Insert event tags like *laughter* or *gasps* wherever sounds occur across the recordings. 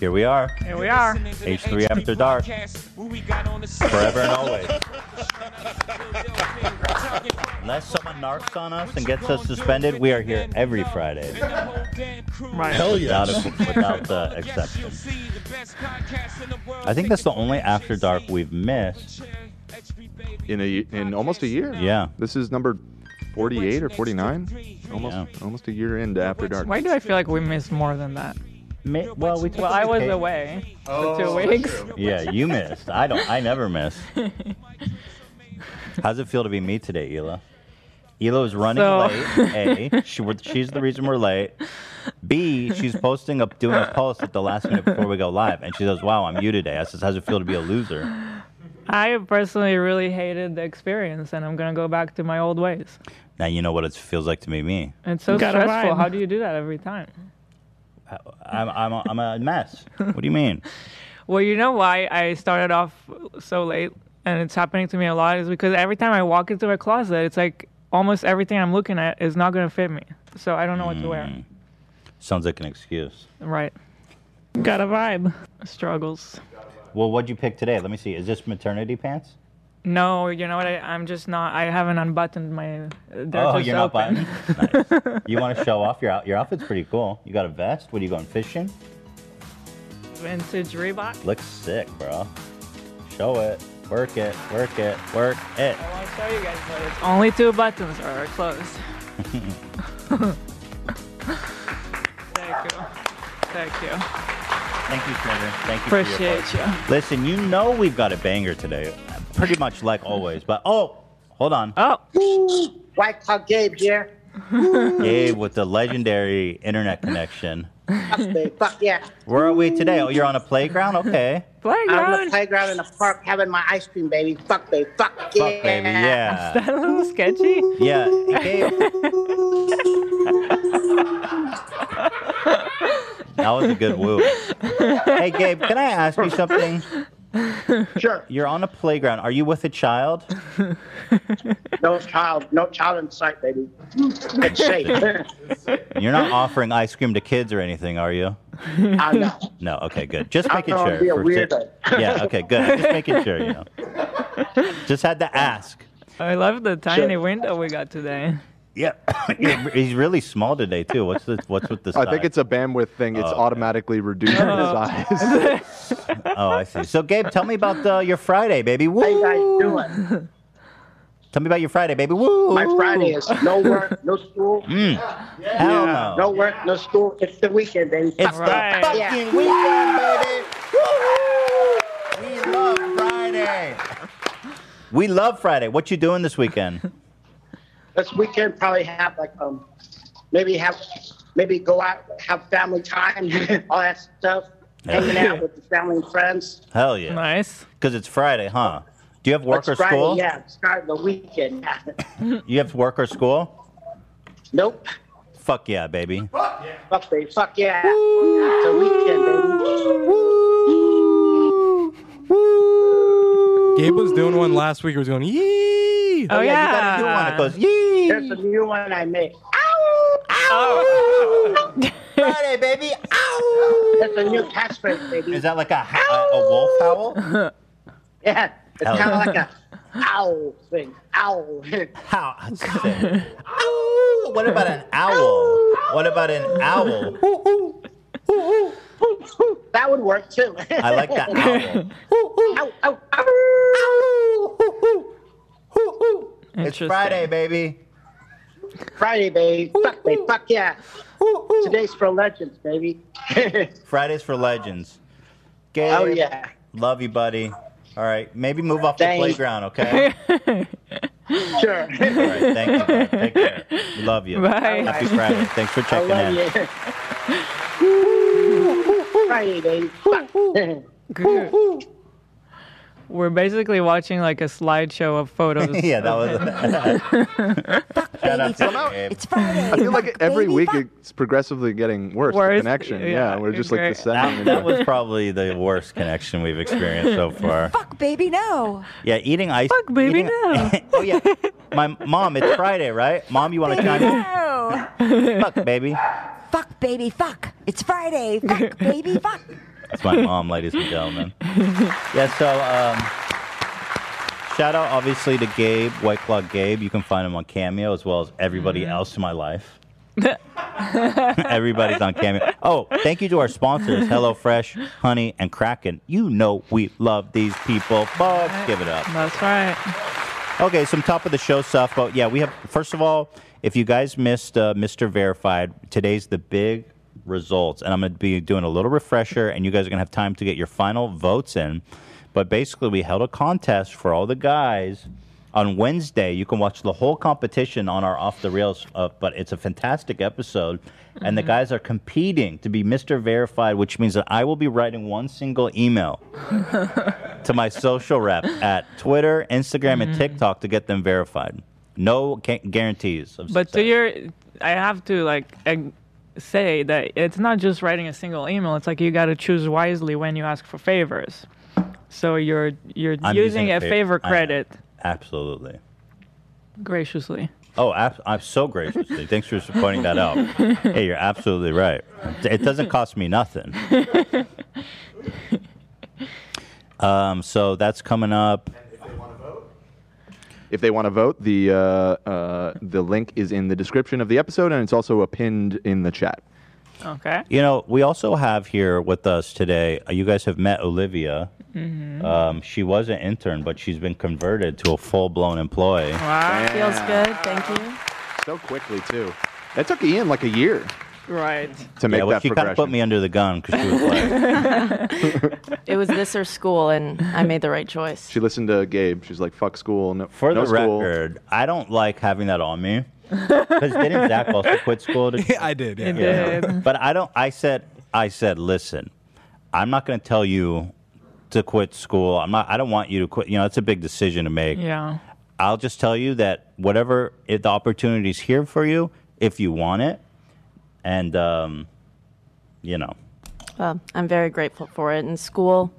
Here we are. Here we are. H3 After Dark. Forever and always. Unless someone narcs on us and gets us suspended, we are here every Friday. Right. Hell Without, yes. *laughs* without the exception. I think that's the only After Dark we've missed. in a in almost a year. Yeah. This is number 48 or 49. Almost almost a year into After Dark. *laughs* Why do I feel like we missed more than that? Mi- well, we took Well, I was vaca- away for two weeks. Yeah, you missed. I don't. I never miss. How's it feel to be me today, Ela? Ela is running So- late. A, she, we're- she's the reason we're late. B, she's posting up, doing a post at the last minute before we go live, and she says, "Wow, I'm you today." I says, "How's it feel to be a loser?" I personally really hated the experience, and I'm gonna go back to my old ways. Now you know what it feels like to be me. It's so Gotta stressful. rhyme. How do you do that every time? I'm, I'm, a, I'm a mess. What do you mean? Well, you know why I started off so late, and it's happening to me a lot, is because every time I walk into a closet, it's like almost everything I'm looking at is not gonna fit me. So I don't know what to wear. Sounds like an excuse. Right. Got a vibe. Struggles. Well, what'd you pick today? Let me see. Is this maternity pants? No, you know what? I, I'm just not. I haven't unbuttoned my. uh, They're oh, just you're open. not buying. nice. You want to show off your out- your outfit's pretty cool. You got a vest. What are you going fishing? *laughs* Vintage Reebok. Looks sick, bro. Show it. Work it. Work it. Work it. I want to *laughs* show you guys, but it's only two buttons are closed. *laughs* Thank you. Thank you. Thank you, Trevor. Thank you. for your Appreciate post. you. Listen, you know we've got a banger today, pretty much like always. But oh, hold on. Oh, White Claw Gabe here. *laughs* Gabe with the legendary internet connection. Fuck me, Fuck yeah. Where are we today? Oh, you're on a playground. I'm Okay. on the playground. playground in the park having my ice cream, baby. Fuck baby. Fuck yeah. Fuck, baby. Yeah. That a little sketchy. *laughs* Yeah. Gabe. that was a good woo. *laughs* Hey, Gabe, can I ask you something? Sure. You're on a playground. Are you with a child? No child, Oh, no child in sight, baby. It's safe. You're not offering ice cream to kids or anything, are you? *laughs* I know. No. Okay, good. Just I'm making gonna sure. be a for- weirdo. yeah. Okay, good. Just making sure. *laughs* You know. Just had to ask. *laughs* I love the tiny window we got today. Yeah. He's really small today too. What's the What's with this? I think it's a bandwidth thing. It's Oh, okay. automatically reducing the size. *laughs* Oh, I see. So, Gabe, tell me about uh, your Friday, baby. Woo! How you guys doing? Tell me about your Friday, baby. Woo! My Friday is no work, no school. *laughs* Mm. Hell no. No work, no school. It's the weekend, baby. Fuck It's Right. the fucking Yeah. weekend, baby. Woo! We love Friday. We love Friday. What you doing this weekend? this weekend probably have like um maybe have maybe go out have family time *laughs* all that stuff hanging *laughs* out with the family and friends Hell yeah. Nice. Because it's Friday, huh? Do you have work It's or Friday, school? yeah start the weekend *laughs* You have work or school? nope Fuck yeah, baby. fuck baby fuck yeah it's a weekend baby Gabe was doing one last week. He was going, yee. Oh, You got a new one. It goes, yee! there's a new one I made Oh. *laughs* Friday, baby. Ow! it's a new catchphrase baby Is that like a, ho- a, a wolf howl? yeah it's Hell kind yeah. of like a owl thing owl How? Ow! What about an owl? What about an owl? *laughs* that would work too I like that *laughs* owl. ow, ow, ow. It's Interesting. Friday, baby. Friday baby fuck baby fuck yeah today's for legends baby *laughs* Fridays for legends. Gabe, Oh yeah. love you, buddy. All right, maybe move off Thanks. the *laughs* playground, okay? Sure. All right, thank you. bud. Take care. We Love you. Bye. Happy Friday. Thanks for I checking love in. Friday. you. Fuck. Mm-hmm. We're basically watching like a slideshow of photos. *laughs* yeah, that was. *laughs* *laughs* Shout out to Gabe. I feel like every week it's progressively getting worse. Worse, the connection. Yeah, yeah, we're just like okay. descending. That, into- that was probably the worst connection we've experienced so far. Fuck, baby, no. Yeah, eating ice. Fuck, baby, eating- *laughs* no. oh yeah, my mom. It's Friday, right? Mom, you want to Baby, chime *laughs* no. in? Fuck, baby. fuck, baby, fuck. It's *laughs* Friday. Fuck, baby, fuck. That's my mom, ladies and gentlemen. Yeah, so um, shout out obviously to Gabe, White Claw Gabe. You can find him on Cameo as well as everybody Mm-hmm. else in *laughs* my life. Everybody's on Cameo. Oh, thank you to our sponsors, HelloFresh, Honey, and Kraken. You know we love these people. But give it up. That's right. Okay, some top of the show stuff. But yeah, we have, first of all, if you guys missed uh, Mr. Verified, today's the big results. And I'm going to be doing a little refresher, and you guys are going to have time to get your final votes in. But basically, we held a contest for all the guys on Wednesday. You can watch the whole competition on our Off the Rails, uh, but it's a fantastic episode. And the guys are competing to be Mr. Verified, which means that I will be writing one single email to my social rep at Twitter, Instagram, Mm-hmm. and TikTok to get them verified. No ca- guarantees. Of But to success. your, I have to like ag- say that it's not just writing a single email. It's like you got to choose wisely when you ask for favors. So you're you're I'm using, a fa- favor I am. credit Absolutely. graciously. Oh, ab- I'm so graciously. Thanks for pointing that *laughs* out. hey, you're absolutely right. It doesn't cost *laughs* me nothing. um, so that's coming up. If they want to vote, the uh, uh, the link is in the description of the episode, and it's also a pinned in the chat. Okay. You know, we also have here with us today. uh, You guys have met Olivia. Mm-hmm. Um, she was an intern, but she's been converted to a full-blown employee. Wow. Feels good. Thank you. So quickly too. That took Ian like a year *laughs* Right. to make yeah, well, that she kind of progression. put me under the gun because she was like, It was this or school, and I made the right choice. she listened to Gabe. She's like, "Fuck school, no, for no the school." record, I don't like having that on *laughs* me. Because didn't Zach also quit school? To, I did. *laughs* Yeah. Yeah. Did. But I don't. I said, I said, listen, I'm not going to tell you to quit school. I'm not. I don't want you to quit. You know, it's a big decision to make. Yeah. I'll just tell you that whatever if the opportunity's here for you, if you want it, and um, you know, Well, I'm very grateful for it. And school,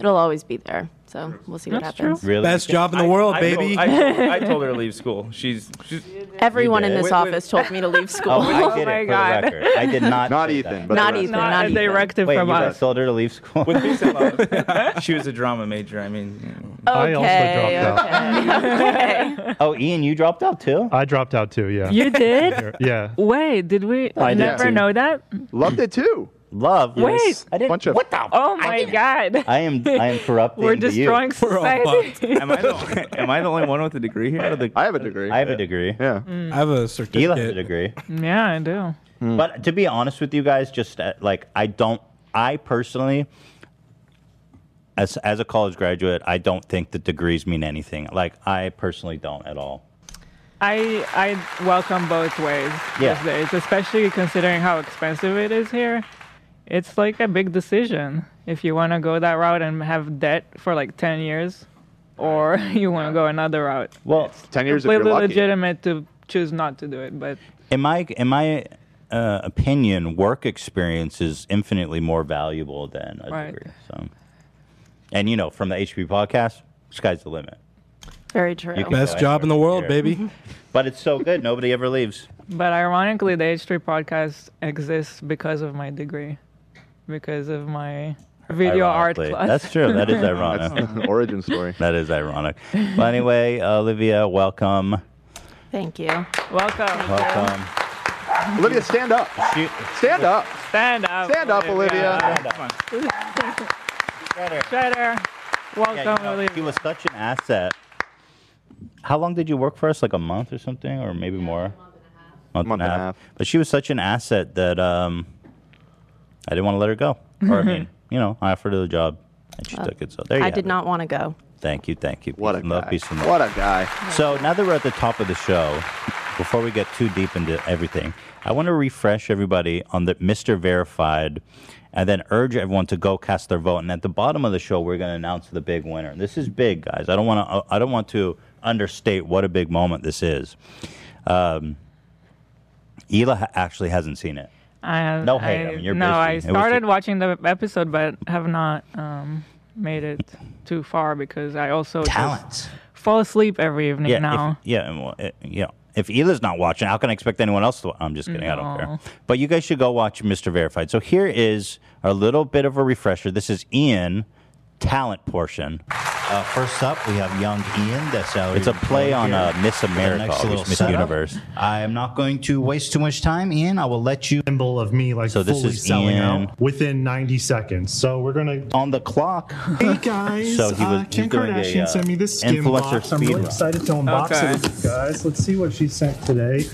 it'll always be there. So we'll see what That's happens. really Best job in the world, I baby. Told, I, told, *laughs* I told her to leave school. She's, she's Everyone in did. this Wait, wait. office told me to *laughs* leave Oh, school. I did my it for God. the record. I *laughs* did *laughs* not. Not say Ethan, that. but Not the rest. Ethan. Not, Not a even. directive Wait, you from guys us. told her to leave school. with peace and *laughs* love. she was a drama major. I mean, you know. Okay, I also dropped out. okay, okay. *laughs* Oh, Ian, you dropped out too. I dropped out too. Yeah. You did? Yeah. Wait, did we I did never too. know that? Loved it too. Love. Wait. yes. I didn't. Bunch of- what the? Oh my god. I am. I am *laughs* corrupting. We're the youth. destroying We're all society. am, I the, am I the only one with a degree here? *laughs* Out of the, I have a degree. I have a degree. yeah. Mm. I have a You have a certificate. degree. *laughs* yeah, I do. Hmm. But to be honest with you guys, just uh, like I don't, I personally, as as a college graduate, I don't think that degrees mean anything. Like I personally don't at all. I I welcome both ways Yeah. these days, especially considering how expensive it is here. It's like a big decision if you want to go that route and have debt for like 10 years or *laughs* you want to go another route. Well, Ten years if you're Completely lucky. legitimate to choose not to do it, but in my in my uh, opinion, work experience is infinitely more valuable than a Right. degree. So, and you know, from the HP podcast, sky's the limit. Very true. You can- Best job in the world, baby. *laughs* But it's so good, nobody ever leaves. But ironically, the H3 podcast exists because of my degree, because of my video Ironically. art class. That's true. *laughs* That is ironic. Origin story. *laughs* that is ironic. But anyway, Olivia, welcome. Thank you. Welcome. Welcome. Olivia, stand up. She, Stand up. Stand up. Stand up, Olivia. Stand up. Shredder. Welcome, Yeah, you know, he Olivia. was such an asset. How long did you work for us? Like a month or something, or maybe more. Month, Month and a half. But she was such an asset that um, I didn't want to let *laughs* her go. Or I mean, you know, I offered her the job, and Oh. she took it. So there you I have did it. not want to go. Thank you, thank you. What peace a and love, guy. peace and love. What a guy. So now that we're at the top of the show, before we get too deep into everything, I want to refresh everybody on the Mr. Verified and then urge everyone to go cast their vote. And at the bottom of the show, we're going to announce the big winner. This is big, guys. I don't want to, I don't want to understate what a big moment this is. Um, Hila ha- actually hasn't seen it. I have No hate, I mean, you're no, busy. It I was started watching the episode, but have not um, made it too far because I also just fall asleep every evening yeah, now. If, yeah, and, well, it, you know, if Hila's not watching, how can I expect anyone else to? wa- I'm just kidding. I No. don't care. But you guys should go watch Mr. Verified. So here is a little bit of a refresher. This is Ian talent portion. Uh, first up, we have young Ian. That's how it's a play on uh, Miss America, next or at little least Miss setup. Universe. I am not going to waste too much time, Ian. I will let you symbol of me like So this fully is selling Ian. out within 90 seconds. So we're gonna on the clock. *laughs* Hey guys, So he was- uh, he's Kim doing a, Kardashian uh, sent me this skin influencer box. I'm speed really round. excited to unbox Okay. it with you guys. Let's see what she sent today.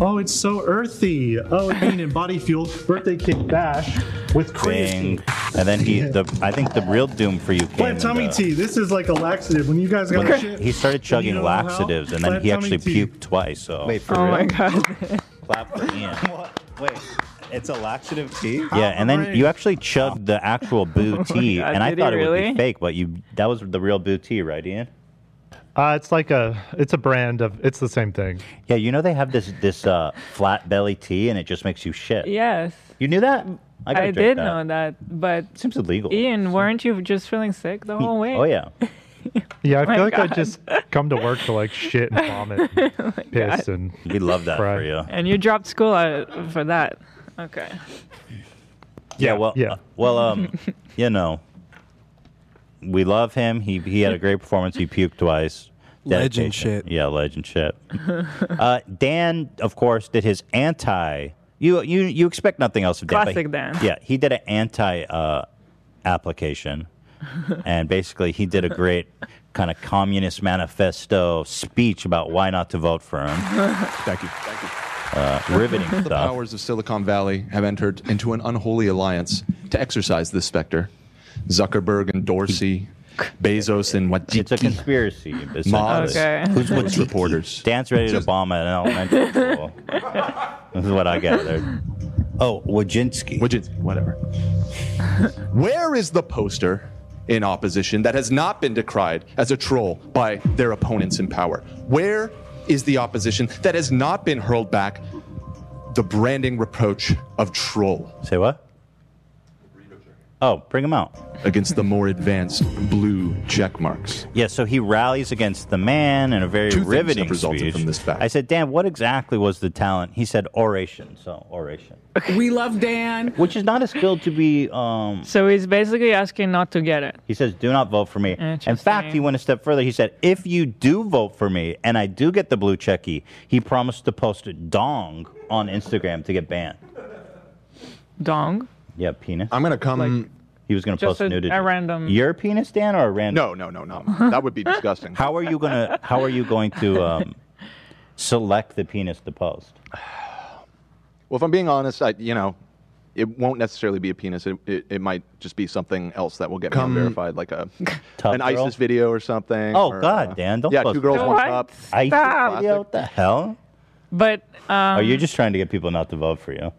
Oh, it's so earthy. Oh, it's Bean and Body Fuel birthday cake bash with creatine. Bing. And then he, the I think the real doom for you came. Plant tummy in the- tea. This is like a laxative. When you guys got when shit, He started chugging don't know how? laxatives, and then Plant he tummy actually tea. puked twice. So Wait, for Oh real? my god! Clap for Ian. Wait, it's a laxative tea. How Yeah, and then brave. you actually chugged *laughs* the actual boo tea, Oh God, and I did he thought it would really? be fake, but you—that was the real boo tea, right, Ian? Uh, it's like a, it's a brand of, it's the same thing. Yeah, you know they have this this uh, flat belly tea, and it just makes you shit. Yes, You knew that? gotta I drink did that. know that, but Seems illegal. Ian, weren't you just feeling sick the whole way? *laughs* Oh yeah. Oh Yeah, I My feel like I God. just come to work to like shit and *laughs* vomit and piss and. Oh We love that for you. And you dropped school out for that. Okay. Yeah, well, yeah. well, um, you know, we love him. He he had a great performance. He puked twice. Legend shit. Yeah, legend shit. *laughs* uh, Dan, of course, did his anti. You you you expect nothing else of Dan. but Classic he- Dan. Yeah, he did an anti uh, application, *laughs* and basically he did a great kind of communist manifesto speech about why not to vote for him. *laughs* Thank you. Thank you. Uh, riveting *laughs* The stuff. powers of Silicon Valley have entered into an unholy alliance to exercise this specter. Zuckerberg and Dorsey, Bezos and what? It's a conspiracy. Mobs, Okay. who's *laughs* Who's what's Watiki? reporters? Dan's ready to Just- bomb *laughs* an elementary school. this is what I gathered. Oh, Wojcinski. Wojcinski, whatever. *laughs* Where is the poster in opposition that has not been decried as a troll by their opponents in power? Where is the opposition that has not been hurled back the branding reproach of troll? Say what? Oh, bring him out. Against the more advanced blue check marks. Yeah, so he rallies against the man in a very Two things riveting have resulted speech. from this fact. I said, Dan, what exactly was the talent? He said oration. So oration, We love Dan. which is not a skill to be. Um, So he's basically asking not to get it. he says, "Do not vote for me." In fact, Interesting. he went a step further. He said, "If you do vote for me and I do get the blue checky," he promised to post a dong on Instagram to get banned. Dong. Yeah, penis. I'm gonna come. he was gonna Just post a, nudity. a random. Your penis, Dan, or a random? No, no, no, no. That would be disgusting. *laughs* How are you gonna? How are you going to um, select the penis to post? Well, if I'm being honest, I, you know, it won't necessarily be a penis. It, it, it might just be something else that will get Come- me verified, like a *laughs* Tough an girl? ISIS video or something. Oh, or, God, uh, Dan, don't yeah, post two girls, that. one What? cup. I Stop. Yeah, what the hell? But um, Are you just trying to get people not to vote for you?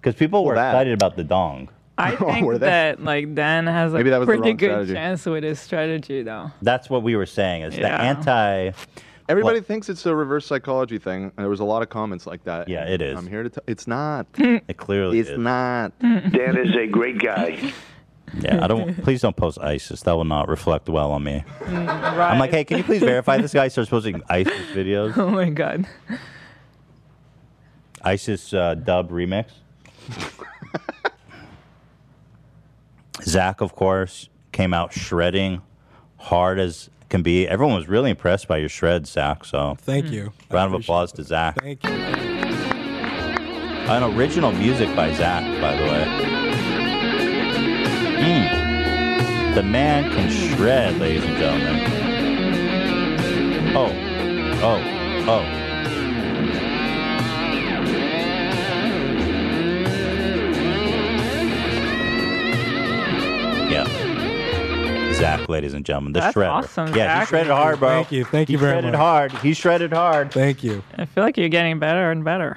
Because people were excited about the dong. *laughs* I think Oh, were they? that like Dan has a Maybe that was the pretty wrong good strategy. chance with his strategy though. That's what we were saying. Is the Yeah. anti? Everybody Well- thinks it's a reverse psychology thing. and There was a lot of comments like that. Yeah, it is. I'm here to. T- it's not. *laughs* It clearly It's is. *laughs* not. Dan is a great guy. Yeah, I *laughs* don't. Please don't post ISIS. That will not reflect well on me. Mm, right. I'm like, hey, can you please verify this guy starts posting ISIS *laughs* videos? oh my god. ISIS uh, dub remix. *laughs* Zach, of course, came out shredding hard as can be. Everyone was really impressed by your shred, Zach. So Mm. Thank you. Round of applause to Zach. Thank you. An original music by Zach, by the way. Mm. The man can shred, ladies and gentlemen. Oh, oh, oh. Yeah. Zach music, ladies and gentlemen. The That's shredder. awesome, Yeah, he Zach. shredded hard, bro. Thank you, thank you he very shredded much. hard. He shredded hard. Thank you. I feel like you're getting better and better.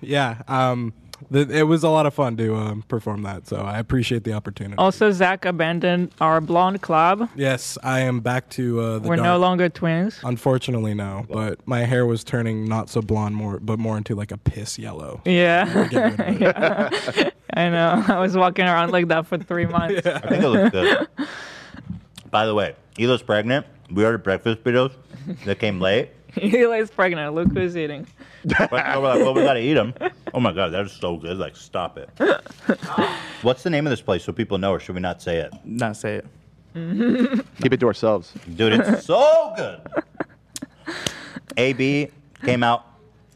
Yeah. Um, th- it was a lot of fun to um, perform that, so I appreciate the opportunity. Also, Zach abandoned our blonde club. Yes, I am back to uh, the. We're no dark. longer twins. Unfortunately, no. But my hair was turning not so blonde, more but more into like a piss yellow. Yeah. We're *laughs* getting rid of it. Yeah. I know. I was walking around like that for *laughs* three months. I think it looks *laughs* good. By the way, Elo's pregnant. We ordered breakfast videos that came late. Eli's pregnant. Look who's eating. But we're like, well, we gotta eat them. Oh my god, that is so good! Like, stop it. What's the name of this place so people know, or should we not say it? Not say it. Keep it to ourselves. Dude, it's so good. AB came out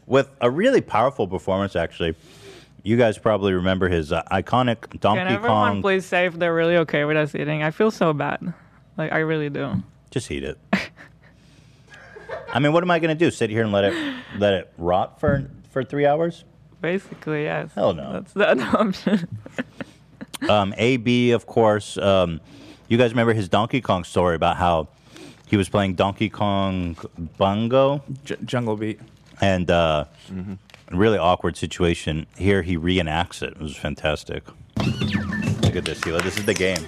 with a really powerful performance, actually. You guys probably remember his uh, iconic Can Donkey everyone Kong. please say if they're really okay with us eating? I feel so bad. Like I really do. *laughs* Just eat it. I mean, what am I going to do? Sit here and let it let it rot for for three hours? Basically, yes. Hell no. That's the option. Um, AB, of course. Um, you guys remember his Donkey Kong story about how he was playing Donkey Kong Bongo Jungle Beat, and uh, really awkward situation. Here he reenacts it. It was fantastic. Look at this, Hila. This is the game.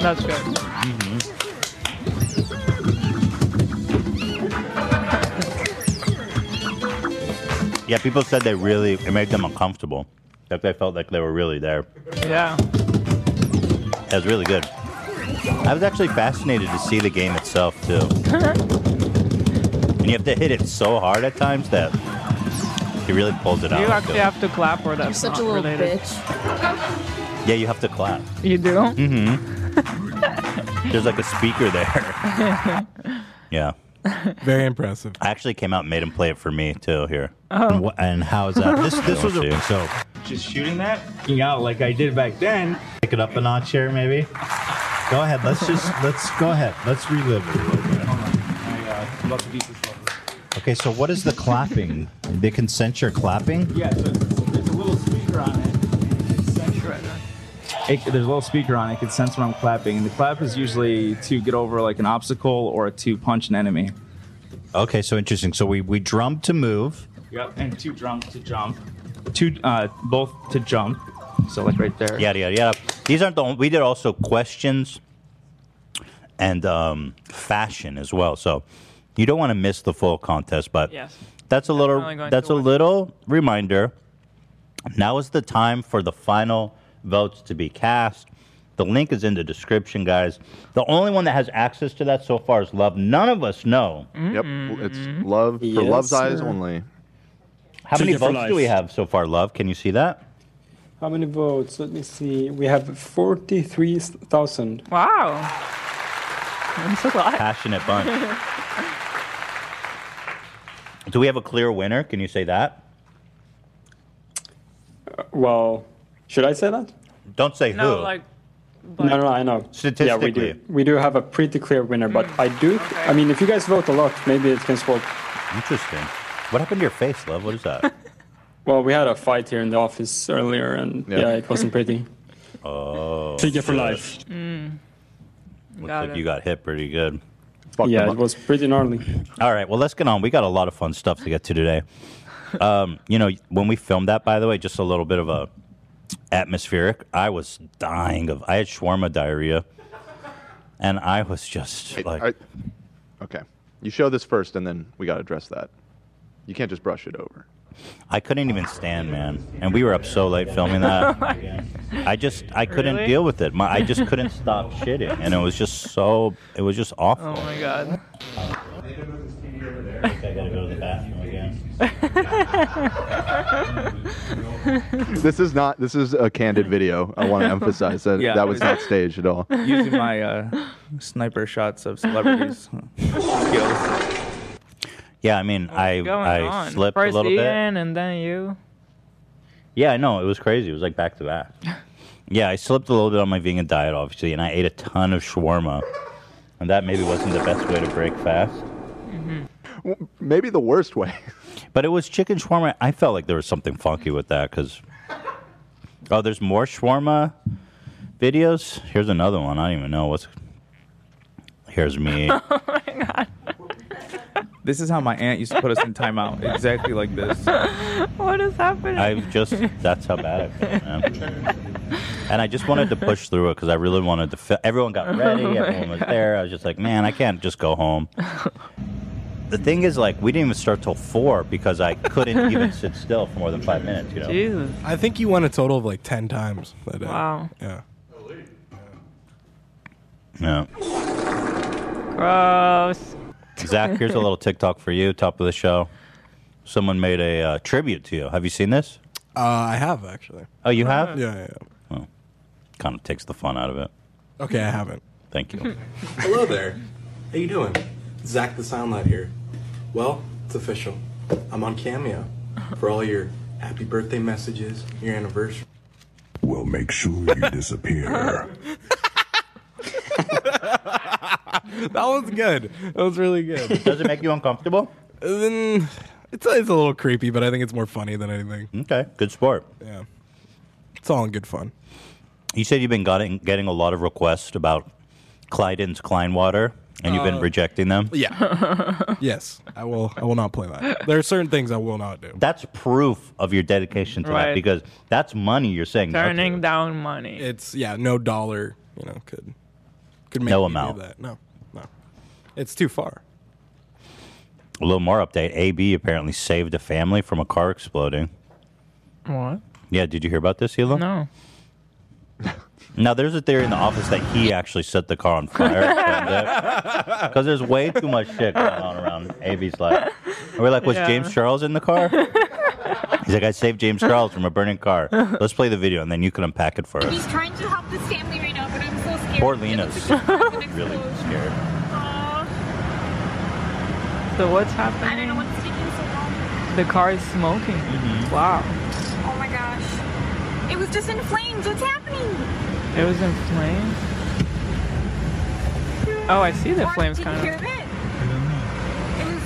That's good. Yeah, people said they really it made them uncomfortable. That they felt like they were really there. Yeah. *laughs* That was really good. I was actually fascinated to see the game itself too. And you have to hit it so hard at times that he really pulls it you out. actually have to clap or that's You're such not a little related. yeah, you have to clap. You do? Mm-hmm. *laughs* There's like a speaker there. *laughs* Yeah. Very impressive. I actually came out and made him play it for me too here. Oh. And, wh- and how's that? *laughs* This this was Yeah. a, so Just shooting that? looking out like I did back then. Pick it up a notch here, maybe. Go ahead. *laughs* Let's just let's go ahead. Let's relive it a little bit. I love to beat this level. Okay, so what is the clapping? They can sense your clapping. Yeah, so it's, it's a little speaker on it. It, there's a little speaker on it. It can sense when I'm clapping. And the clap is usually to get over like an obstacle or to punch an enemy. Okay, so interesting. So we we drum to move. Yep, and two drums to jump. Two, uh, both to jump. So like right there. Yada yada yada. These aren't the only. We did also questions and um, fashion as well. So you don't want to miss the full contest. But Yes. that's a Definitely little going that's to a little reminder. Now is the time for the final votes to be cast. The link is in the description, guys. The only one that has access to that so far is Love. None of us know. Mm-hmm. Yep, it's Mm-hmm. Love for Yes, Love's eyes sir. only. How many Ticket for votes do we life. have so far, Love? Can you see that? How many votes? Let me see. We have 43,000. *laughs* Wow. I'm so glad. Passionate *laughs* *laughs* bunch. Do we have a clear winner? Can you say that? Uh, well, should I say that? Don't say no, like no, no, I know. Yeah, we do. Statistically. We do have a pretty clear winner, but I do. I mean, if you guys vote a lot, maybe it can swap. Interesting. What happened to your face, love? What is that? *laughs* Well, we had a fight here in the office earlier, and yeah, it wasn't pretty. Oh. Figure for shit. life. Mm. Looks Got like it. you got hit pretty good. Yeah, it was pretty gnarly. All right, well, let's get on. We got a lot of fun stuff to get to today. Um, you know, when we filmed that, by the way, just a little bit of a atmospheric. I was dying of. I had shawarma diarrhea, and I was just like, Okay, you show this first, and then we got to address that. You can't just brush it over. I couldn't even stand, man. And we were up so late *laughs* filming that. I just, I couldn't Really? deal with it. My, I just couldn't stop shitting, and it was just so, it was just awful. Oh my god. this is not. This is a candid video. I *laughs* want to emphasize that Yeah, that it was was- not staged at all. Using my uh, sniper shots of celebrities skills. *laughs* Yeah, I mean, I Going I on. slipped First a little bit. Ian and then you. *laughs* Yeah, I know it was crazy. It was like back to back. Yeah, I slipped a little bit on my vegan diet, obviously, and I ate a ton of shawarma. And that maybe wasn't the best way to break fast. Mm-hmm. W- Maybe the worst way. But it was chicken shawarma. I felt like there was something funky with that because. Oh, there's more shawarma videos? Here's another one. I don't even know what's. Here's *laughs* me. This is how my aunt used to put us in timeout, exactly like this. *laughs* what is happening? I've just. That's how bad I felt, man. And I just wanted to push through it because I really wanted to. Fi- everyone got ready. Everyone was there. I was just like, man, I can't just go home. The thing is, like, we didn't even start till four because I couldn't even sit still for more than five minutes. You know. I think you won a total of like 10 times that day. Wow. Yeah. Yeah. Gross. Zach, here's a little TikTok for you. Top of the show. Someone made a uh, tribute to you. Have you seen this? Uh, I have actually. Oh, you have? Yeah, yeah. Well, kind of takes the fun out of it. yeah. Okay, I haven't. Thank you. Hello there. How you doing? Zach the Sound Lad here. Well, it's official. I'm on Cameo for all your happy birthday messages, your anniversary. We'll make sure you *laughs* disappear. that was good. That was really good. Does it make you uncomfortable? Then it's it's a little creepy, but I think it's more funny than anything. Okay, good sport. Yeah, it's all in good fun. You said you've been getting, getting a lot of requests about Clyden's Kleinwater, and you've been Uh, rejecting them. *laughs* Yeah. yes, I will. I will not play that. There are certain things I will not do. That's proof of your dedication to that Right. because that's money you're saying. no to. Turning down money. It's yeah, no dollar. You know, could could make No me amount. Do that. No, no, it's too far. A little more update. AB apparently saved a family from a car exploding. What? Yeah, did you hear about this, Hilo? No. Now, there's a theory in the office that he actually set the car on fire. Because there's way too much shit going on around AB's life. And we're like, was Yeah. James Charles in the car? He's like, I saved James Charles from a burning car. Let's play the video, and then you can unpack it for He's us. trying to help this family right now, but I'm so scared. Poor Lena's *laughs* really scared. So what's happening? I don't know what's taking so long. The car is smoking. Mm-hmm. Wow. Oh my gosh. It was just in flames. What's happening? It was in flames. Oh, I see the flames Did you kind hear of. of it? It was.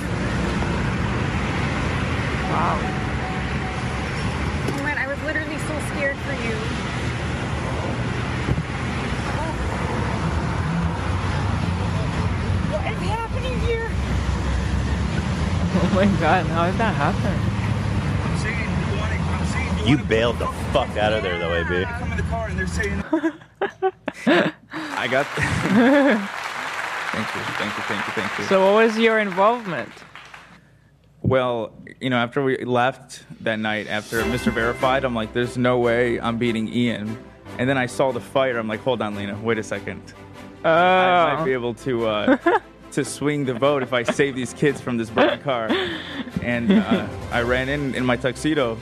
Wow. Oh man, I was literally so scared for you. What is happening here? *laughs* Oh my god, how did that happen? I'm saying, you want to, I'm saying, you You bailed the fuck out of there, though, AB. *laughs* come in the car and they're saying, I got. thank you, thank you, thank you, thank you. *laughs* So what was your involvement? Well, you know, after we left that night, after Mr. Verified, I'm like, there's no way I'm beating Ian. And then I saw the fire. I'm like, hold on, Lena, wait a second. Uh, Oh. I might be able to uh, to swing the vote if I save these kids from this burning car. And uh, I ran in in my tuxedo,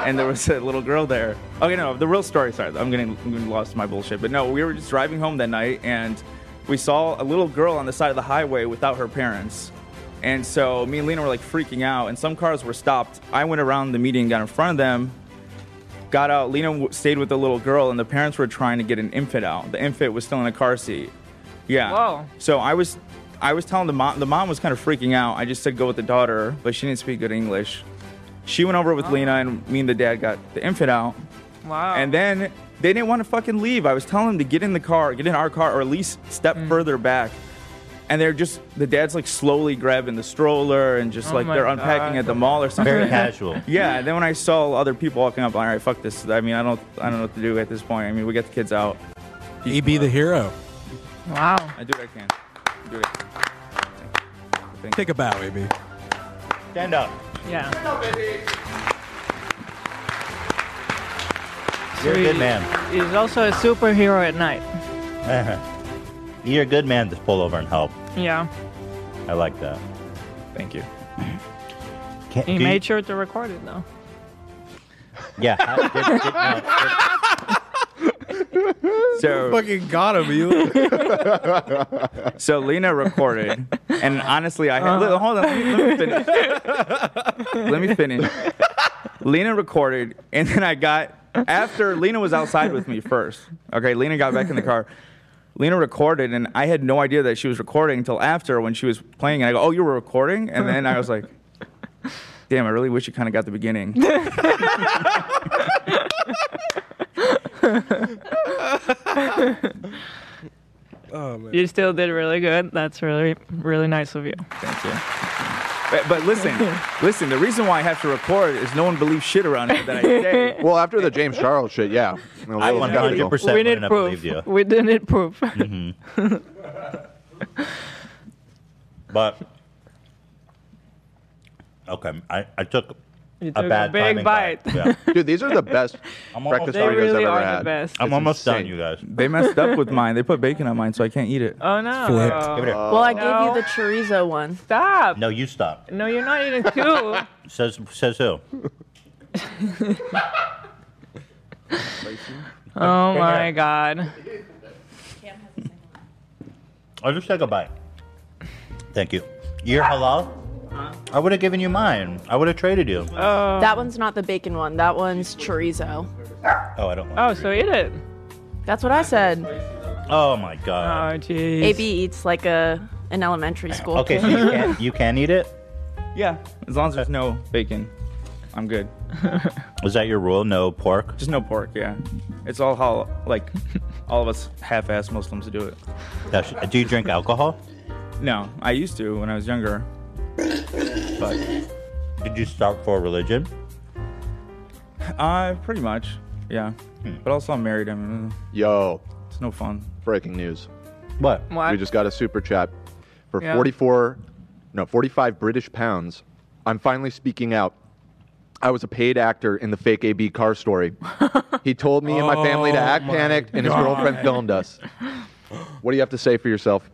and there was a little girl there. Okay, no, the real story. Sorry, I'm getting, I'm getting lost in my bullshit. But no, we were just driving home that night, and we saw a little girl on the side of the highway without her parents. And so me and Lena were like freaking out, and some cars were stopped. I went around the median, got in front of them, got out. Lena w- stayed with the little girl, and the parents were trying to get an infant out. The infant was still in a car seat. Yeah. Whoa. So I was, I was telling the mom. The mom was kind of freaking out. I just said go with the daughter, but she didn't speak good English. She went over with Lena, and me and the dad got the infant out. Wow. Oh. And then they didn't want to fucking leave. I was telling them to get in the car, get in our car, or at least step Mm. further back. And they're just the dad's like slowly grabbing the stroller and just Oh like my they're unpacking God. at the mall or something. Very casual. *laughs* Yeah. And then when I saw other people walking up, all right, fuck this. I mean, I don't, I don't know what to do at this point. I mean, we get the kids out. He be the hero. Wow. I do *laughs* what I can. I do what I can. Thank Take a bow, AB. Stand up. Yeah. You're a good Sweet. man. He's also a superhero at night. *laughs* You're a good man to pull over and help. Yeah. I like that. Thank you. Can, He do you- made sure to record it *laughs* though. yeah. *laughs* how- did- did- no, So fucking got him, you. *laughs* So Lena recorded, and honestly, I Uh-huh. Uh. Uh-huh. Look, hold on. Let me, let me finish. let me finish. Lena recorded, and then I got after Lena was outside with me first. Okay, Lena got back in the car. Lena recorded, and I had no idea that she was recording until after when she was playing. And I go, "Oh, you were recording?" And then I was like, "Damn, I really wish you kind of got the beginning." oh, man. You still did really good. That's really, really nice of you. Thank you. But, but listen, listen. The reason why I have to record is no one believes shit around here that I say. Well, after the James Charles shit, yeah. I 100% we wouldn't need have proof. believed you. *laughs* We didn't need proof. Mm-hmm. *laughs* But okay, I, I took You a took a bad big timing bite. bite. Dude, these are the best *laughs* I'm almost breakfast done. burritos I've ever had. I'm It's almost insane. done, you guys. They messed *laughs* up with mine. They put bacon on mine, so I can't eat it. Oh no! Flipped. Give it here. well, I gave No. you the chorizo one. Stop! No, you stop. No, you're not eating *laughs* two. Says says who? *laughs* oh my god! I just take a bite. Thank you. Your halal? Uh-huh. I would have given you mine. I would have traded you. Oh. that one's not the bacon one. That one's chorizo. Oh, I don't want. Oh, so eat it. That's what I said. Oh my god. Oh jeez. AB eats like a an elementary school. Okay, so *laughs* you can you can eat it. Yeah, as long as there's no bacon, I'm good. Was that your rule? No pork. Just no pork. Yeah, it's all how like all of us half-ass Muslims do it. That's- do you drink alcohol? No, I used to when I was younger. But did you start for religion? Uh, pretty much. Yeah, Hmm. but also I'm married. I mean, *laughs* Yo. It's *gasps* no fun. *gasps* Breaking news. What? What? We just got a super chat for Yeah. 44, no, 45 British pounds. I'm finally speaking out. I was a paid actor in the fake AB car story. he told me and my family to Oh act my panicked, and his God. girlfriend filmed us. What do you have to say for yourself?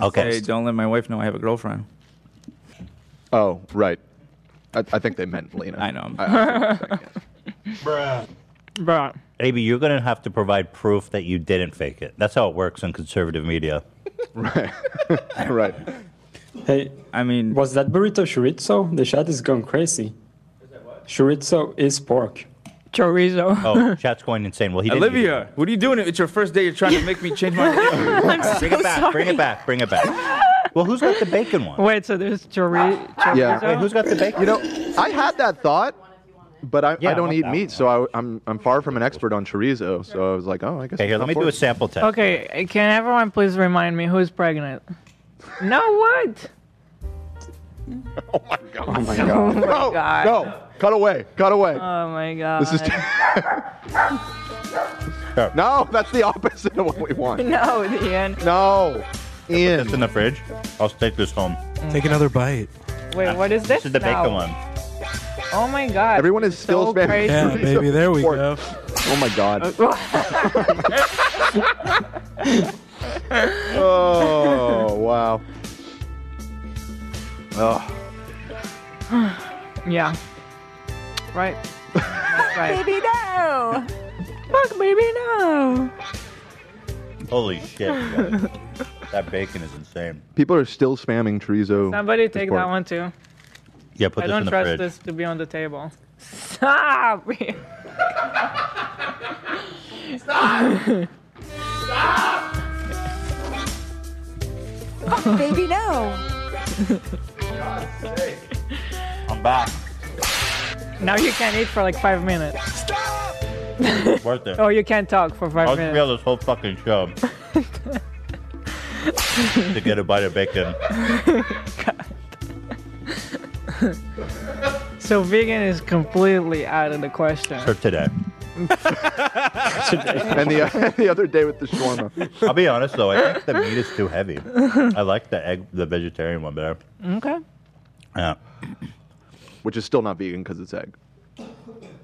Okay. Hmm. don't let my wife know I have a girlfriend. Oh, right. I, I think they meant Lena. I know. Bruh. Bruh. AB, you're gonna have to provide proof that you didn't fake it. That's how it works in conservative media. right. right. Hey, I mean, was that burrito chorizo? The chat is going crazy. Chorizo is pork. Chorizo. *laughs* Oh, chat's going insane. Well, he didn't. Olivia, what are you doing? It's your first day. You're trying to make me *laughs* change my. I'm so Bring it back, bring it back. Bring it back. Well, who's got the *laughs* bacon one? Wait, so there's chori- chorizo. Yeah. Wait, who's got the bacon? You know, I had that thought, but I, Yeah, I I don't want eat that meat, so I, I'm I'm far from an expert on chorizo. So I was like, oh, I guess. Okay, here, it's let not me do pork. a sample test. Okay, can everyone please remind me *laughs* who's pregnant? No, what? Oh my *laughs* Oh god! my no, God. no, cut away, cut away. Oh my god. This is *laughs* no, that's the opposite of what we want. no, Ian. No. Ian. Put this in the fridge. I'll take this home. Take another bite. Wait, what is this? Ah, This is the bacon now? one. Oh my god. Everyone is still so spamming. crazy. chorizo there we pork. go. Oh my god. *laughs* *laughs* oh wow. Oh. *sighs* yeah. Right. That's right. Baby, no. Fuck, baby, no. Holy shit. you guys. that bacon is insane. People are still spamming chorizo. Somebody with take pork. that one too. Yeah, put I this don't in the trust fridge. this to be on the table. *laughs* Stop. *laughs* Stop. Fuck, baby, no. I'm back. now you can't eat for like five minutes. Worth it. *laughs* Oh, you can't talk for five I'll minutes. *laughs* spill this whole fucking show to get a bite of bacon. So vegan is completely out of the question. *laughs* For today. *laughs* and the, the other day with the shawarma. I'll be honest though, I think the meat is too heavy. I like the egg, the vegetarian one better. *laughs* Okay. Yeah. Which is still not vegan because it's egg.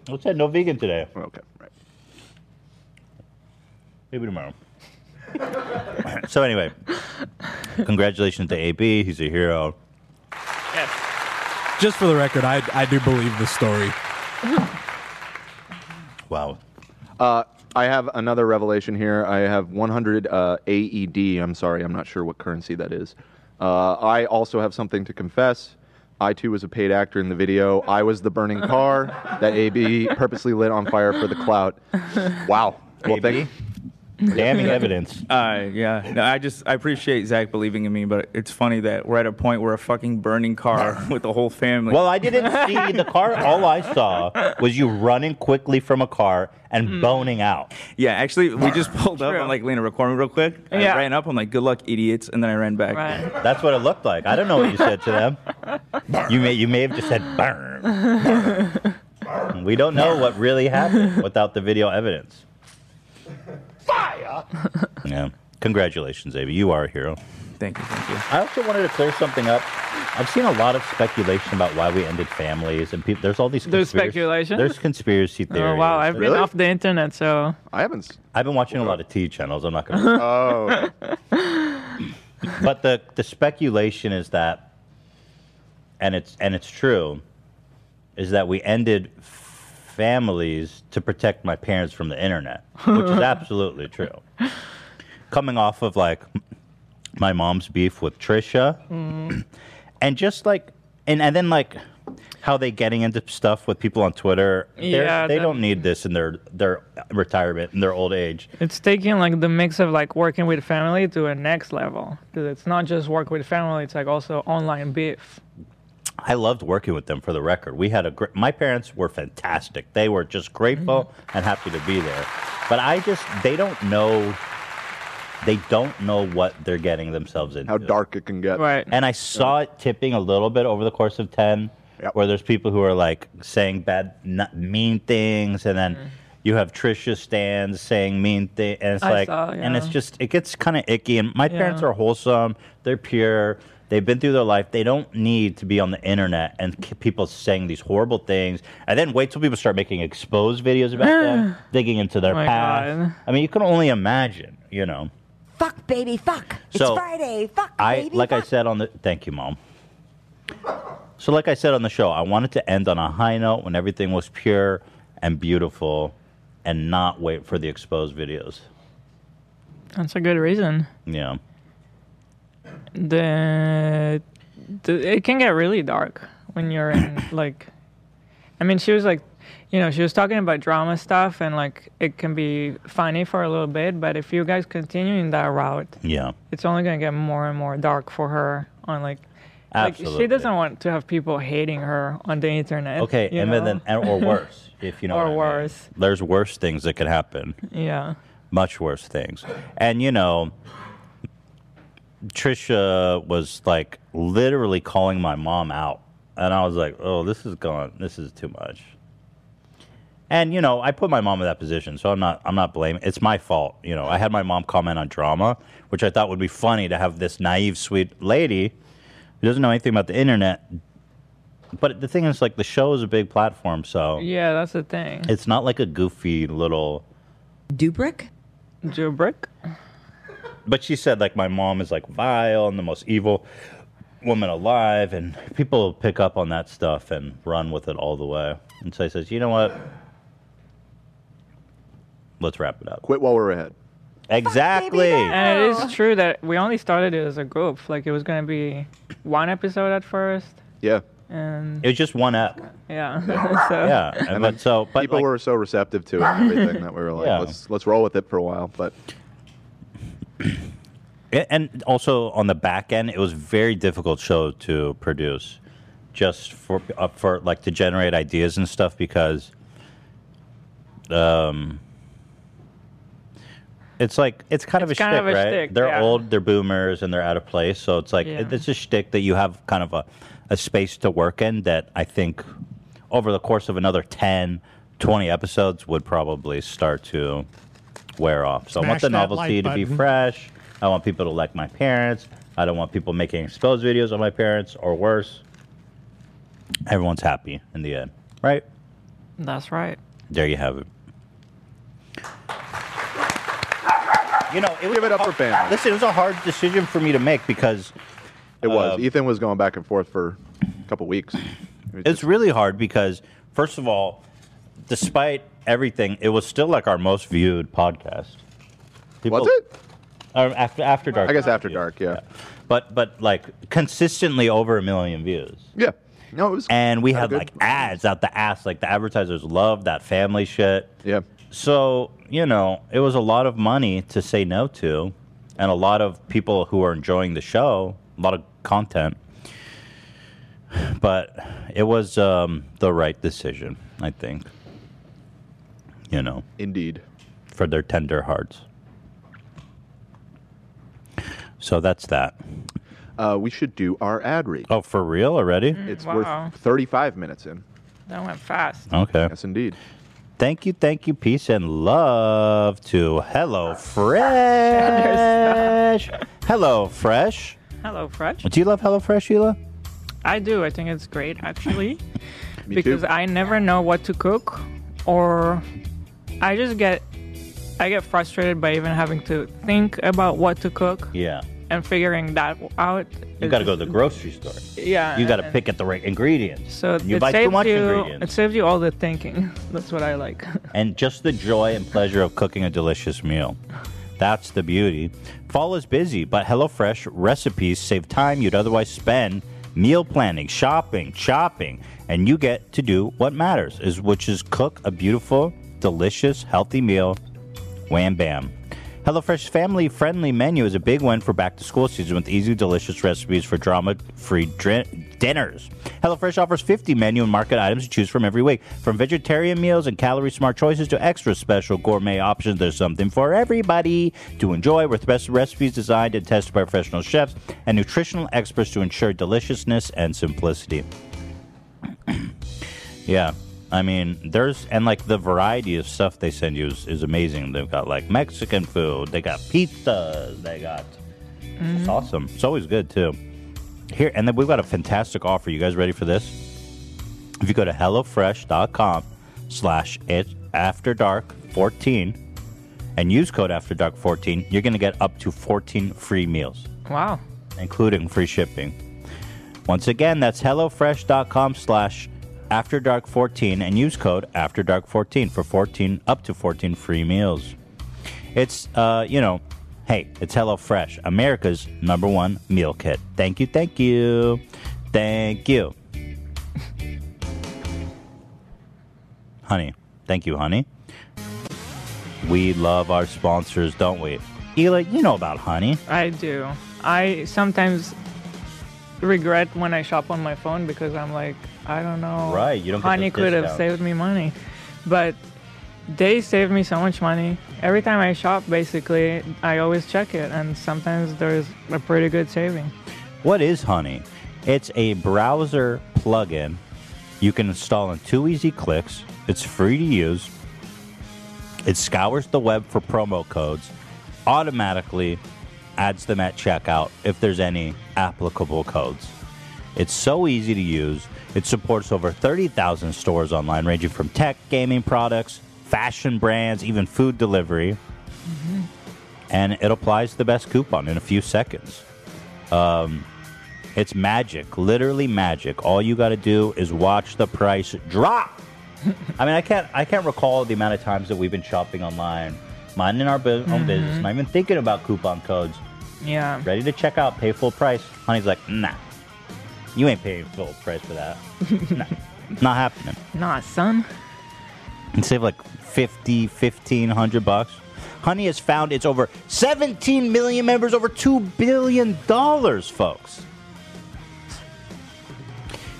What's that? No vegan today. Okay, right. Maybe tomorrow. so anyway, congratulations to AB. He's a hero. Just for the record, I I do believe the story. Wow. Uh, I have another revelation here. I have 100 uh, AED. I'm sorry, I'm not sure what currency that is. Uh, I also have something to confess. I too was a paid actor in the video. I was the burning car that *laughs* AB purposely lit on fire for the clout. Wow. Well, thank *laughs* Damning evidence. Uh, yeah. No, I just I appreciate Zach believing in me, but it's funny that we're at a point where a fucking *laughs* burning car with the whole family. Well, I didn't *laughs* see the *laughs* car. All I saw was you running quickly from a car and Hmm. boning out. Yeah, actually, we just pulled up. I'm like, Lena, record me real quick. I Yeah. ran up. I'm like, good luck, idiots. And then I ran back. Right. That's what it looked like. I don't know what you said to them. You may you may have just said burn. We don't know what really *laughs* happened without the video evidence. Fire. Yeah. Congratulations, Avi. You are a hero. Thank you. Thank you. I also wanted to clear something up. I've seen a lot of speculation about why we ended families and people. There's all these. There's conspiracy- speculation? There's conspiracy Oh theories. wow, I've been off the internet, so I haven't. I've been watching a lot of T channels. I'm *laughs* not gonna. Oh. but the the speculation is that, and it's and it's true, is that we ended families to protect my parents from the internet, which *laughs* is absolutely true. Coming off of like my mom's beef with Trisha, Mm-hmm. and just like and and then like how they getting into stuff with people on Twitter. they're- Yeah, they that- don't need this in their their retirement in their old age. it's taking like the mix of like working with family to a next level because it's not just work with family; it's like also online beef. I loved working with them for the record. We had a great, my parents were fantastic. They were just grateful Mm-hmm. and happy to be there. But I just, they don't know, they don't know what they're getting themselves into. How dark it can get. Right. And I saw it tipping a little bit over the course of 10, where there's people who are like saying bad, not mean things. And then you have Trisha stands saying mean things. And it's Mm. I like, saw, and it's yeah. just, it gets kind of icky. And my Yeah. parents are wholesome. They're pure. They've been through their life. They don't need to be on the internet and k- people saying these horrible things. And then wait till people start making exposed videos *sighs* about them, digging into their Oh My past. God. I mean, you can only imagine, you know. Fuck, baby, fuck. So, it's Friday. Fuck, I baby. like I fuck. said on the thank you, mom. So like I said on the show, I wanted to end on a high note when everything was pure and beautiful, and not wait for the exposed videos. That's a good reason. Yeah. The, the it can get really dark when you're *coughs* in like, I mean, she was like, you know, she was talking about drama stuff and like it can be funny for a little bit, but if you guys continue in that route, Yeah. it's only gonna get more and more dark for her on like. Like, she Absolutely. doesn't want to have people hating her on the internet. Okay, you and know? then and- *laughs* or worse, if you know. or what I mean. worse, There's worse things that could happen. yeah. much worse things. And you know, Trisha was like literally calling my mom out, and I was like, "Oh, this is gone. This is too much." And you know, I put my mom in that position, so I'm not. I'm not blaming. It's my fault. You know, I had my mom comment on drama, which I thought would be funny to have this naive, sweet lady who doesn't know anything about the internet. But the thing is, like, the show is a big platform, so Yeah, that's the thing. it's not like a goofy little. Dubrick? Dubrick? but she said like my mom is like vile and the most evil woman alive and people pick up on that stuff and run with it all the way and so i says you know what let's wrap it up quit while we're ahead exactly And it is true that we only started it as a group. Like it was gonna be one episode at first, Yeah. and it was just one up yeah. *laughs* so yeah and but so but people were so receptive to it and everything that we were like, Yeah. let's let's roll with it for a while. But A- and also on the back end, it was very difficult show to produce, just for uh, for like to generate ideas and stuff because, um, it's like it's kind of It's a kind shtick, of a right? shtick, they're yeah. old, they're boomers, and they're out of place. So it's like Yeah. it- it's a shtick that you have kind of a a space to work in that I think over the course of another 10, 20 episodes would probably start to wear off. So I Smash want the that like novelty to be button. fresh. I want people to like my parents. I don't want people making exposed videos of my parents or worse. Everyone's happy in the end. Right. That's right. There you have it. You know, it was give it up for family. Listen, it was a hard decision for me to make because uh, it was. Ethan was going back and forth for a couple weeks. It's really hard because, first of all, despite everything, it was still like our most viewed podcast. Was it? Um, after After Dark. I guess got After viewed, Dark, yeah. But but like consistently over a million views. Yeah. No, it was. and we Had a had good- like ads out the ass. Like the advertisers loved that family shit. Yeah. So you know, it was a lot of money to say no to, and a lot of people who are enjoying the show, a lot of content. But it was um, the right decision, I think. You know, indeed, for their tender hearts. So that's that. Uh, we should do our ad read. Oh, for real already? It's wow. worth 35 minutes in. That went fast. Okay. Yes, indeed. Thank you, thank you, peace and love to Hello *laughs* Fresh. Hello Fresh. Hello, Fresh. Do you love Hello Fresh, Sheila? I do. I think it's great, actually, Me because too. I never know what to cook, or I just get I get frustrated by even having to think about what to cook Yeah. and figuring that out. You got to go to the grocery store. Yeah, You got to and- pick at the right ingredients. So you it buy saves too much you. ingredients. It saves you all the thinking. *laughs* That's what I like. and just the joy and pleasure of cooking a delicious meal. That's the beauty. Fall is busy, but HelloFresh recipes save time you'd otherwise spend meal planning, shopping, shopping, and you get to do what matters, is which is cook a beautiful, delicious, healthy meal. Wham bam. HelloFresh family friendly menu is a big win for back to school season with easy, delicious recipes for drama free dr- dinners. HelloFresh offers 50 menu and market items to choose from every week. From vegetarian meals and calorie smart choices to extra special gourmet options, there's something for everybody to enjoy with best recipes designed and tested by professional chefs and nutritional experts to ensure deliciousness and simplicity. Yeah. I mean, there's and like the variety of stuff they send you is, is amazing. They've got like Mexican food, they got pizzas, they got Mhm. it's awesome. It's always good too. Here and then we've got a fantastic offer. You guys ready for this? If you go to HelloFresh.com slash it after dark fourteen and use code after dark fourteen, you're gonna get up to fourteen free meals Wow. including free shipping. Once again, that's HelloFresh.com slash AfterDark14 and use code AfterDark14 for 14 up to 14 free meals. It's, uh, you know, hey, it's HelloFresh, America's number one meal kit. Thank you, thank you, thank you. honey, thank you, honey. We love our sponsors, don't we? Eli, you know about honey. I do. I sometimes regret when I shop on my phone because I'm like, I don't know. Right, you don't get Honey those could have discounts. saved me money, but they save me so much money. Every time I shop, basically, I always check it, and sometimes there's a pretty good saving. What is Honey? It's a browser plugin you can install in two easy clicks. It's free to use. It scours the web for promo codes, automatically adds them at checkout if there's any applicable codes. It's so easy to use. It supports over 30,000 stores online, ranging from tech, gaming products, fashion brands, even food delivery and it applies the best coupon in a few seconds. Um, it's magic, literally magic. All you got to do is watch the price drop. I mean, I can't, I can't recall the amount of times that we've been shopping online, minding our bu- own business, not even thinking about coupon codes, Yeah. ready to check out, pay full price. Honey's like, nah, you ain't paying full price *laughs* for that. nah, not happening Nah, son. and save like 50 1500 bucks honey has found it's over 17 million members over 2 billion dollars folks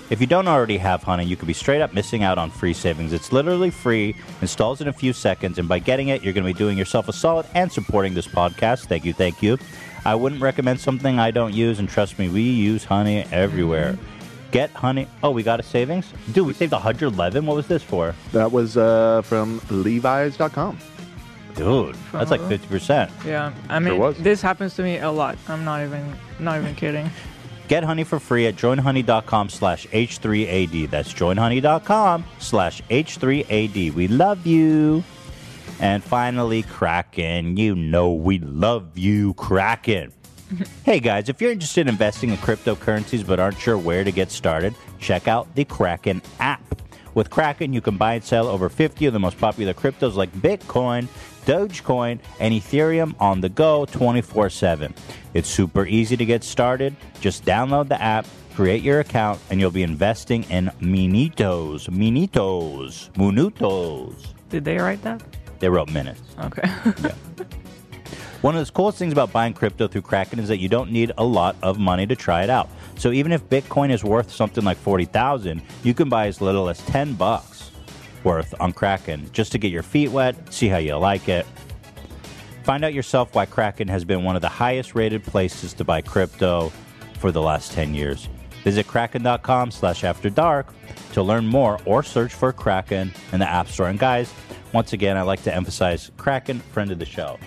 if you don't already have honey you could be straight up missing out on free savings it's literally free installs in a few seconds and by getting it you're going to be doing yourself a solid and supporting this podcast thank you thank you i wouldn't recommend something i don't use and trust me we use honey everywhere get honey oh we got a savings dude we saved 111 what was this for That was uh, from Levi's.com. Dude, that's like 50%. Yeah. I Sure mean, was. this happens to me a lot. I'm not even, not even kidding. Get honey for free at joinhoney.com slash H3AD. That's joinhoney.com slash H3AD. We love you. And finally, Kraken. You know we love you, Kraken. hey guys, if you're interested in investing in cryptocurrencies but aren't sure where to get started, check out the Kraken app. With Kraken, you can buy and sell over 50 of the most popular cryptos like Bitcoin, Dogecoin, and Ethereum on the go 24 7. It's super easy to get started. Just download the app, create your account, and you'll be investing in minitos, minitos, minutos. Did they write that? They wrote minutes. Okay. *laughs* One of the coolest things about buying crypto through Kraken is that you don't need a lot of money to try it out. So even if Bitcoin is worth something like 40,000, you can buy as little as 10 bucks worth on Kraken just to get your feet wet, see how you like it. Find out yourself why Kraken has been one of the highest rated places to buy crypto for the last 10 years. Visit kraken.com slash after dark to learn more or search for Kraken in the App Store. And guys, once again, I'd like to emphasize Kraken, friend of the show.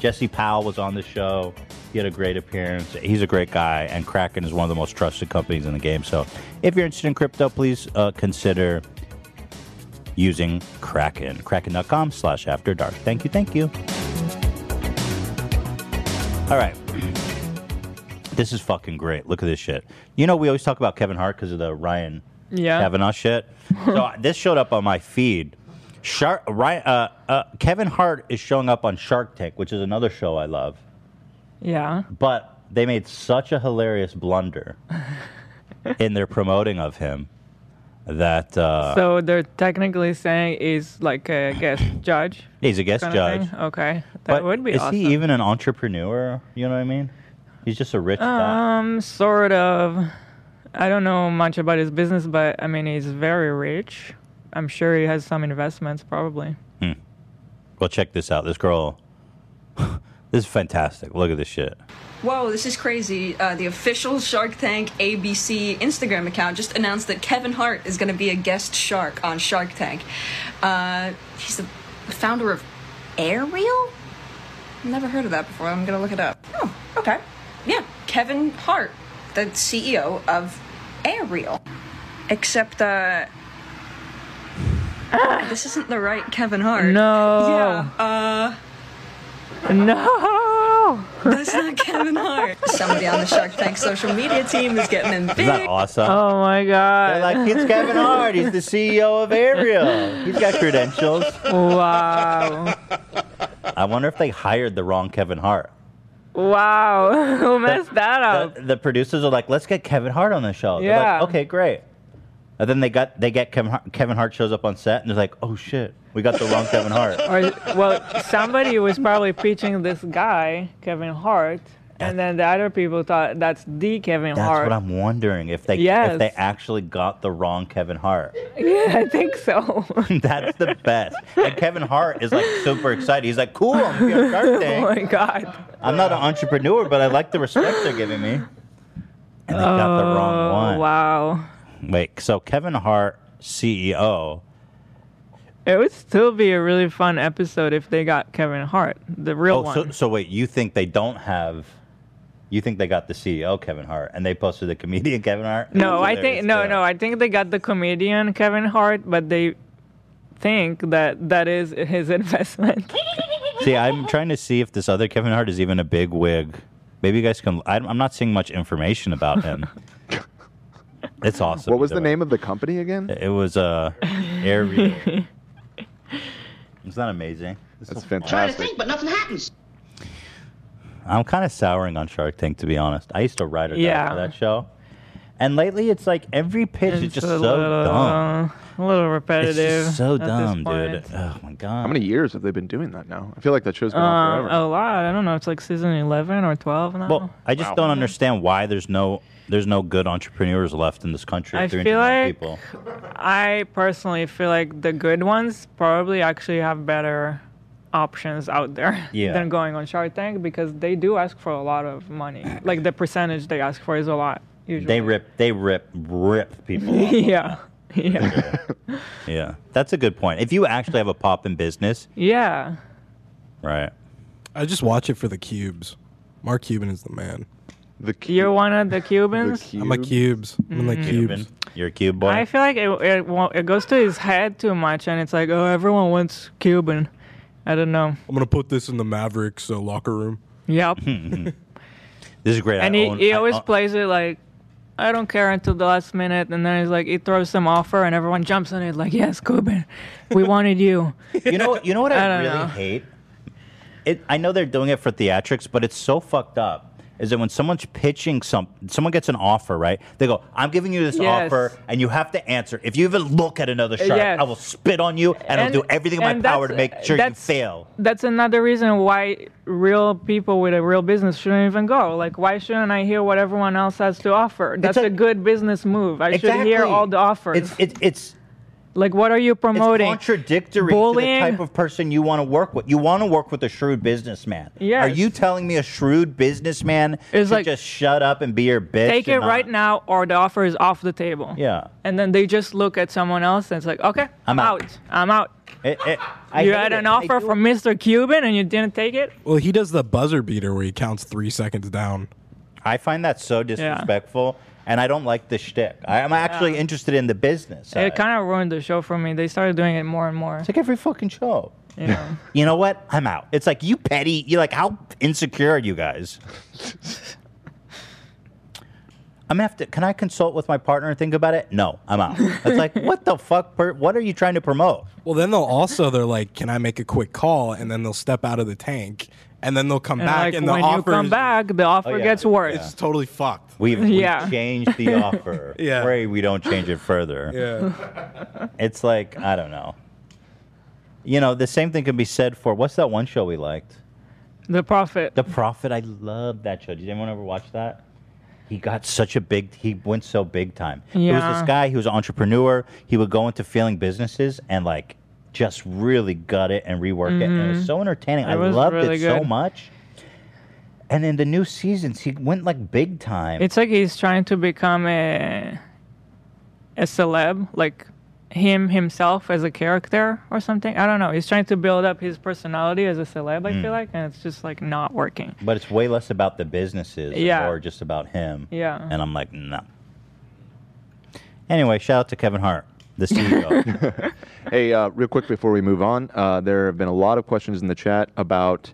Jesse Powell was on the show. He had a great appearance. He's a great guy, and Kraken is one of the most trusted companies in the game. So if you're interested in crypto, please uh, consider using Kraken. Kraken.com slash after dark. Thank you. Thank you. All right. *clears throat* This is fucking great. Look at this shit. You know, we always talk about Kevin Hart because of the Ryan Yeah. Kavanaugh shit. so uh, this showed up on my feed. Shark, Ryan, uh, uh, Kevin Hart is showing up on Shark Tank, which is another show I love. Yeah. But they made such a hilarious blunder in their promoting of him that uh, so they're technically saying he's like a *coughs* guest judge. He's a guest kind of thing? judge. Okay, that But would be Is awesome. he even an entrepreneur? You know what I mean? He's just a rich guy. Um, sort of. I don't know much about his business, but I mean, he's very rich. I'm sure he has some investments, probably. Hmm. Well, check this out. This girl. *laughs* this is fantastic. Look at this shit. Whoa, this is crazy. Uh, the official Shark Tank ABC Instagram account just announced that Kevin Hart is going to be a guest shark on Shark Tank. Uh, he's the founder of Aerial? Never heard of that before. I'm going to look it up. Oh, okay. Yeah, Kevin Hart, the CEO of Aerial. Except, uh, this isn't the right Kevin Hart. No. Yeah, uh, *laughs* No. that's not Kevin Hart. *laughs* Somebody on the Shark Tank social media team is getting in Isn't that big. awesome? Oh my god! They're like, it's Kevin Hart. He's the CEO of Ariel. He's got credentials. Wow. I wonder if they hired the wrong Kevin Hart. Wow. *laughs* Who messed that up? The, the producers are like, let's get Kevin Hart on the show. They're Yeah. Like, okay, great. And then they got they get Kevin Hart, Kevin Hart shows up on set and they're like, oh shit, we got the wrong Kevin *laughs* Hart. Or well, somebody was probably pitching this guy, Kevin Hart, and then the other people thought that's the Kevin That's Hart. what I'm wondering if they if Yes. they actually got the wrong Kevin Hart. *laughs* yeah, I think so. *laughs* That's the best. And Kevin Hart is like super excited. He's like, cool, I'm gonna be *laughs* on Shark Tank. oh my god. I'm not an entrepreneur, but I like the respect they're giving me. And they got the wrong Oh, one. Wow. Wait, so Kevin Hart, E CEO. It would still be a really fun episode if they got Kevin Hart, the real oh, one. so, so wait, you think they don't have? You think they got the CEO Kevin Hart, and they posted the comedian Kevin Hart? no, That's I think hilarious, no, too. no, I think they got the comedian Kevin Hart, but they think that that is his *laughs* investment. See, I'm trying to see if this other Kevin Hart is even a big wig. Maybe you guys can. I'm I'm not seeing much information about him. it's awesome. What was either the way. name of the company again? It was uh, Ariel. Isn't that amazing? That's Try to think, but nothing happens. I'm kind of souring on Shark Tank to be honest. I used to ride or die Yeah. for that show, and lately it's like every pitch is It's just a so little, uh, dumb. A little It's repetitive. just so at this dumb, point. dude. Oh my god. How many years have they been doing that now? I feel like that show's been on Uh, forever. a lot. I don't know. It's like season eleven or twelve now. Well, I just don't understand why there's no there's no good entrepreneurs left in this country. I Three feel million like people. I personally feel like the good ones probably actually have better options out there *laughs* Yeah. than going on Shark Tank because they do ask for a lot of money. Like the percentage they ask for is a lot *laughs* usually. they rip they rip rip people. *laughs* off. yeah. Yeah. yeah, that's a good point. If you actually have a pop in business, Yeah. right? I just watch it for the cubes. Mark Cuban is the man. The You're one of the Cubans? I'm a cubes. I'm the Mm. cubes. You're a cube boy. I feel like it, it, won't, it goes to his head too much and it's like, oh, everyone wants Cuban. I don't know. I'm gonna put this in the Mavericks uh, locker room. Yep. *laughs* This is great. and I he, own- he I always own- plays it like I don't care until the last minute, and then he's like he throws some offer, and everyone jumps on it like yes, Cuban, *laughs* we wanted you. You know, you know what *laughs* I, I don't really know. hate? It, I know they're doing it for theatrics, but it's so fucked up. is that when someone's pitching some, someone gets an offer, right? They go, "I'm giving you this Yes. offer, and you have to answer. If you even look at another shark, Yes. I will spit on you, and, I'll And- do everything in my and power to that's- make sure you that's- fail." That's another reason why real people with a real business shouldn't even go. Like, why shouldn't I hear what everyone else has to offer? That's a, good business move. I should hear Exactly. all the offers. It's it's, it's like, what are you promoting? contradictory Bullying? to the type of person you want to work with. You want to work with a shrewd businessman. Yes. Are you telling me a shrewd businessman is like just shut up and be your bitch? Take it and not- right now, or the offer is off the table. Yeah. And then they just look at someone else and it's like, okay, I'm I'm, out. out. I'm out. It, it, Eh, I you hate had it. an I offer do from Mr. Cuban and you didn't take it? Well, he does the buzzer beater where he counts three seconds down. I find that so disrespectful, and I don't like the shtick. I, I'm actually Yeah. interested in the business. It kind of ruined the show for me. They started doing it more and more. It's like every fucking show. You know, you know what? I'm out. It's like you petty. You're like, how insecure are *laughs* you guys? I'm gonna have to. Can I consult with my partner and think about it? No, I'm out. *laughs* It's like, what the fuck? Per, what are you trying to promote? Well, then they'll also they're like, "Can I make a quick call?" And then they'll step out of the tank, and then they'll come And, back, like, and the when you offer come is- back, the offer Oh, yeah. gets worse. It's totally fucked. We've, we've Yeah. changed the offer. *laughs* Yeah. Pray we don't change it further. Yeah. It's like I don't know. You know, the same thing can be said for what's that one show we liked? The Prophet. The Prophet. I love that show. Did anyone ever watch that? He got such a big. He went so big time. It was Yeah. this guy. He was an entrepreneur. He would go into failing businesses and like just really gut it and rework it. And it was Mhm. so entertaining. It I was loved really it so good. much. And in the new seasons, he went like big time. It's like he's trying to become a a celeb, like him himself as a character or something. I don't know. He's trying to build up his personality as a celeb, I Mm. feel like, and it's just like not working. But it's way less about the businesses Yeah. or just about him. Yeah. And I'm like, no. Anyway, shout out to Kevin Hart, the E CEO. hey, uh, real quick before we move on, uh, there have been a lot of questions in the chat about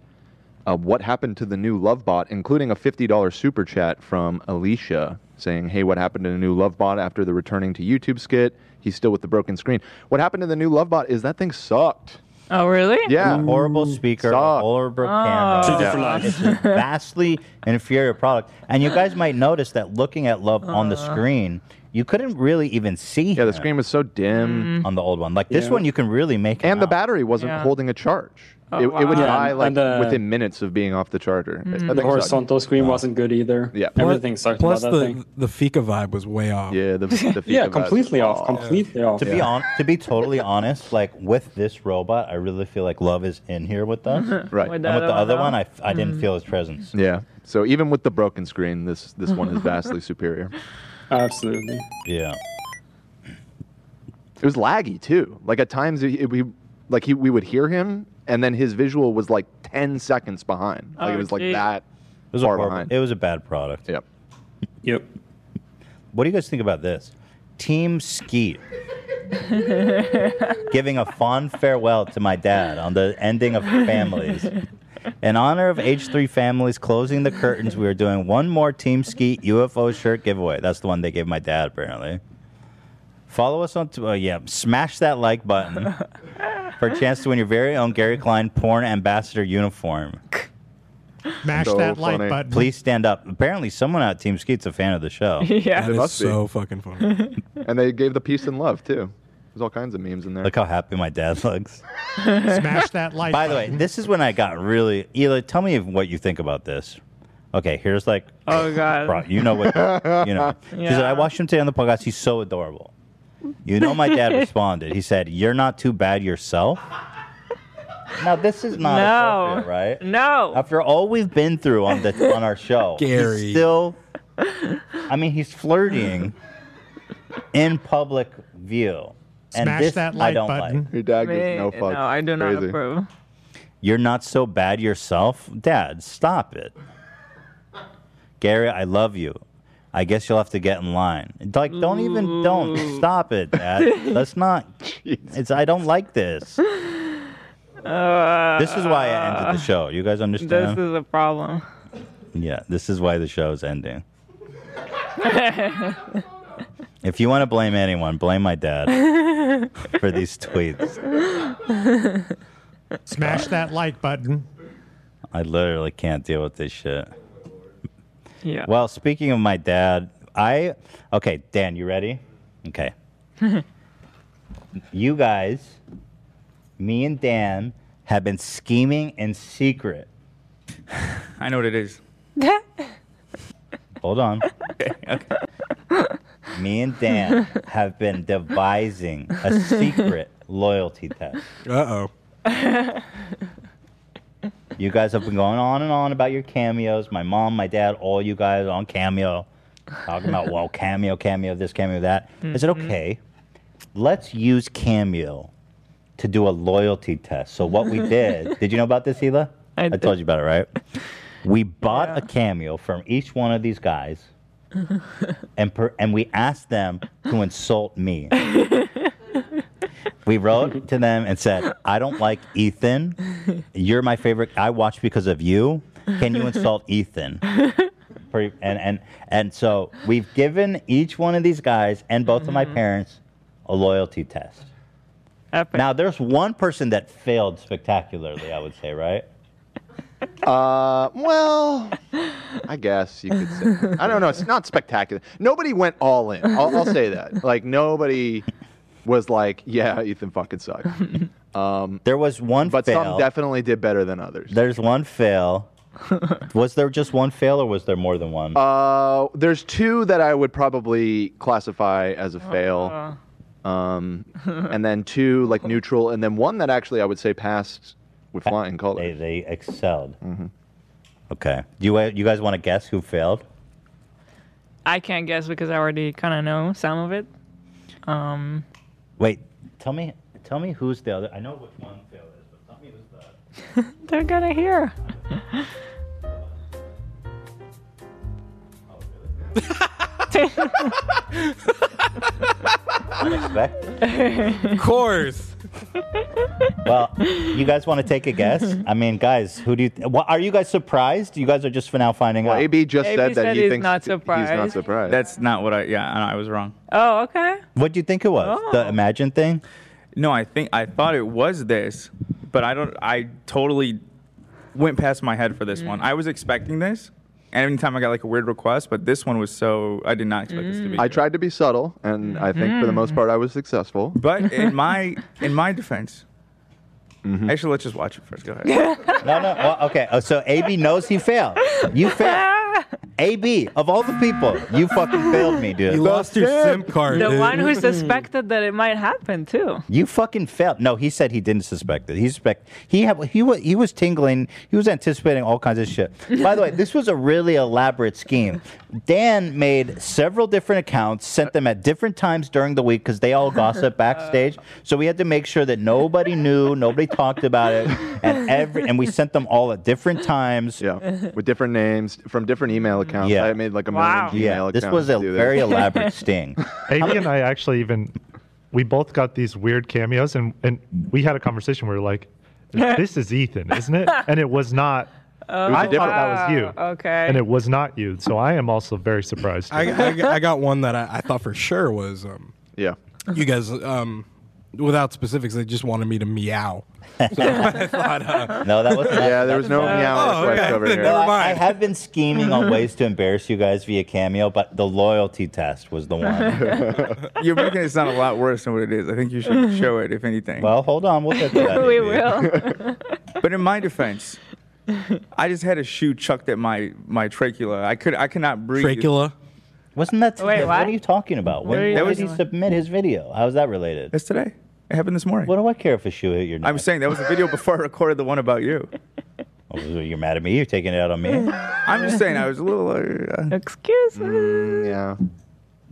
uh, what happened to the new love bot, including a $50 super chat from Alicia saying, Hey, what happened to the new love bot after the returning to YouTube skit? He's still with the broken screen. What happened to the new love bot is that thing sucked. Oh, really? Yeah. *laughs* Horrible speaker, horrible camera. Oh. Two different lives. It's a *laughs* vastly inferior product. And you guys might notice that looking at Love on the Uh. screen, you couldn't really even see. Yeah, the screen was so dim on the old one. Like this Yeah. one, you can really make. And the battery wasn't Mm. Yeah. holding a charge. Oh, it, it would wow. die Yeah, like and uh, the- within minutes of being off the charger. Mm. That The thing sucked. horizontal screen wasn't good either. Yeah, everything sucked about Plus that the thing. the Fika vibe was way off. *laughs* Yeah, the, the Yeah, completely off. Completely off. To be on, to be totally honest, like with this robot, I really feel like love is in here *laughs* with us. Right. And with With the that other other one, one, I, though? I Mm-hmm. didn't Mm. feel his presence. Yeah. So even with the broken screen, this this one is *laughs* vastly superior. Absolutely. Yeah. It was laggy too. Like at times he- it- we like he, we would hear him and then his visual was like 10 seconds behind. Like it Oh, was like gee. that It was, a far horrible- behind. it was a bad product. Yep. Yep. What do you guys think about this? Team *laughs* Skeet giving a fond farewell to my dad on the ending of Families. In honor of H3 Families closing the curtains, we are doing one more Team Skeet UFO shirt giveaway. That's the one they gave my dad, apparently. Follow us on, t- oh, yeah, smash that like button for a chance to win your very own Gary Klein porn ambassador uniform. Mash that like button. Please stand up. Apparently, someone at Team Skeet's a fan of the show. Yeah. That It is must be. so fucking funny. and they gave the peace and love too. There's all kinds of memes in there. Look how happy my dad *laughs* looks. *laughs* Smash that like By the way, button. this is when I got really. Eli, tell me what you think about this. Okay, here's like. Oh, God. Bro, you know what? *laughs* You know. She said, Yeah. I watched him today on the podcast. He's so adorable. You know, *laughs* my dad responded. He said, You're not too bad yourself. Now, this is not No. appropriate, right? No. After all we've been through on the on our show, he's Gary. still. I mean, he's flirting in public view. And Smash this that I like don't button. like. Your dad Me- No, I do not approve. You're not so bad yourself? Dad, stop it. Gary, I love you. I guess you'll have to get in line. Like, don't even, don't Mm. stop *laughs* it, Dad. Let's not. It's, I don't like this. Uh, This is why I ended the show. You guys This understand? is a *laughs* problem. yeah, this is why the show is ending. If you want to blame anyone, blame my dad *laughs* for these tweets. Smash that like button. I literally can't deal with this shit. Yeah. Well, speaking of my dad, I okay, Dan, you ready? Okay. you guys, me and Dan have been scheming in secret. I know what it is. *laughs* Hold on. Me and Dan have been devising a secret loyalty test. Uh oh. You guys have been going on and on about your cameos. My mom, my dad, all you guys on cameo, talking about well, cameo, cameo, this, cameo, that. I said, Mhm. okay, let's use cameo to do a loyalty test. So what we did, did you know about this, Hila? I, told you about it, right? We bought a cameo from each one of these guys, and per, and we asked them to insult me. We wrote to them and said, I don't like Ethan. You're my favorite. I watch because of you. Can you insult Ethan? Pretty- And, and, and so we've given each one of these guys and both of my parents a loyalty test. Now, there's one person that failed spectacularly, I would say, right? Uh, well, I guess you could say. I don't know. It's not spectacular. Nobody went all in. I'll, I'll say that. Like nobody was like, "Yeah, Ethan fucking *laughs* sucked." Um, there was one, but fail. some definitely did better than others. There's one *laughs* fail. was there just one fail or was there more than one? Uh, there's two that I would probably classify as a fail, um, and then two like neutral, and then one that actually I would say passed with flying colors. They, they excelled. Mm-hmm. Okay. Do you, uh, you guys want to guess who failed? I can't guess because I already kind of know some of it. Um, Wait, tell me, tell me who's the other. I know which one failed is, but tell me who's the. they're gonna *laughs* hear. *laughs* Unexpected. Of course. *laughs* Well, you guys want to take a guess? I mean, guys, who do you? Th- well, are you guys surprised? You guys are just for now finding out. AB just AB said that said he he's thinks not th- he's not surprised. surprised. That's not what I. Yeah, I, know, I was wrong. Oh, okay. What do you think it was? Oh. The Imagine thing? No, I think I thought it was this, but I don't. I totally went past my head for Mm. this one. I was expecting this. Anytime I got like a weird request, but this one was so I did not expect this Mm. to be. uh, I tried to be subtle, and I think for the most part I was successful. *laughs* But *laughs* in my in my defense, Mm-hmm. actually, let's just watch it first. Go ahead. *laughs* no, no. Well, okay. Oh, so AB knows he failed. *laughs* You failed. AB, of all the people, you fucking failed me, dude. You lost your SIM card. The dude. one who suspected that it might happen too. You fucking failed. No, he said he didn't suspect it. He suspect he had he was he was tingling. He was anticipating all kinds of shit. By the way, this was a really elaborate scheme. Dan made several different accounts, sent them at different times during the week because they *laughs* all gossip backstage. So we had to make sure that nobody knew, nobody talked about it, and every and we sent them all at different times. Yeah, with different names from different email accounts. Yeah. I made like a million Wow. Gmail Yeah, accounts. this was a to do this. *laughs* very elaborate sting. Amy and I actually even we both got these weird cameos, and and we had a conversation where we were *laughs* like, "This is Ethan, isn't it?" And it was not. Oh, I thought that was you. wow. Okay. And it was not you. So I am also very surprised. I, *laughs* I, I got one that I, I thought for sure was um, yeah. you guys, um, without specifics, they just wanted me to *laughs* meow. So I thought, uh, No, that was Yeah, there was no meow Oh, request okay. *laughs* over here. No, I- I, have been scheming on ways to embarrass you guys via cameo, but the loyalty test was the one. *laughs* You're making it sound a lot worse than what it is. I think you should show it, if anything. Well, hold on. We'll get to that. *laughs* We AB. will. but in my defense, I just had a shoe chucked at my my trachea. I could I cannot breathe. Trachea? Wasn't that Wait, today? what? are you talking about? When What are you when did talking he about? submit his video? How's that related? It's today. It happened this morning. What do I care if a shoe hit your neck? I'm saying that was a video before I recorded the one about you. Oh, so you're mad at me. You're taking it out on me. *laughs* I'm just saying I was a little. Uh, Excuse me. Mm, yeah.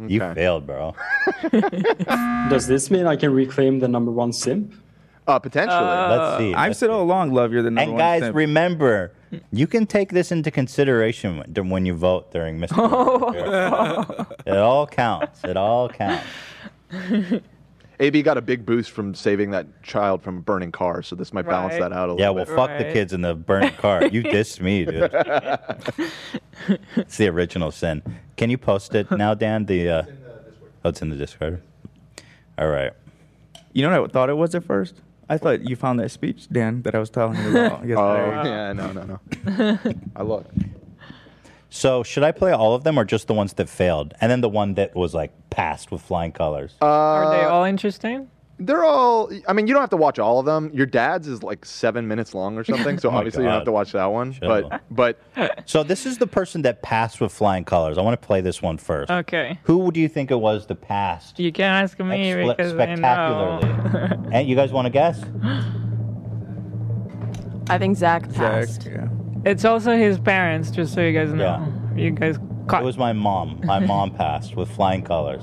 You *laughs* failed, bro. Does this mean I can reclaim the number one simp? Uh, potentially. Let's see. I've said all along, love, you're the number and one guys, simp. remember, you can take this into consideration when- when you vote during Mr. *laughs* it all counts. It all counts. AB got a big boost from saving that child from a burning car, so this *laughs* might balance Right. that out a little Yeah, well, bit. fuck the kids in the burning car. *laughs* You dissed me, *laughs* *laughs* dude. it's the original sin. Can you post it now, Dan? The uh, oh, it's in the Discord. All right. You know what I thought it was at first? I thought you found that speech, *laughs* Dan, that Oh, I was telling you about. Oh, yesterday. *laughs* yeah, no, no, no. I look. So should I play all of them or just the ones that failed, and then the one that was like passed with flying colors? Uh, Are they all interesting? They're all. I mean, you don't have to watch all of them. Your dad's is like seven minutes long or something, so *laughs* Oh my obviously you don't God. have to watch that one. Chill. But but so this is the person that passed with flying colors. I want to play this one first. Okay. Who do you think it was that passed? You can't ask me Expla- because I know. spectacularly. and you guys want to guess? *gasps* I think Zach passed. *laughs* It's also his parents, just so you guys know. You guys It was my mom. My mom passed with flying colors.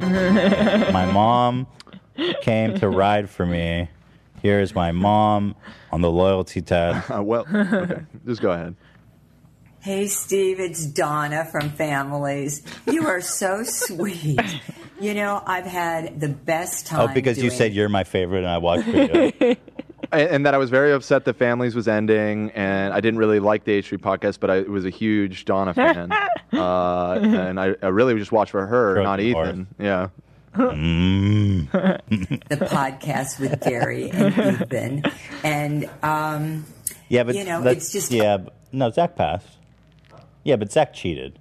my mom came to ride for me. Here is my mom on the *laughs* loyalty test. Uh, well, okay. just go ahead. Hey, Steve, it's Donna from Families. You are so sweet. You know, I've had the best time. Oh, because you doing- said you're my favorite, and *laughs* I watched video. and, and that I was very upset that Families was ending, and I didn't really like the H3 podcast, but I was a huge Donna *laughs* fan, uh, and I, I really just watched for her, not Ethan. Yeah. *laughs* the podcast with Gary and Ethan, and um, yeah, but you know, that's- it's just yeah. b- No, Zach passed. Yeah, but Zach cheated.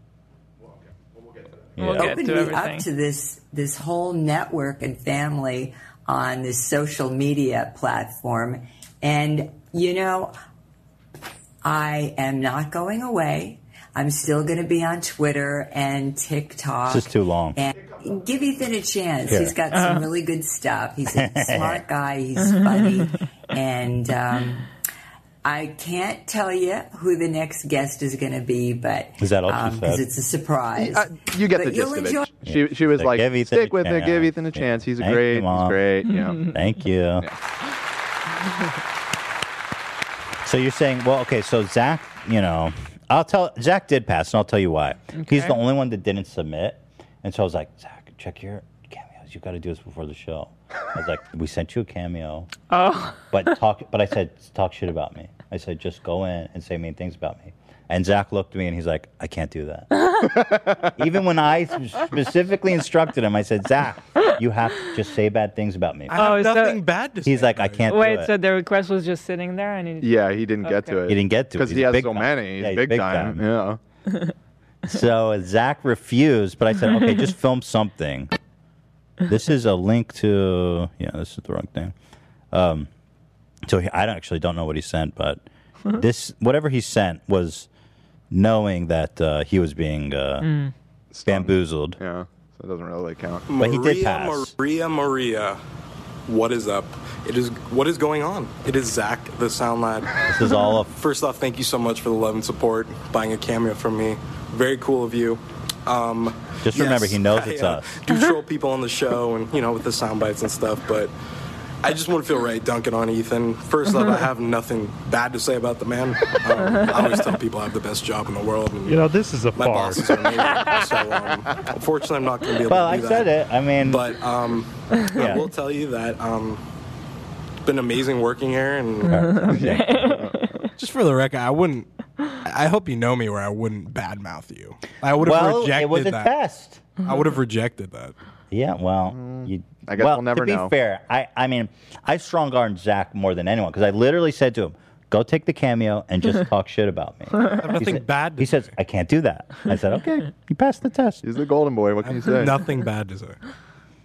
Yeah. opened me up to this this whole network and family on this social media platform, and you know, I am not going away. I'm still going to be on Twitter and TikTok. This is too long. And give Ethan a chance. Here. He's got some really good stuff. He's *laughs* a smart guy. He's funny, and um, I can't tell you who the next guest is going to be, but Is that all she um, said? 'cause it's a surprise. Uh, you get But the you'll gist of enjoy- it. She, she was So like, give Ethan stick a with me, give chance." Ethan a chance. He's a Thank you, great, he's Mom. great. Yeah. *laughs* Thank you. So you're saying, well, okay, so Zach, you know, I'll tell Zach did pass, and I'll tell you why. He's Okay. the only one that didn't submit, and so I was like, Zach, check your cameos. You got to do this before the show. I was like, we sent you a cameo. Oh. But talk, but I said, talk shit about me. I said, just go in and say mean things about me. And Zach looked at me and he's like, I can't do that. *laughs* Even when I specifically instructed him, I said, Zach, you have to just say bad things about me. I have Oh, so- nothing bad to He's like, I can't do Wait, it. so the request was just sitting there? I need Yeah, he didn't get to Okay. it. He didn't get to it. Because he He's has big so time. many. He's Yeah, he's big, big time. time. Yeah. *laughs* So uh, Zach refused, but I said, okay, just film something. This is a link to yeah, this is the wrong thing. Um, so he, I don't actually don't know what he sent, but this whatever he sent was knowing that uh, he was being uh, Mm. bamboozled. Yeah, so it doesn't really count. But he did Maria, pass. Maria, Maria, what is up? It is what is going on. It is Zach, the sound lad. This is *laughs* all up. First off, thank you so much for the love and support, buying a cameo from me. Very cool of you. Um, uh, Just remember, he *laughs* knows it's us. Do troll people on the show and you know with the sound bites and stuff, but. I just wouldn't feel right dunking on Ethan. First off, I have nothing bad to say about the man. Um, I always tell people I have the best job in the world. And You know, this is a my farce. bosses are amazing. so, um, unfortunately, I'm not going to be able Well, to I do said that. it. I mean, But *laughs* um, I will tell you that um, it's been amazing working *laughs* here, *laughs* and Just for the record, I wouldn't. I I hope you know me where I wouldn't badmouth you. I would have well, rejected it was a that. test. I would have rejected that. Yeah, well, you, I guess well, we'll to never be know. fair, I, I mean, I strong armed Zach more than anyone because I literally said to him, "Go take the cameo and just talk shit about me." He nothing said, bad. He says, "I can't do that." I said, "Okay, you passed the test." He's the golden boy. What I have nothing bad to say.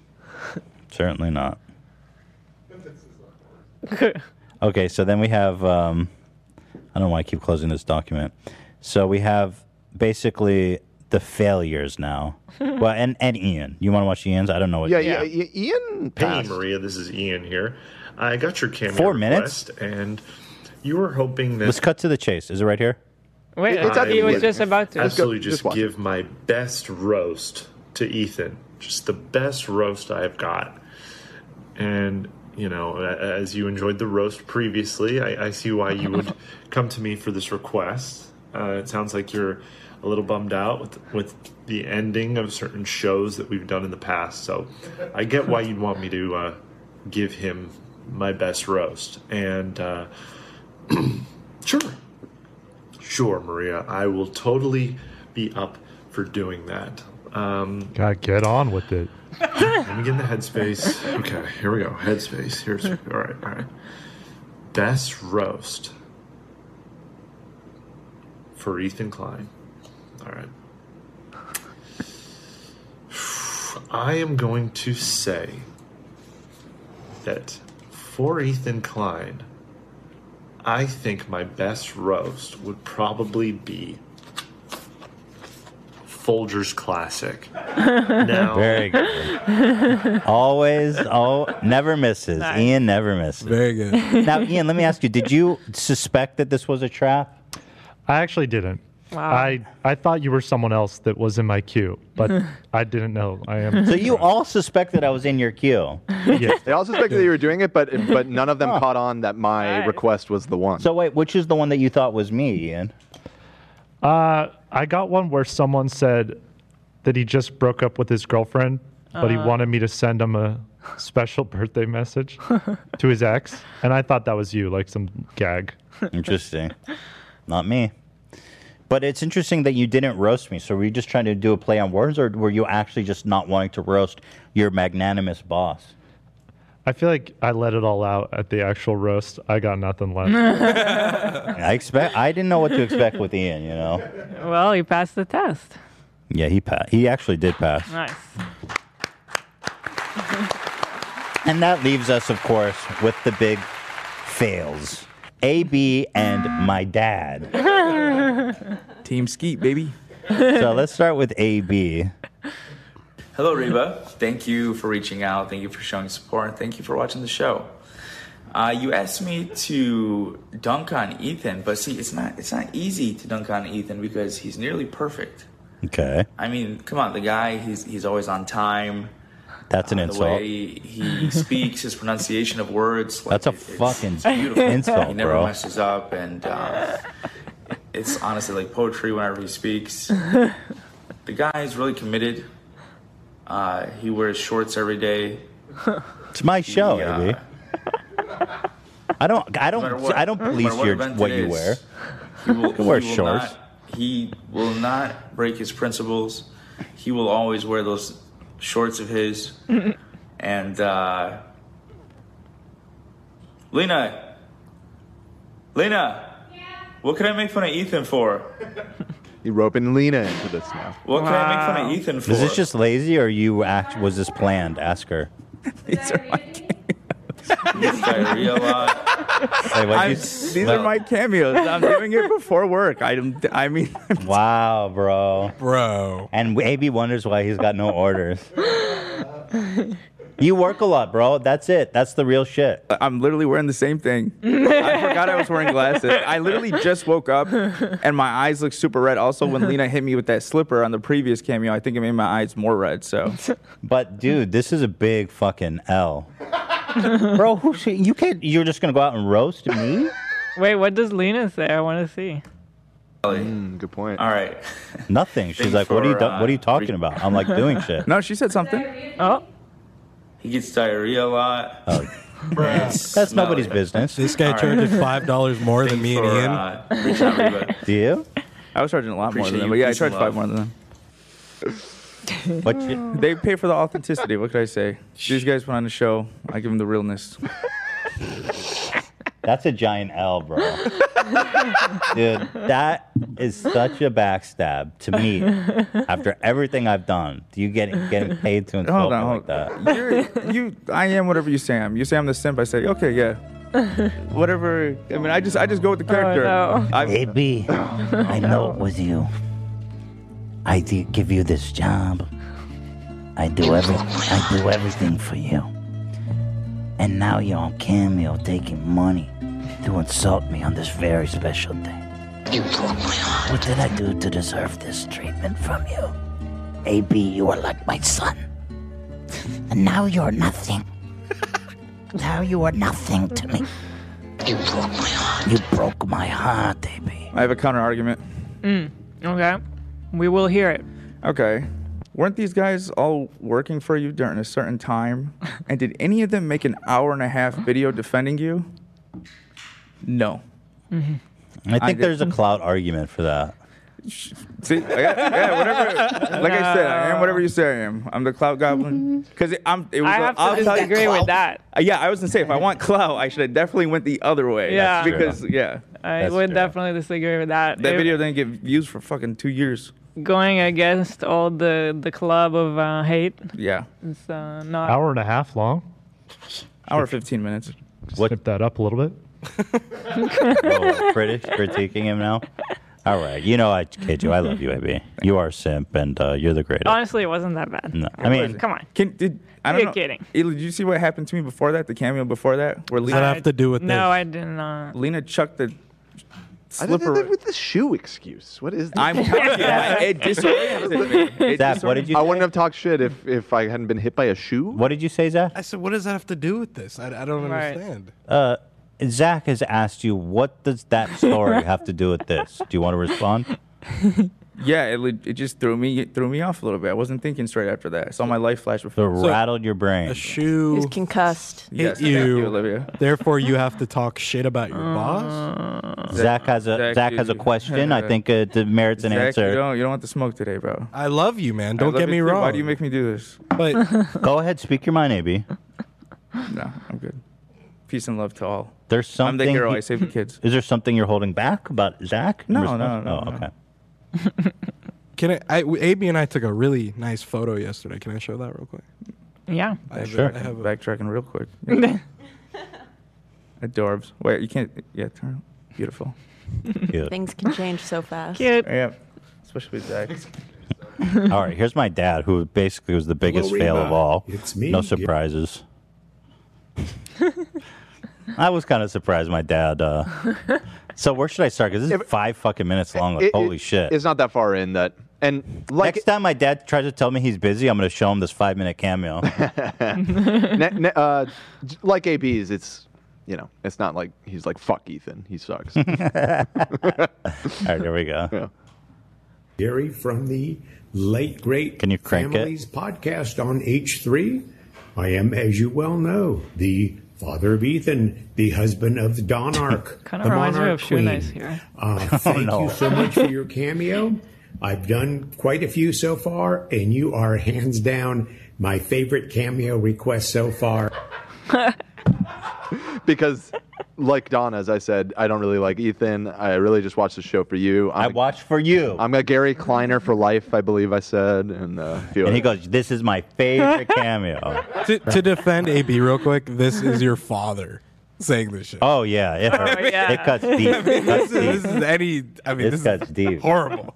*laughs* Certainly not. Okay, so then we have. Um, I don't know why I keep closing this document. So we have basically the failures now. well, and, and Ian, you want to watch Ian's? I don't know what. Yeah, yeah. Ian passed. Hey, Maria, this is Ian here. I got your cameo Four minutes? request, and you were hoping that Let's cut to the chase. Is it right here? Wait, I he was would just about to. Absolutely, just, give my best roast to Ethan. Just the best roast I've got. And you know, a- as you enjoyed the roast previously, I, I see why you would come to me for this request. Uh, it sounds like you're a little bummed out with with the ending of certain shows that we've done in the past. So, I get why you'd want me to uh, give him my best roast. And uh, sure, Sure, Maria. I will totally be up *laughs* for doing that. Um, *laughs* God, get on with it. let me get in the headspace. Okay, here we go. Headspace. Here's all right. All right. Best roast for Ethan Klein. All right. I am going to say that for Ethan Klein, I think my best roast would probably be Folger's Classic. now, Very good. Always, oh, never misses. Nice. Ian never misses. Very good. *laughs* Now, Ian, let me ask you: Did you suspect that this was a trap? I actually didn't. Wow. I, I thought you were someone else that was in my queue, but I didn't know. I am. So you all suspected I was in your queue. Yeah. *laughs* They all suspected that you were doing it, but but none of them caught on that my request was the one. So wait, which is the one that you thought was me, Ian? Uh, I got one where someone said that he just broke up with his girlfriend, but he Uh. wanted me to send him a special *laughs* birthday message to his ex, and *laughs* I thought that was you, like some gag. Interesting. Not me. But it's interesting that you didn't roast me. So were you just trying to do a play on words, or were you actually just not wanting to roast your magnanimous boss? I feel like I let it all out at the actual roast. I got nothing left. I expect I didn't know what to expect with Ian. You know. Well, you passed the test. Yeah, he pa- he actually did pass. Nice. And that leaves us, of course, with the big fails. AB and my dad. Team Skeet, baby. *laughs* so let's start with AB. Hello, Reba. Thank you for reaching out. Thank you for showing support. And thank you for watching the show. Uh, you asked me to dunk on Ethan, but see, it's not it's not easy to dunk on Ethan because he's nearly perfect. Okay. I mean, come on, the guy he's he's always on time. That's an Uh, The insult. way he speaks, his pronunciation *laughs* of words. That's a *laughs* fucking *laughs* insult, He never bro. messes up, and uh, it's honestly like poetry whenever *laughs* he speaks. The guy is really committed. Uh, he wears shorts every day. It's my show, Yeah. AB. I don't I No don't matter what- I don't no matter police what your event what it you is, wear. He will, You can wear he will shorts. Not, he will not break his principles. He will always wear those shorts of his. and uh, Lena, Lena, what can I make fun of Ethan for? You're roping Lena into this now. What can I make fun of Ethan for? Is this just lazy or you act was this planned? Ask her. These are my cameos. diarrhea a *laughs* lot. Hey, what I'm- you- these are my cameos. I'm doing it before work. I, I mean, *laughs* wow, bro, bro. And AB wonders why he's got no orders. you work a lot, bro. That's it. That's the real shit. I'm literally wearing the same thing. I forgot *laughs* I was wearing glasses. I literally just woke up and my eyes look super red. Also, when Lena hit me with that slipper on the previous cameo, I think it made my eyes more red. So, *laughs* But dude, this is a big fucking L. *laughs* Bro, who sh- you can't you're just gonna go out and roast me? Wait, what does Lena say? I want to see. good point. All right. Nothing. She's like, What are you do- for, uh, what are you talking about? I'm like *laughs* doing shit. no, Oh, she said something. Oh, He gets diarrhea a lot. Oh, That's nobody's business. This guy All right. charges $5 more than me and for, Ian. uh, reaching out, Reba. Do you? I was charging a lot more Appreciate than them. you. But yeah, I Peace charged and five love. more than them. But you- They pay for the authenticity. What could I say? These guys put on a show. I give them *laughs* the realness. That's a giant L, bro. Dude, that is such a backstab to me. After everything I've done, do you get getting paid to insult Hold me on, like hold that? on. *laughs* You're, you, I am whatever you say I am. You say I'm the simp. I say, *laughs* okay, yeah. Whatever. I mean, I just, I just go with Oh, the character. no. I, *coughs* AB, *laughs* I know it was you. I did give you this job. I do every, I do everything for you. And now you're on Cameo taking money to insult me on this very special day. You broke my heart. What did I do to deserve this treatment from you? AB, you are like my son. And now you're *laughs* nothing. now you are nothing to me. You broke my heart. You broke *laughs* my heart, AB. I have a counter argument. mm, okay. We will hear it. Okay. Weren't these guys all working for you during a certain time? And did any of them make an hour and a half video defending you? No. I I think did- there's a clout argument for that. See, I got, yeah, whatever. Like I said, I am whatever you say I am. I'm the clout goblin. Because I'm. It was Mm-hmm. I a- have to I'll tell you- disagree with that. Uh, Yeah, I was gonna say if I want clout, I should have definitely went the other way. Yeah. That's true. because yeah, I would definitely disagree with that. that It- video didn't get views for fucking two years. going against all the the club of uh, hate. Yeah. It's uh, not. Hour and a half long. Hour fifteen minutes. Slip that up a little bit. *laughs* Whoa, British critiquing him now. All right, you know I kid you. I love you, AB. You are a simp, and uh, you're the greatest. Honestly, it wasn't that bad. No, I mean, come on. Can, did, I don't You're know. kidding. Eli, did you see what happened to me before that? The cameo before that, where Lena have to do with No, I did not. Lena chucked the I did slipper. it with the shoe excuse. What is this? I'm telling you, I- *laughs* it disoriented me. It Zach, what did you I wouldn't have talked shit if, if I hadn't been hit by a shoe. What did you say, Zach? I said, what does that have to do with this? I, I don't Right. understand. Uh, Zach has asked you, what does that story have to do with this? Do you want to respond? Yeah, it, le- it just threw me it threw me off a little bit. I wasn't thinking straight after that. I saw my life flash before. So- rattled your brain. A shoe. He's concussed. Yes, hit thank you, you, Olivia. Therefore, you have to talk shit about your boss. Zach has a Zach, has a question. I think uh, it merits an Zach, You answer. don't, you don't want to smoke today, bro. I love you, man. I Don't love get you me too. wrong. Why do you make me do this? But *laughs* Go ahead, speak your mind, AB. No, I'm good. Peace and love to all. There's I'm something. the hero. he- I save the kids. Is there something you're holding back about Zach? in No, response? no, no, Oh, no. okay. can I, I? AB and I took a really nice photo yesterday. Can I show that real quick? Yeah. I have Sure. A, I have a, Backtracking real quick. Yeah. Adorbs. Wait, you can't. Yeah, turn. Beautiful. Things can change so fast. Cute. Yeah, especially with Zach. all right. Here's my dad, who basically was the biggest Hello, fail Reba. of all. It's me. No surprises. I was kind of surprised my dad. Uh, so where should I start? Because this is five fucking minutes long. Like, It- it- holy shit! It's not that far in that. And like Next time my dad tries to tell me he's busy, I'm going to show him this five minute cameo. *laughs* ne- ne- uh, j- like AB's, it's you know, it's not like he's like fuck Ethan, he *laughs* sucks. All right, here we go. Gary from the late great Can you crank it? Families podcast on H3. I am, as you well know, the father of Ethan, the husband of *laughs* Don Ark, Kind the of reminds me monarch of Shoenice queen. here. Uh, thank Oh, no. you so much for your cameo. I've done quite a few so far, and you are hands down my favorite cameo request so far. because like Don, as I said, I don't really like Ethan. I really just watch the show for you. I'm I watch for you. I'm a Gary Kleiner for life, I believe I said, and uh, a few And he other- goes, "This is my *laughs* favorite cameo." to, to defend AB real quick, this is your father saying this shit. Oh yeah, it hurts. yeah. It cuts deep. I mean, Cuts this, is, this deep. is any. I mean, This this, cuts is deep. horrible.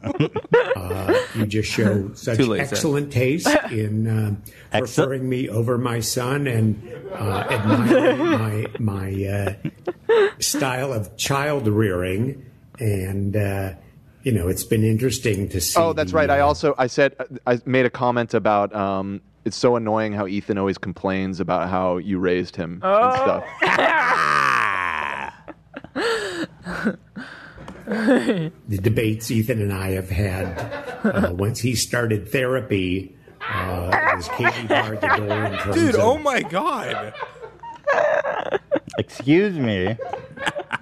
Uh, you just show such *laughs* Too late, Zach. excellent *laughs* taste in uh, preferring me over my son and uh, admiring my my uh, style of child rearing. And uh, you know, it's been interesting to see. Oh, that's the, right. I uh, also I said I made a comment about um, it's so annoying how Ethan always complains about how you raised him Oh. and stuff. Oh. *laughs* *laughs* *laughs* the debates Ethan and I have had uh, once he started therapy. Uh, it was Katie barred the door in terms *laughs* Dude, of oh my god. Excuse *laughs* me. *laughs*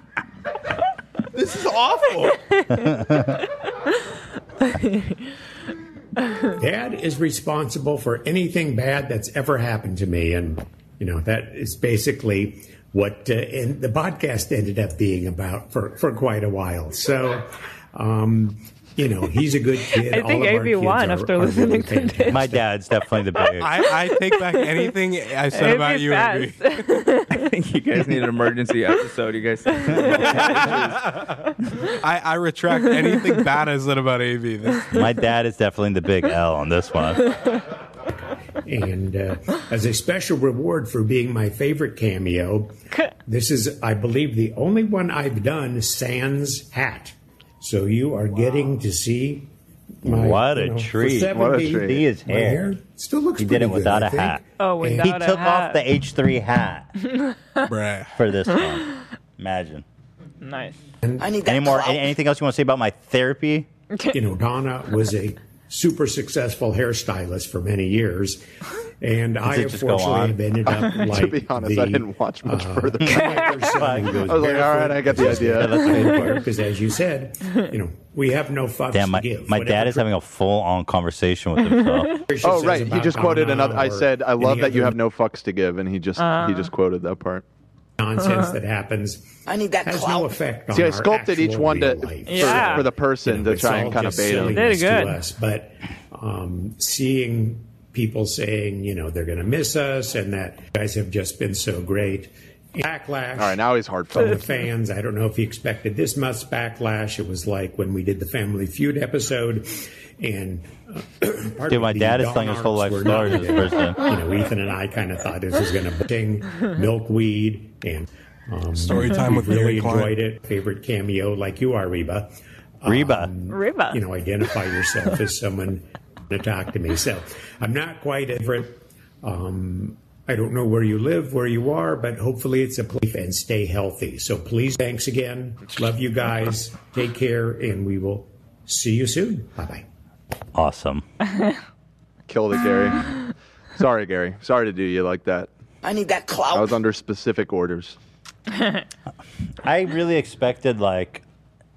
This is awful. Dad is responsible for anything bad that's ever happened to me, and you know that is basically what uh, and the podcast ended up being about for for quite a while. So, um, you know, he's a good kid. I think All of our AB kids won are- after are really listening to fantastic. this. *laughs* My dad's definitely the biggest. I, I take back anything I said It'd about be you. AB. I think you guys need an emergency episode. You *laughs* guys. I, I retract anything bad I said about AB. This, My dad is definitely the big L on this one. And uh, as a special reward for being my favorite cameo, this is, I believe, the only one I've done sans hat. So you are getting to see my. What a you know, for treat. 70, What a treat. See his my hair. still looks He did pretty it without good, I a hat. think. Oh, And- without He took a off hat. the H3 hat Bruh. for *laughs* this one. Imagine. nice. I need Any more? any- Anything else you want to say about my *laughs* therapy? you know, Donna was a super successful hairstylist for many years. And I it just go on? unfortunately have *laughs* ended up To like be honest, I the, didn't watch much uh, *laughs* further. collector's son who goes I was like, all right, I get the idea. Because as you said, you know, we have no fucks Damn, to my, give. my dad is having a full on conversation with *laughs* himself. oh right, he just quoted another. I said, I love that you have no fucks to give, and he just he Uh, just quoted that part. nonsense that happens. I need that has clout. no effect on See, I our sculpted each actual one to real life. for, for the person to It's try all and kind of just bait them. silliness To us, but um, seeing people saying, you know, they're going to miss us and that you guys have just been so great. Backlash. All *laughs* right, now he's hard from the fans. I don't know if he expected this much backlash. It was like when we did the Family Feud episode, and uh, *clears throat* pardon Dude, my me, dad is Don telling his whole Arps life were story not this there. person. You know, Ethan and I kind of thought this was going to bring milkweed and um, Story time with we really Billy Klein. enjoyed it. Favorite cameo, like you are, Reba. Reba, Reba. You know, identify yourself as someone to talk to me. So I'm not quite over it. Um, I don't know where you live, where you are, but hopefully it's a belief and stay healthy. So please, thanks again. Love you guys. Take care, and we will see you soon. Bye bye. Awesome. Killed it, *laughs* Gary. Sorry, Gary. Sorry to do you like that. I need that I clout. was under *laughs* specific orders. *laughs* I really expected like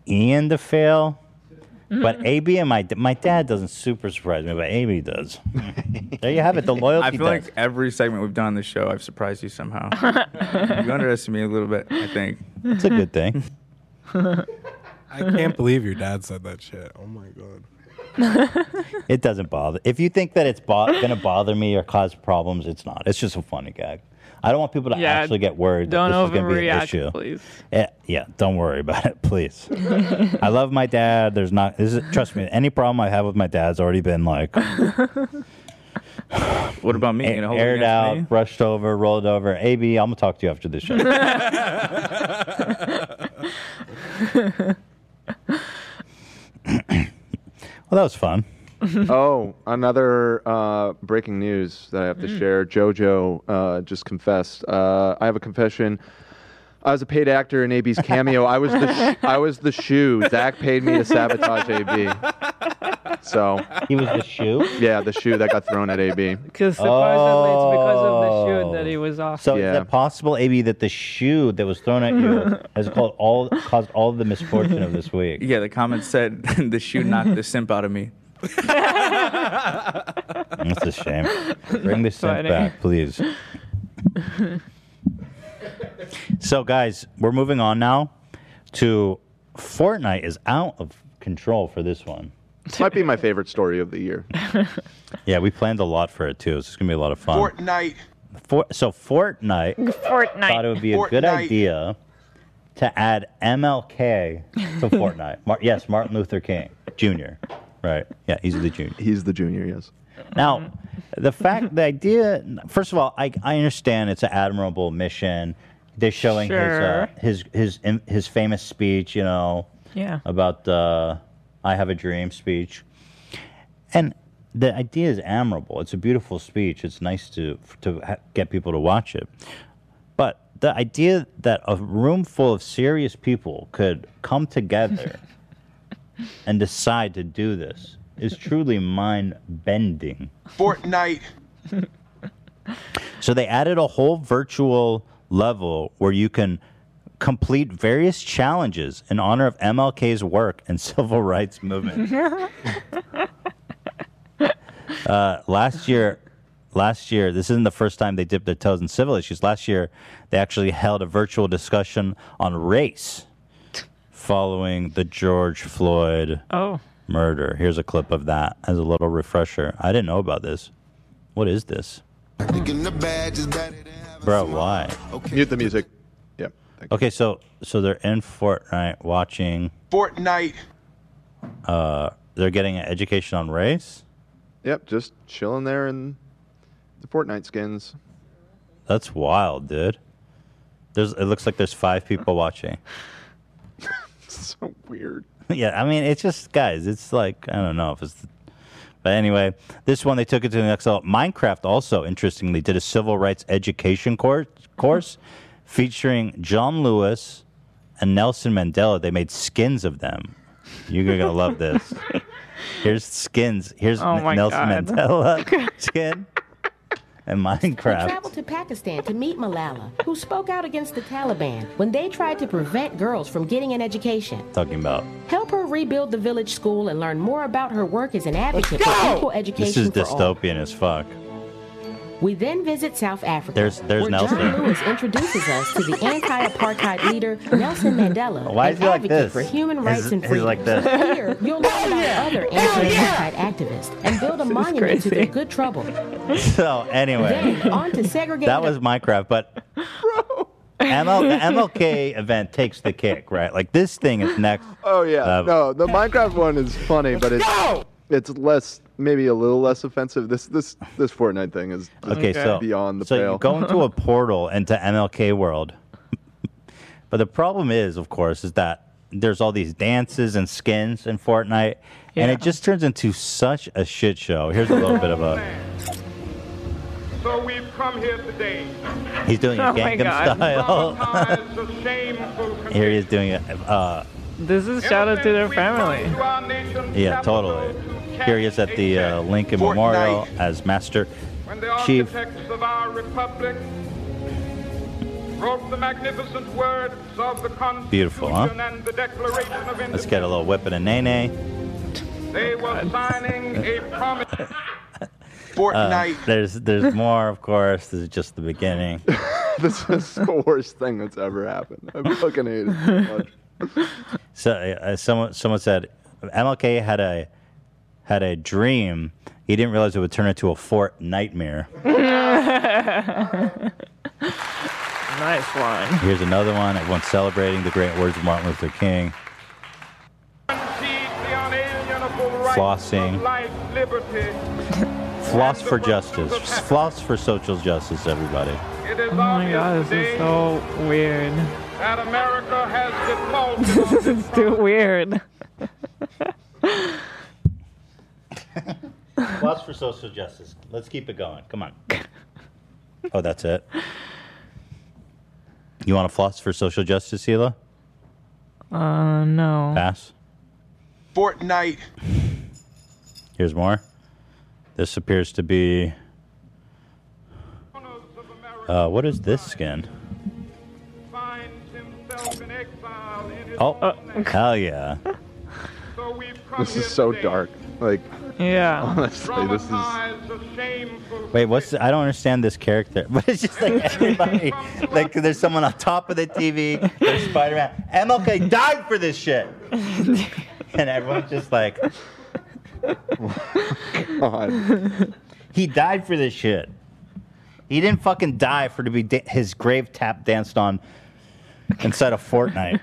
Ian to fail, but AB and my my dad doesn't super surprise me, but AB does. there you have it. The loyalty. I feel like every segment we've done on this show, I've surprised *laughs* you somehow. you underestimated me a little bit, I think. It's a good thing. I can't believe your dad said that shit. Oh my god. It doesn't bother. If you think that it's bo- *laughs* going to bother me or cause problems, it's not. It's just a funny gag. I don't want people to Yeah, actually get worried that don't this is going to be an overreact, issue. please. Eh, yeah, don't worry about it, *laughs* please. I love my dad. There's not. This is, trust me. Any problem I have with my dad's already been like *laughs* What about me? You know, hold it aired against out, me? brushed over, rolled over. AB, I'm gonna talk to you after this *laughs* show. Well, that was fun. oh, another uh, breaking news that I have to Hmm. Mm. share. JoJo uh, just confessed. Uh, I have a confession. I was a paid actor in AB's cameo. I was the sh- I was the shoe. Zach paid me to sabotage AB. So he was the shoe. Yeah, the shoe that got thrown at AB. Because supposedly it's because of the shoe that he was off. Oh. So is it possible, AB, that the shoe that was thrown *laughs* at you has called all caused all the misfortune of this week? *laughs* Yeah, the comment said *laughs* the shoe knocked the simp out of me. That's a shame. *laughs* Bring the That's simp funny. back, please. so, guys, we're moving on now to Fortnite is out of control for this one. Oh. Might be my favorite story of the *laughs* year. Yeah, we planned a lot for it too. So it's gonna be a lot of fun. Fortnite. For, so Fortnite, Fortnite. thought it would be a good Fortnite. idea to add MLK *laughs* to Fortnite. Mar- yes, Martin Luther King Jr. Right? Yeah, he's the junior. He's the junior. Yes. Now, the fact, the idea. First of all, I I understand it's an admirable mission. They're showing Sure. his, uh, his his his famous speech. You know. Yeah. About the "I Have a Dream" speech. And the idea is admirable. It's a beautiful speech. It's nice to to ha- get people to watch it. But the idea that a room full of serious people could come together and decide to do this is truly mind bending. Fortnite. So they added a whole virtual level where you can complete various challenges in honor of MLK's work and *laughs* civil rights movement. Uh, last year, last year, this isn't the first time they dipped their toes in civil issues. Last year, they actually held a virtual discussion on race following the George Floyd *laughs* Oh. murder. Here's a clip of that as a little refresher. I didn't know about this. What is this? Bro, why? Mute the music. Yep. Okay, so so they're in Fortnite watching. Fortnite. Uh, they're getting an education on race. Yep. Just chilling there in the Fortnite skins. That's wild, dude. There's it looks like there's five people *laughs* watching. so weird. yeah, I mean, it's just guys. It's like I don't know if it's, but anyway, this one they took it to the next level. Minecraft also, interestingly, did a civil rights education course course *laughs* featuring John Lewis and Nelson Mandela. They made skins of them. You're *laughs* gonna love this. Here's skins. Here's Oh N- my Nelson God. *laughs* Mandela skin and He Minecraft. traveled to Pakistan to meet Malala, who spoke out against the Taliban when they tried to prevent girls from getting an education. Talking about Help her rebuild the village school and learn more about her work as an advocate Let's go! for equal education this for is all. dystopian as fuck. We then visit South Africa. There's- there's where Nelson. John Lewis introduces us to the anti-apartheid leader Nelson Mandela, Why is an he like advocate this? for human He's- rights and he's freedom. like this. Here, you'll learn about other anti-apartheid activists and build a monument to their good trouble. *laughs* so anyway, Then on to segregated. that was *laughs* Minecraft, but ML, the MLK event takes the cake, right? Like this thing is *laughs* next. Oh yeah, Uh, no, the Minecraft one is funny, but it's it's less, maybe a little less offensive. This this this Fortnite thing is just Okay, so beyond the so pale. you go *laughs* into a portal into MLK world, but the problem is, of course, is that there's all these dances and skins in Fortnite, and Yeah. it just turns into such a shit show. Here's a little bit of *laughs* a. So we've come here today. He's doing a Oh my Gangnam God. *laughs* style. Here he is doing it. Uh, This is shout out to their family. yeah, totally. Here he is at the uh, Lincoln Memorial as Master When the Chief. architects of our republic wrote the magnificent words of the Constitution Beautiful, huh? and the Declaration of Independence, Let's get a little whipping and nay nay. they were signing a *laughs* promise. Uh, there's *laughs* there's more, of course. This is just the beginning. this is the worst thing that's ever happened. I fucking hate it so *laughs* much. So uh, someone someone said MLK had a had a dream. He didn't realize it would turn into a fort nightmare. *laughs* nice one. Here's another one. Everyone's celebrating the great words of Martin Luther King. Flossing. Life, liberty. Floss for justice. Floss for social justice, everybody. It is Oh my god, this is so weird. *laughs* that America has defaulted on this is too weird. *laughs* Floss for social justice. Let's keep it going. Come on. Oh, that's it. You want to floss for social justice, Hila? Uh, no. Pass. Fortnite. Here's more. This appears to be. Uh, what is this skin? Oh, hell yeah. This is so dark. Like, yeah. Honestly, this is. Wait, what's? The, I don't understand this character. *laughs* But it's just like everybody. like there's someone on top of the TV. There's Spider Man. MLK died for this shit. and everyone's just like, God. He died for this shit. He didn't fucking die for to be da- his grave tap danced on inside of Fortnite.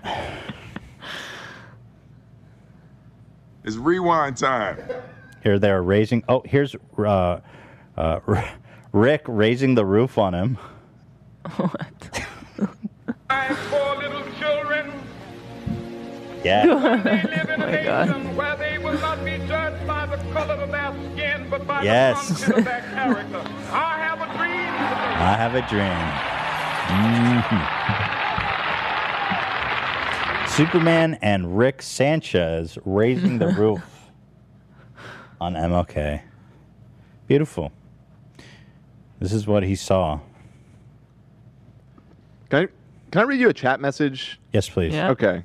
It's rewind time. Here they are raising. Oh, here's uh, uh, *laughs* Rick raising the roof on him. Five poor little children *laughs* Yeah. *laughs* Oh they live Oh in a My nation where they will not be judged by the color of their skin, but by Yes. the content of their character. I have a dream. I have a dream. Mhm. Superman and Rick Sanchez raising the roof on MLK. Beautiful. This is what he saw. Can I, can I read you a chat message? Yes, please. Yeah. Okay.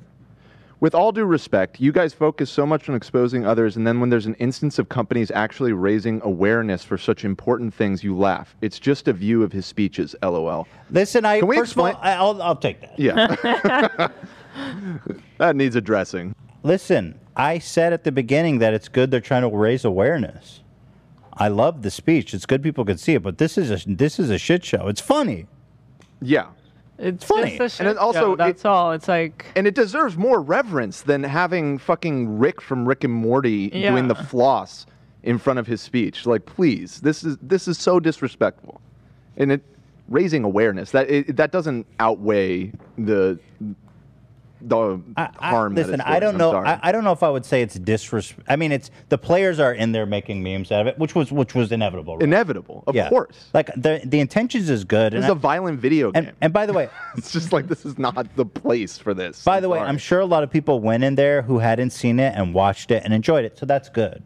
With all due respect, you guys focus so much on exposing others, and then when there's an instance of companies actually raising awareness for such important things, you laugh. It's just a view of his speeches, lol. Listen, I Can we first explain? of all, I- I'll, I'll take that. yeah. *laughs* *laughs* that needs addressing. Listen, I said at the beginning that it's good they're trying to raise awareness. I love the speech. It's good people can see it, but this is a this is a shit show. It's funny. Yeah. It's funny. Just a shit and it also show, that's it- all. It's like and it deserves more reverence than having fucking Rick from Rick and Morty Yeah. doing the floss in front of his speech. Like, please, this is this is so disrespectful, and it raising awareness that it, that doesn't outweigh the the harm. that Listen, it's doing. I don't I'm know. sorry. I, I don't know if I would say it's disrespect. I mean, it's the players are in there making memes out of it, which was which was inevitable. Right? Inevitable, of Yeah. course. Like the the intentions is good. This and is a I- violent video and- game. and by the way, *laughs* it's just like this is not the place for this. By the way, I'm sure a lot of people went in there who hadn't seen it and watched it and enjoyed it, so that's good.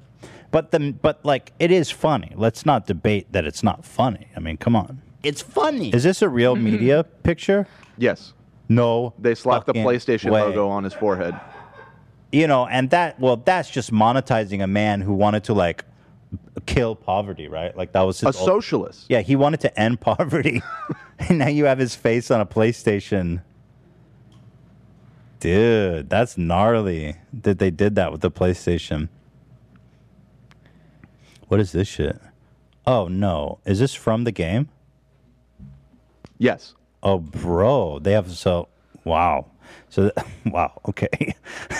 But the but like it is funny. Let's not debate that it's not funny. I mean, come on. It's funny. Is this a real media picture? Yes. No. They slapped the fucking PlayStation way. logo on his forehead. You know, and that well, that's just monetizing a man who wanted to like kill poverty, right? Like that was his A socialist. Yeah, he wanted to *laughs* end poverty, and now you have his face on a PlayStation. Dude, that's gnarly that they did that with the PlayStation. What is this shit? Oh no, is this from the game? Yes. Oh, bro, they have so wow. So *laughs* th- wow, okay. *laughs*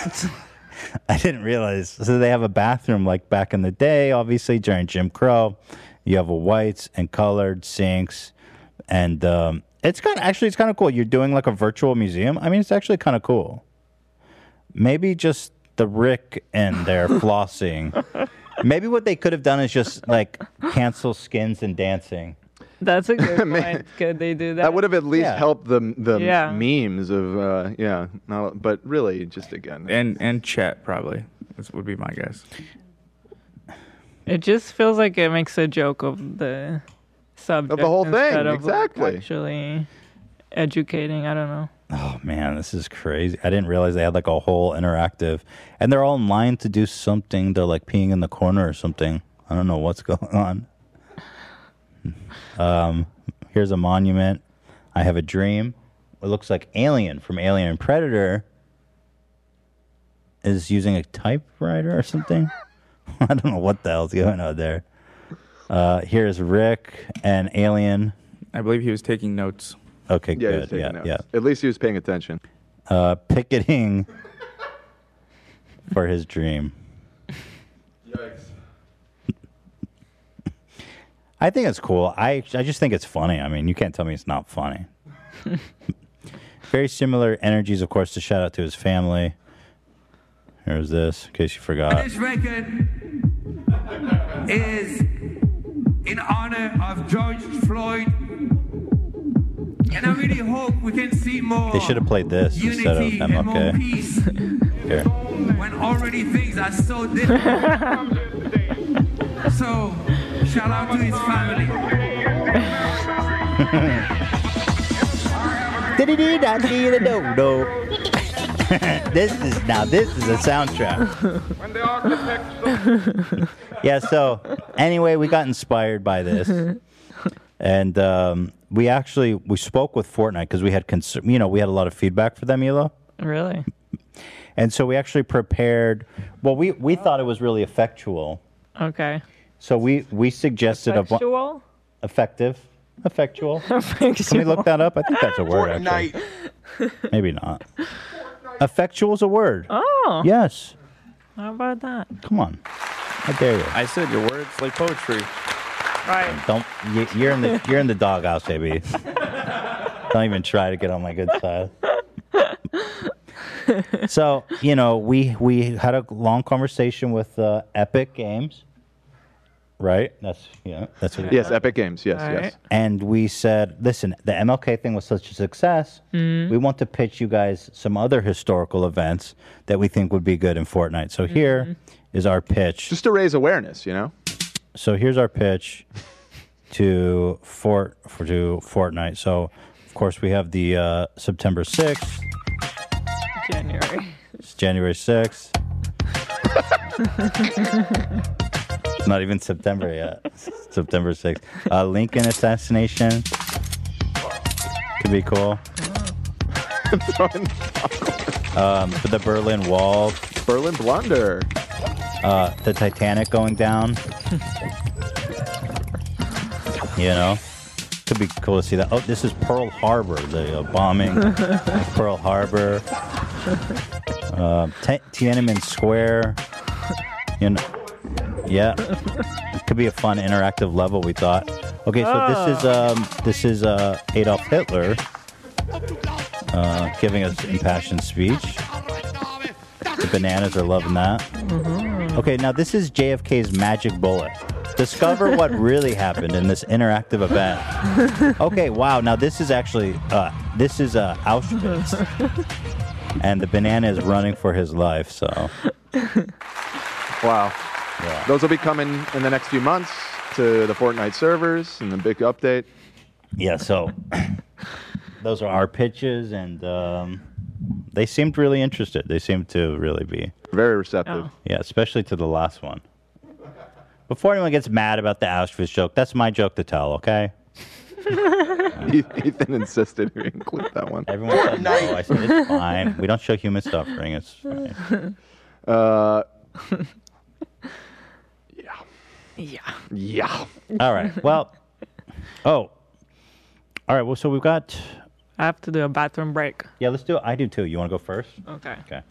I didn't realize. So they have a bathroom like back in the day, obviously during Jim Crow. You have a whites and colored sinks, and um, it's kind of actually it's kind of cool. You're doing like a virtual museum. I mean, it's actually kind of cool. Maybe just the Rick and their flossing. Maybe what they could have done is just like cancel skins and dancing. That's *laughs* a good point. Could they do that? That would have at least Yeah. helped the the Yeah. memes of uh, yeah, not, but really just again and and chat probably this would be my guess. It just feels like it makes a joke of the subject whole thing, instead of, like, exactly. actually educating. I don't know. Oh man, this is crazy. I didn't realize they had like a whole interactive, and they're all in line to do something. They're like peeing in the corner or something. I don't know what's *laughs* going on. Um, here's a monument. I have a dream. It looks like Alien from Alien and Predator is using a typewriter or something. *laughs* I don't know what the hell's going on there. Uh, here's Rick and Alien. I believe he was taking notes. Okay, Yeah, he was good. taking Yeah, notes. yeah At least he was paying attention. uh, picketing for his dream. I think it's cool. I I just think it's funny. I mean, you can't tell me it's not funny. Very similar energies, of course. To shout out to his family. Here's this, in case you forgot. This record is in honor of George Floyd. And I really hope we can see more They should have played this instead of unity and more MLK. peace Here. *laughs* when already things are *laughs* so different. *laughs* so, shout out to his family. this is now this is a soundtrack. yeah, so anyway, we got inspired by this. And um, we actually we spoke with Fortnite because we had cons- you know, we had a lot of feedback for them, Elo. Really? And so we actually prepared well we we thought it was really effectual. Okay. So we we suggested a bu- Sexual? effective effectual. Can we look that up? I think that's a word actually. Maybe not. Effectual is a word. Oh. Yes. How about that? Come on. How dare you? I said your words like poetry. Right. Don't you- you're in the you're in the doghouse, baby. Don't even try to get on my good side. so you know we we had a long conversation with uh, Epic Games, right? That's yeah, that's what it- Yes, Epic Games. Yes, All yes. right. And we said, listen, the MLK thing was such a success. Mhm. We want to pitch you guys some other historical events that we think would be good in Fortnite. So here is our pitch. Just to raise awareness, you know. So here's our pitch to Fort for to Fortnite. So of course we have the uh, September 6th, January. it's January 6th. It's not even September yet. It's September 6th. Uh, Lincoln assassination. Could be cool. um, but the Berlin Wall. Berlin blunder. Uh, the Titanic going down. you know? Could be cool to see that. Oh, this is Pearl Harbor, the uh, bombing of Pearl Harbor. Uh, Ti- Tiananmen Square. You know, yeah. It could be a fun interactive level, we thought. Okay, so this is um, this is uh, Adolf Hitler uh, giving us an impassioned speech. The bananas are loving that. *laughs* Okay, now this is JFK's magic bullet. Discover what really happened in this interactive event. Okay, wow. Now this is actually uh, this is uh, Auschwitz, and the banana is running for his life. So Wow. Yeah. Those will be coming in the next few months to the Fortnite servers and the big update. yeah, so those are our pitches, and um, they seemed really interested. They seemed to really be very receptive. Yeah, especially to the last one. Before anyone gets mad about the Auschwitz joke, that's my joke to tell, okay? *laughs* Ethan insisted we include that one. Everyone said no. Oh, I said *laughs* it's fine. We don't show human suffering. It's fine. Uh, *laughs* Yeah. yeah. All right. Well. Oh. All right. Well, so we've got. I have to do a bathroom break. Yeah, let's do it. I do too. You want to go first? Okay. Okay.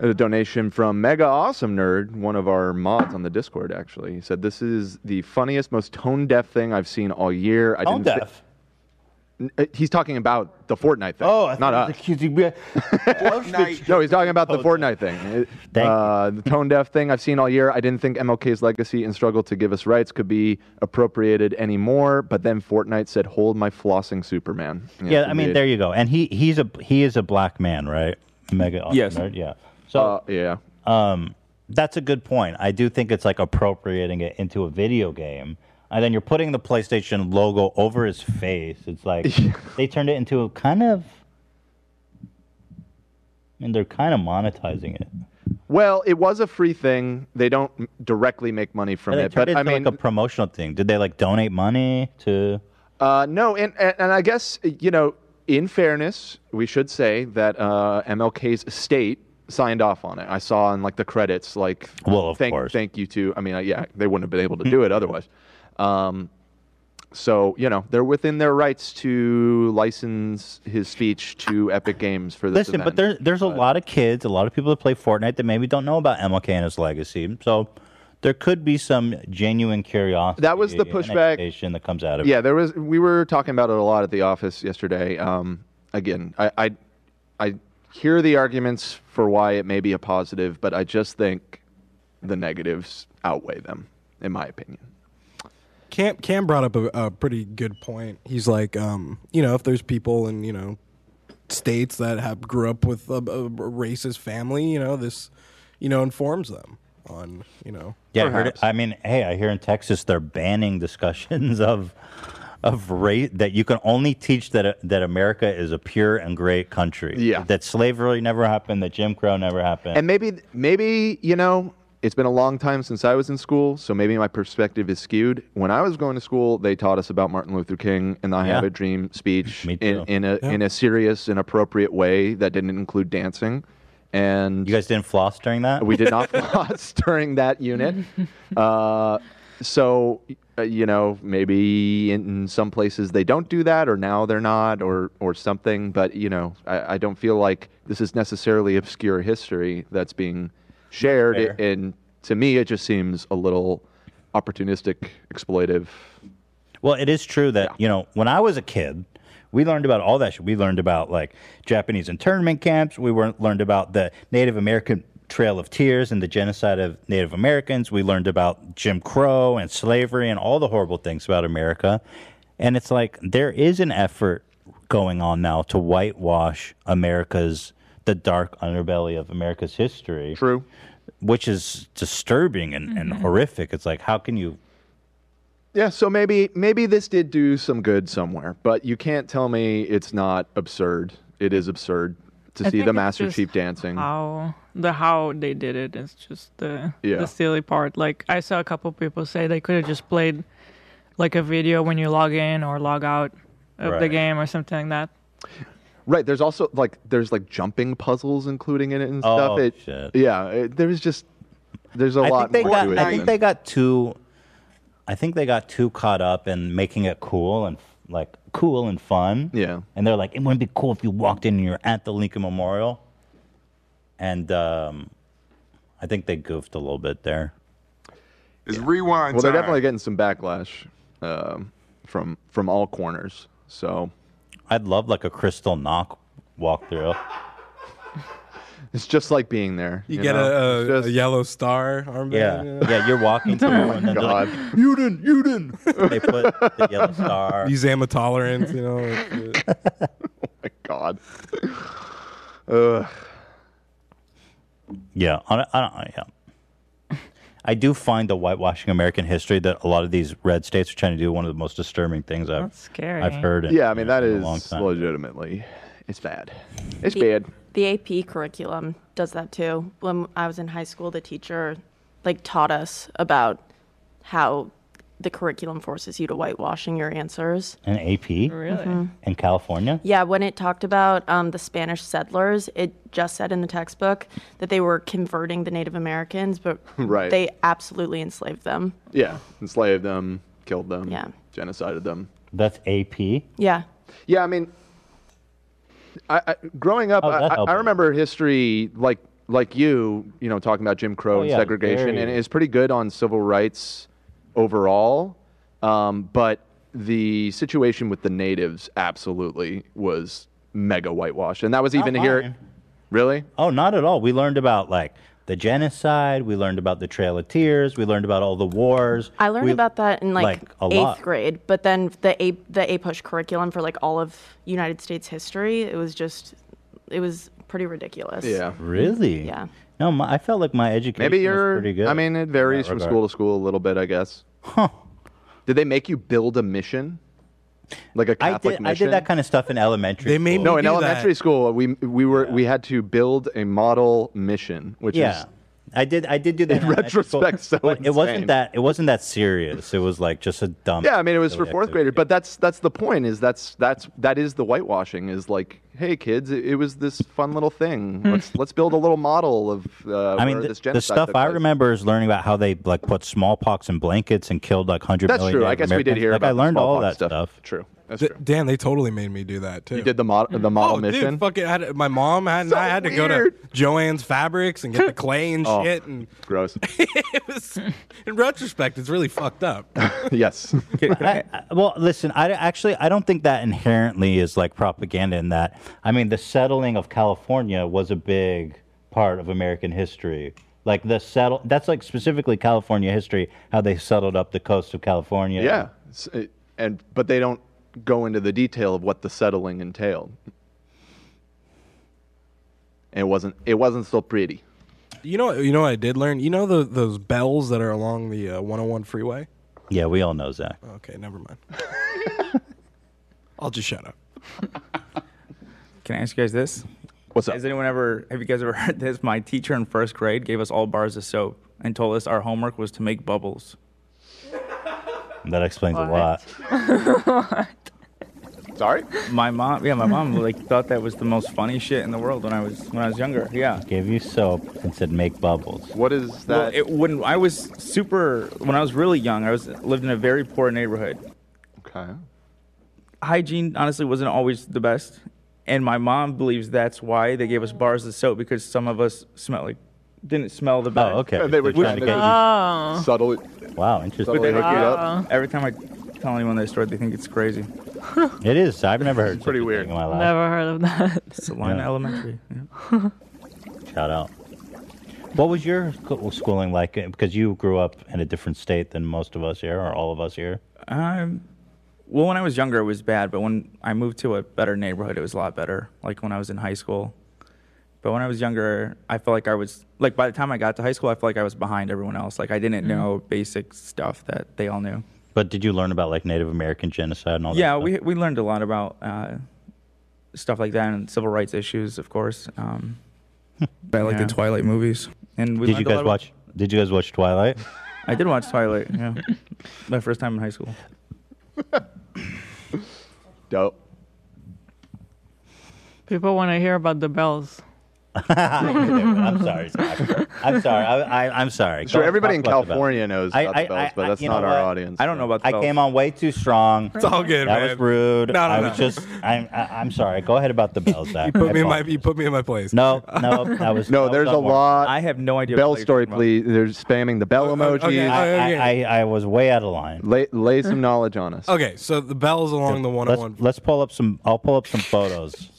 A donation from Mega Awesome Nerd, one of our mods on the Discord, actually. He said, This is the funniest, most tone deaf thing I've seen all year. I Tone didn't deaf? N- uh, he's talking about the Fortnite thing. Oh, I not thought us. *laughs* no, he's talking about Oh, the Fortnite thing. It- uh, the tone deaf thing I've seen all year. I didn't think MLK's legacy and struggle to give us rights could be appropriated anymore, but then Fortnite said, Hold my flossing Superman. Yeah, I mean, there you go. And he he's a he is a black man, right? Mega. Awesome Yes. Nerd, Yeah. So Uh, yeah. Um, that's a good point. I do think it's like appropriating it into a video game, and then you're putting the PlayStation logo over his face. It's like *laughs* they turned it into a kind of. I mean, they're kind of monetizing it. Well, it was a free thing. They don't m- directly make money from And they it, turned but I into, mean, like a promotional thing. Did they like donate money to? Uh, no, and, and and I guess you know, in fairness, we should say that uh, MLK's estate signed off on it. I saw in like the credits, like, well, of thank, course, thank you to. I mean, uh, yeah, they wouldn't have been able *laughs* to do it otherwise. Um, so you know, they're within their rights to license his speech to Epic Games for this. Listen, but event. there, there's a lot of kids, a lot of people that play Fortnite that maybe don't know about MLK and his legacy. So there could be some genuine curiosity. That was the and pushback- education that comes out of yeah it. there was we were talking about it a lot at the office yesterday um, again I, I i hear the arguments for why it may be a positive but i just think the negatives outweigh them in my opinion Cam Cam brought up a, a pretty good point. He's like, um, you know, if there's people in you know states that have grew up with a, a racist family, you know, this you know informs them on you know. Yeah, I, heard it- I mean, hey, I hear in Texas they're banning discussions *laughs* of of race that you can only teach that that America is a pure and great country. Yeah. that slavery never happened, that Jim Crow never happened. and maybe maybe you know it's been a long time since i was in school so maybe my perspective is skewed when i was going to school they taught us about martin luther king and the i have Yeah. a dream speech Me in, too. in a Yeah. in a serious and appropriate way that didn't include dancing and you guys didn't floss during that. We did *laughs* not floss during that unit. Uh, so, uh, you know, maybe in some places they don't do that, or now they're not, or or something. But you know, I, I don't feel like this is necessarily obscure history that's being shared. Fair. and to me, it just seems a little opportunistic, exploitive. Well, it is true that, you know, when I was a kid, we learned about all that shit. We learned about like Japanese internment camps. We were, learned about the Native American Trail of Tears and the genocide of Native Americans. We learned about Jim Crow and slavery and all the horrible things about America. And it's like there is an effort going on now to whitewash America's the dark underbelly of America's history. True. Which is disturbing and, and horrific. It's like how can you Yeah, so maybe maybe this did do some good somewhere, but you can't tell me it's not absurd. It is absurd to see I think the it's Master just Chief dancing. How the how they did it is just the Yeah. the silly part. Like I saw a couple people say they could have just played like a video when you log in or log out of the Right. game or something like that. Right. There's also like there's like jumping puzzles including in it and Oh, stuff. It, shit. Yeah. It, there's just there's a I lot think they more got, to it. I think than- they got too. I think they got too caught up in making it cool and like cool and fun. Yeah. And they're like, it wouldn't be cool if you walked in and you're at the Lincoln Memorial. And um, I think they goofed a little bit there. It's rewind Well, they're time. definitely getting some backlash um, from from all corners. So I'd love like a crystal knock walkthrough. it's just like being there. You, You, get know? a, a, a yellow star armband. Yeah. Yeah, you're walking through and then they're like, you didn't, you didn't. They put the yellow star. These tolerance, you know. it's, uh, oh my god. Ugh. Yeah, I don't, I don't, yeah. I do find the whitewashing American history that a lot of these red states are trying to do one of the most disturbing things I've scary. I've heard. in- Yeah, I mean in that a is long time. legitimately it's bad. It's the, bad. The AP curriculum does that too. When I was in high school, the teacher like taught us about how the curriculum forces you to whitewashing your answers. An AP? Really? Mhm. In California? Yeah, when it talked about um, the Spanish settlers, it just said in the textbook that they were converting the Native Americans, but *laughs* Right. they absolutely enslaved them. Yeah, enslaved them, killed them, Yeah. genocided them. That's AP. Yeah. Yeah, I mean, I, I growing up, Oh, that I, I- helped. I remember history like like you, you know, talking about Jim Crow Oh, and yeah, segregation, very. and it's pretty good on civil rights overall. Um, but the situation with the natives absolutely was mega whitewashed, and that was even here. Really? Oh, not at all. We learned about like the genocide. We learned about the Trail of Tears. We learned about all the wars. I learned We- about that in like, like, a eighth lot. grade, but then the A the A push curriculum for like all of United States history, it was just it was pretty ridiculous. Really? Yeah. No, my, I felt like my education Maybe was you're. pretty good. I mean, it in varies that from regard. school to school a little bit, I guess. Huh. Did they make you build a mission? Like a I Catholic did, I mission? did that kind of stuff in elementary. They no, in elementary school, we we were we had to build a model mission, which yeah. is I did. I did do that. *laughs* In in elementary school, retrospect, so but it insane. wasn't that. It wasn't that serious. It was like just a dumb. yeah. I mean, it was for silly fourth activity. grader, but that's that's the point. Is that's that's that is the whitewashing. Is like, hey kids, it, it was this fun little thing. Let's let's build a little model of uh, Hmm. I mean, where the, this the genocide stuff took I place. remember is learning about how they like put smallpox in blankets and killed like hundred That's million. true. I Native guess we did Americans. hear like, about I the learned all that smallpox stuff. True. That's D- Dan, they totally made me do that too. You did the model, Hmm. the model oh, mission? Dude, fucking, I had, my mom had, I had to go to weird. Joanne's Fabrics and get the clay and Oh, shit. And *laughs* gross. it was, in retrospect, it's really fucked up. *laughs* yes. I, I- well, listen, I actually I don't think that inherently is like propaganda in that. I mean, the settling of California was a big part of American history. Like the settle that's like specifically California history, how they settled up the coast of California. Yeah. S- it- and but they don't go into the detail of what the settling entailed. And It wasn't. It wasn't so pretty. You know, you know what I did learn? You know the, those bells that are along the uh, 101 freeway? Yeah, we all know Zach. Okay, never mind. I'll just shut up. Can I ask you guys this? What's up? Has anyone ever, have you guys ever *laughs* heard this? My teacher in first grade gave us all bars of soap and told us our homework was to make bubbles. That explains a lot. Sorry? My mom, yeah, my mom like thought that was the most funny shit in the world when I was when I was *laughs* younger. Yeah. Gave you soap and said make bubbles. What is Well, it wouldn't. I was super when I was really young. I was lived in a very poor neighborhood. Okay. Hygiene honestly wasn't always the best, and my mom believes that's why they gave us bars of soap because some of us smell like didn't smell the best. Oh, okay. They were They're trying to get you- Oh. subtle. Wow, interesting. But Subtly they hook hook you you up. Every time I tell anyone this story, they think it's crazy. It is. I've never heard pretty weird in my life. Never heard of that. Salina Elementary. Shout out. What was your scho- schooling like? Uh, Because you grew up in a different state than most of us here, or all of us here. Um, well, when I was younger, it was bad, but when I moved to a better neighborhood, it was a lot better. Like when I was in high school. But when I was younger, I felt like I was like by the time I got to high school, I felt like I was behind everyone else. Like I didn't Mhm. know basic stuff that they all knew. But did you learn about like Native American genocide and all that? yeah, we we learned a lot about uh, stuff like that and civil rights issues, of course. Um, I like the Twilight movies. And we did you learned a lot guys about- watch? Did you guys watch *laughs* Twilight? I did watch Twilight. Yeah, my first time in high school. Dope. People want to hear about the bells. *laughs* *laughs* I'm sorry, Zach. I'm sorry. I, I, I'm sorry. Sure, Go- everybody talk in about the California knows bells. about the bells, but that's you know not our what? audience. I don't know about the I bells. came on way too strong. It's all good, That man. was rude. No, no, I no. was just. I'm. I, I'm sorry. Go ahead about the *laughs* bells. Zach. You put, me in my, apologize. you put me in my place. Uh, *laughs* No, no, that was No, that was there's a lot. unwarranted. I have no idea. Bell story, please. They're spamming the Oh, bell emoji. I, I, I, I was way out of line. lay, lay some knowledge on us. Okay, oh so the bells along the 101. Let's, let's pull up some. I'll pull up some photos.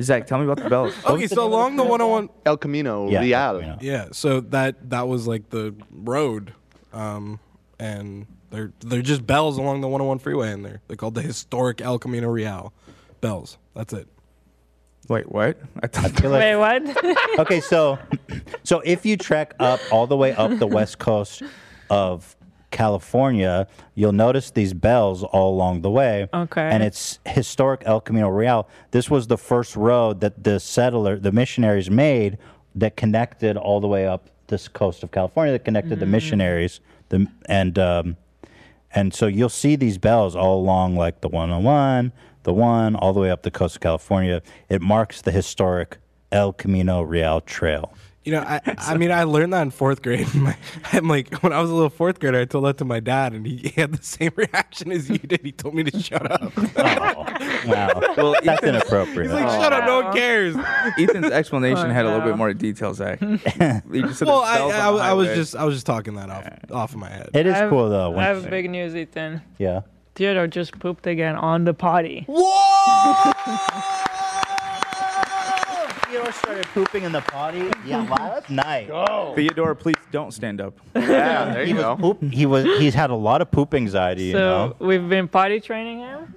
Zach, tell me about the bells. *laughs* Okay, so along the 101. El Camino Yeah, El Real. Yeah, so that that was like the road, um, and they're they're just bells along the 101 freeway, and they're they're called the historic El Camino Real bells. That's it. Wait, what? I feel like- Wait, what? *laughs* okay, so so if you trek up all the way up the west coast of California, you'll notice these bells all along the way. Okay. And it's historic El Camino Real. This was the first road that the settler, the missionaries made that connected all the way up this coast of California that connected Mm. the missionaries. The and um, and so you'll see these bells all along, like the 101, the one, all the way up the coast of California. It marks the historic El Camino Real Trail. You know, I, I mean, I learned that in fourth grade. *laughs* My, I'm like, when I was a little fourth grader, I told that to my dad, and he had the same *laughs* reaction as you did. He told me to shut *laughs* up. Oh, Wow, *laughs* Well, that's Ethan- inappropriate. he's like, "Shut up, no one cares." *laughs* Ethan's explanation Oh, had a little no. bit more detail, *laughs* Zach. well, well, I, I, I was just, I was just talking that off, off of my head. It is I have- cool though. I when- have big news, Ethan. yeah. Theodore just pooped again on the potty. Whoa! Theodore started pooping in the potty. Yeah, last night. Theodore, please don't stand up. *laughs* Yeah, there you he go. Was poop, he was. He's had a lot of poop anxiety. you know? So we've been potty training him,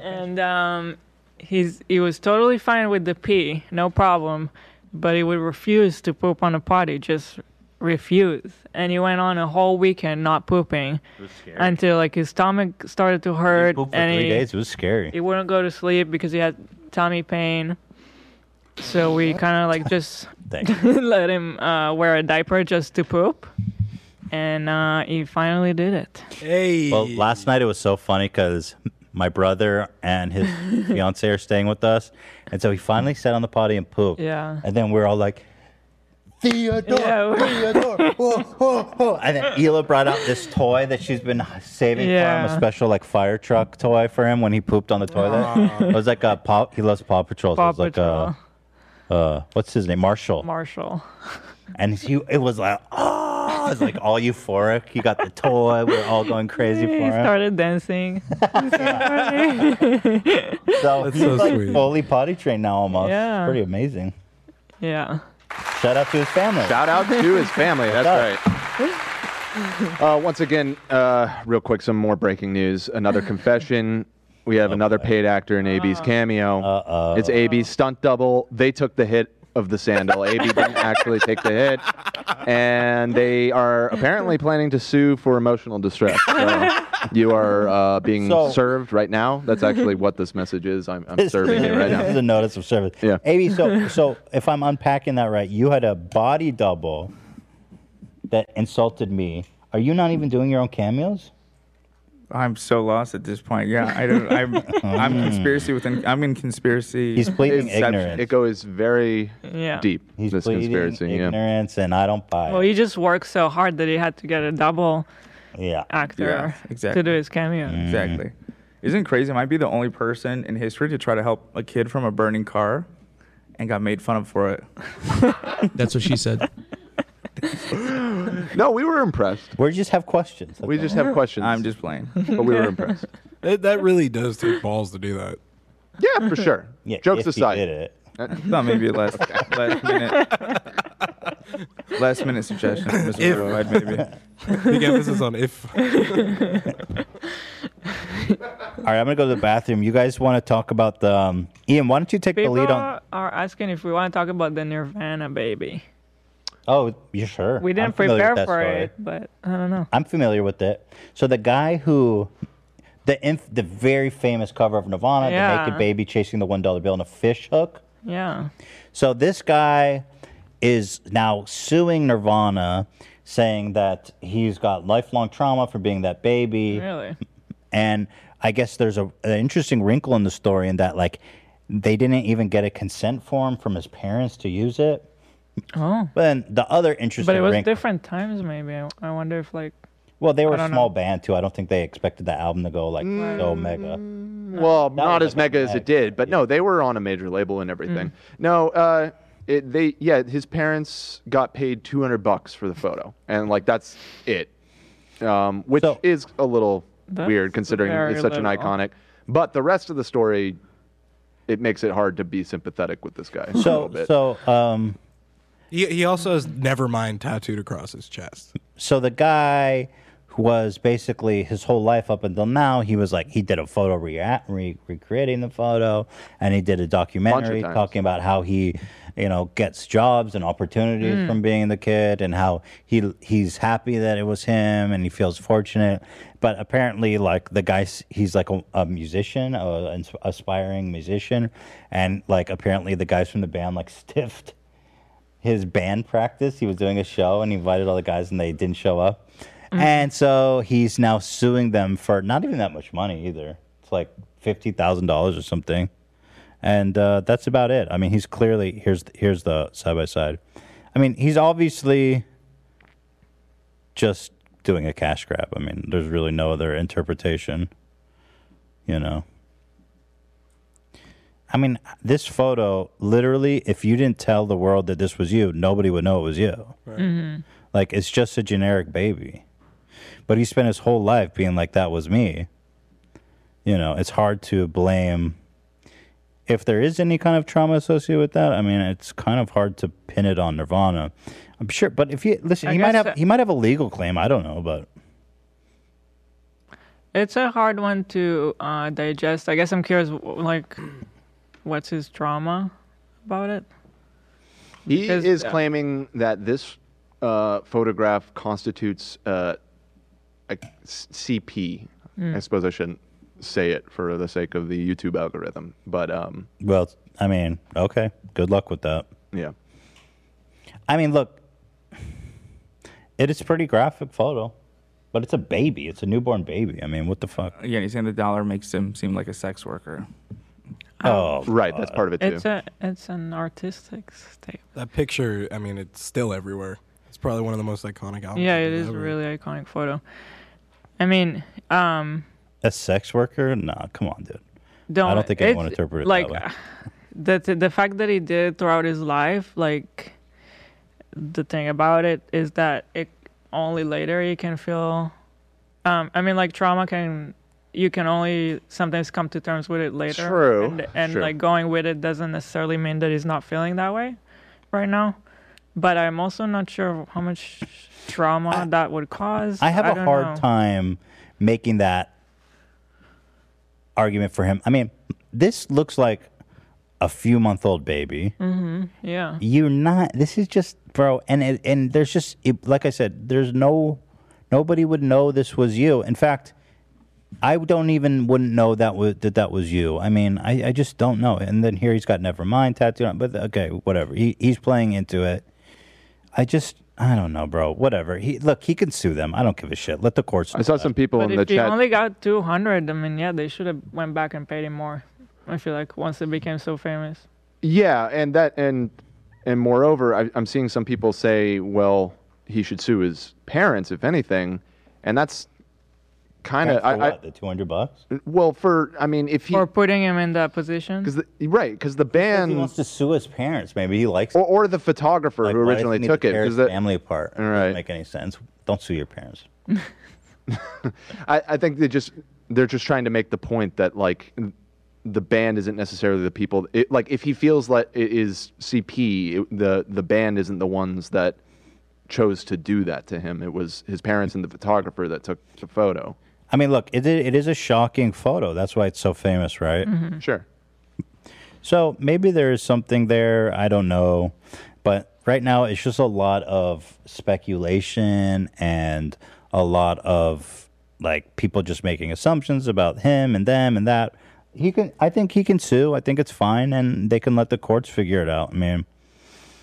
and um, he's he was totally fine with the pee, no problem, but he would refuse to poop on the potty, just refuse. And he went on a whole weekend not pooping It was scary. until like his stomach started to hurt. pooped for and three he, days. It was scary. He wouldn't go to sleep because he had tummy pain. So we kind of like *laughs* just Thanks. *laughs* let him uh, wear a diaper just to poop, and uh, he finally did it. Hey. Well, last night it was so funny because my brother and *laughs* his fiance are staying with us, and so he finally sat on the potty and pooped. Yeah. And then we're all like, Theodore, Theodore, oh, oh, oh. and then Hila brought out this toy that she's been saving for him, Yeah. a special like fire truck toy for him when he pooped on the toilet. Aw. It was like a paw, he loves Paw Patrol. so it was Paw like a, uh, what's his name? Marshall. Marshall. And he, it was like, oh, it was like all euphoric. He got the toy. We were all going crazy for he him. started *laughs* dancing. *laughs* yeah. So That's he's so like sweet. fully potty trained now almost. Yeah. It's pretty amazing. Shout out to his family. Shout out to his family. That's right. *laughs* Uh, once again, uh, real quick, some more breaking news. Another confession. We have another paid actor in AB's cameo. Uh-oh. It's AB's stunt double. They took the hit of the sandal. AB *laughs* didn't actually take the hit, and they are apparently planning to sue for emotional distress. *laughs* So you are uh, being So- served right now. That's actually what this message is. I'm, I'm This- serving it right *laughs* this is now. a notice of service. Yeah. *laughs* Amy, so so if I'm unpacking that right, you had a body double that insulted me. Are you not even doing your own cameos? I'm so lost at this point. Yeah, I don't. *laughs* *laughs* I'm, Oh, I'm Mm. conspiracy within. I'm in conspiracy. He's pleading inception. ignorance. It goes very Yeah. deep. He's this pleading conspiracy. yeah. ignorance, and I don't buy. it. Well, he just worked so hard that he had to get a double Yeah. Mm. actor Yeah, exactly. to do his cameo. Exactly. Isn't it crazy? I might be the only person in history to try to help a kid from a burning car, and got made fun of for *laughs* it. That's what she *laughs* said. No, we were impressed. We just have questions. We just have questions. I'm just playing. But *laughs* we were impressed. That, that really does take balls to do that. Yeah, for sure. *laughs* Yeah, Jokes if he aside. did it. Uh, Thought maybe last *laughs* last *laughs* minute last minute *laughs* suggestion, from Mr. If- Worldwide, maybe. *laughs* Big emphasis on if. All right, I'm gonna go to the bathroom. You guys want to talk about the um, Ian? Why don't you take People the lead on? are asking if we want to talk about the Nirvana baby. Oh, you sure? We I'm didn't familiar prepare with that for story. it, but I don't know. I'm familiar with it. So the guy who, the inf- the very famous cover of Nirvana, Yeah. the naked baby chasing the one dollar bill and a fish hook. Yeah. So this guy is now suing Nirvana, saying that he's got lifelong trauma for being that baby. Really? And I guess there's a, an interesting wrinkle in the story in that like they didn't even get a consent form from his parents to use it. Oh. But then the other interesting But it was wrinkle. different times, maybe. I, I wonder if, like, Well, they I were a don't small know. Mm. band too. I don't think they expected the album to go like so mega. Mm. Well, not as mega as it did, but no, they were on a major label and everything. Mm. No, uh, it, they yeah, his parents got paid 200 bucks for the photo, and like that's it, um, which is a little That's weird considering very it's such an little. iconic. But the rest of the story, it makes it hard to be sympathetic with this guy. a little So bit. so um He, he also has Nevermind tattooed across his chest. so the guy who was basically his whole life up until now he was like he did a photo rea- re- recreating the photo and he did a documentary times. talking about how he you know gets jobs and opportunities Mm. from being the kid and how he he's happy that it was him and he feels fortunate but apparently like the guy s- he's like a, a musician a an aspiring musician and like apparently the guys from the band like *laughs* stiffed his band practice. He was doing a show and he invited all the guys and they didn't show up. And so he's now suing them for not even that much money either. It's like fifty thousand dollars or something, and uh, that's about it. I mean, he's clearly here's here's the side by side. I mean, he's obviously just doing a cash grab. I mean, there's really no other interpretation. You know. I mean, this photo literally, if you didn't tell the world that this was you, nobody would know it was you. Mm-hmm. Mhm. Like, it's just a generic baby. But he spent his whole life being like, that was me. You know, it's hard to blame. If there is any kind of trauma associated with that, I mean, it's kind of hard to pin it on Nirvana. I'm sure, but if you listen, I he might guess have that- he might have a legal claim. I don't know, but It's a hard one to uh, digest. I guess I'm curious, w- like, what's his trauma about it? He Because, is uh, claiming that this uh, photograph constitutes uh, a s- CP. Mm. I suppose I shouldn't say it for the sake of the YouTube algorithm, but um, well, I mean, okay, good luck with that. yeah. I mean, look, it is a pretty graphic photo, but it's a baby. It's a newborn baby. I mean, what the fuck? Yeah, he's saying the dollar makes him seem like a sex worker. Oh, right. That's part It's a it's an artistic statement. That picture, I mean, it's still everywhere. It's probably one of the most iconic albums. Yeah, it is a ever. really iconic photo. I mean, um, A sex worker? Nah, come on, dude. don't. I don't think anyone it's interpreted it like that way. *laughs* the th- the fact that he did throughout his life. Like the thing about it is that it only later you can feel. Um, I mean, like trauma can you can only sometimes come to terms with it later. True, And, and sure. like going with it doesn't necessarily mean that he's not feeling that way right now. But I'm also not sure how much trauma that would cause. I have a a hard time making that argument for him. I mean, this looks like a few month old baby. Mm-hmm. Yeah. You're not. This is just, bro. And it, and there's just it, like I said, there's no nobody would know this was you. In fact, I don't even wouldn't know that was, that that was you. I mean, I, I just don't know. And then here he's got Nevermind tattooed on. But okay, whatever. He he's playing into it. I just I don't know, bro. Whatever. He look, he can sue them. I don't give a shit. Let the courts. I saw some people But if he only got 200, I mean, yeah, they should have went back and paid him more. I feel like once it became so famous. Yeah, and that and and moreover, I, I'm seeing some people say, well, he should sue his parents if anything, and that's kind of For I, what, the 200 bucks. I, well for I mean if he Or putting him in that position. Cause the, right because the band wants to sue his parents. Maybe he likes or, or the photographer who Why does he originally need took to it tear because his family apart. Right. Doesn't make any sense. Don't sue your parents. I, I think they just they're just trying to make the point that like the band isn't necessarily the people. It, like if he feels like it is CP, it, the the band isn't the ones that chose to do that to him. It was his parents and the photographer that took the photo. I mean, look, it, it is a shocking photo. That's why it's so famous, right? Sure. So maybe there is something there. I don't know. But right now, it's just a lot of speculation and a lot of like people just making assumptions about him and them and that. He can, I think he can sue. I think it's fine and they can let the courts figure it out. I mean,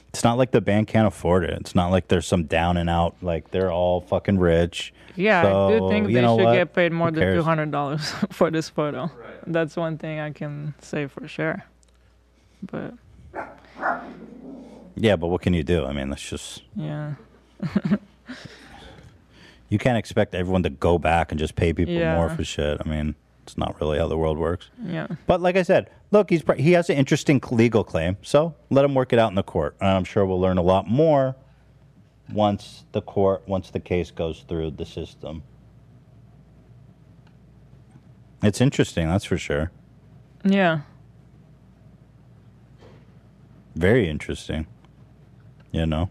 it's not like the band can't afford it. It's not like there's some down and out, like they're all fucking rich. Yeah, I So, do think you they know should what? get paid more Who than cares? two hundred dollars *laughs* for this photo. That's one thing I can say for sure. But Yeah, but what can you do? I mean, that's just yeah, you can't expect everyone to go back and just pay people Yeah. more for shit. I mean, it's not really how the world works. yeah. But like I said, look, he's pr- he has an interesting c- legal claim, so let him work it out in the court. And I'm sure we'll learn a lot more once the court, once the case goes through the system. It's interesting, that's for sure. Yeah. Very interesting. You know,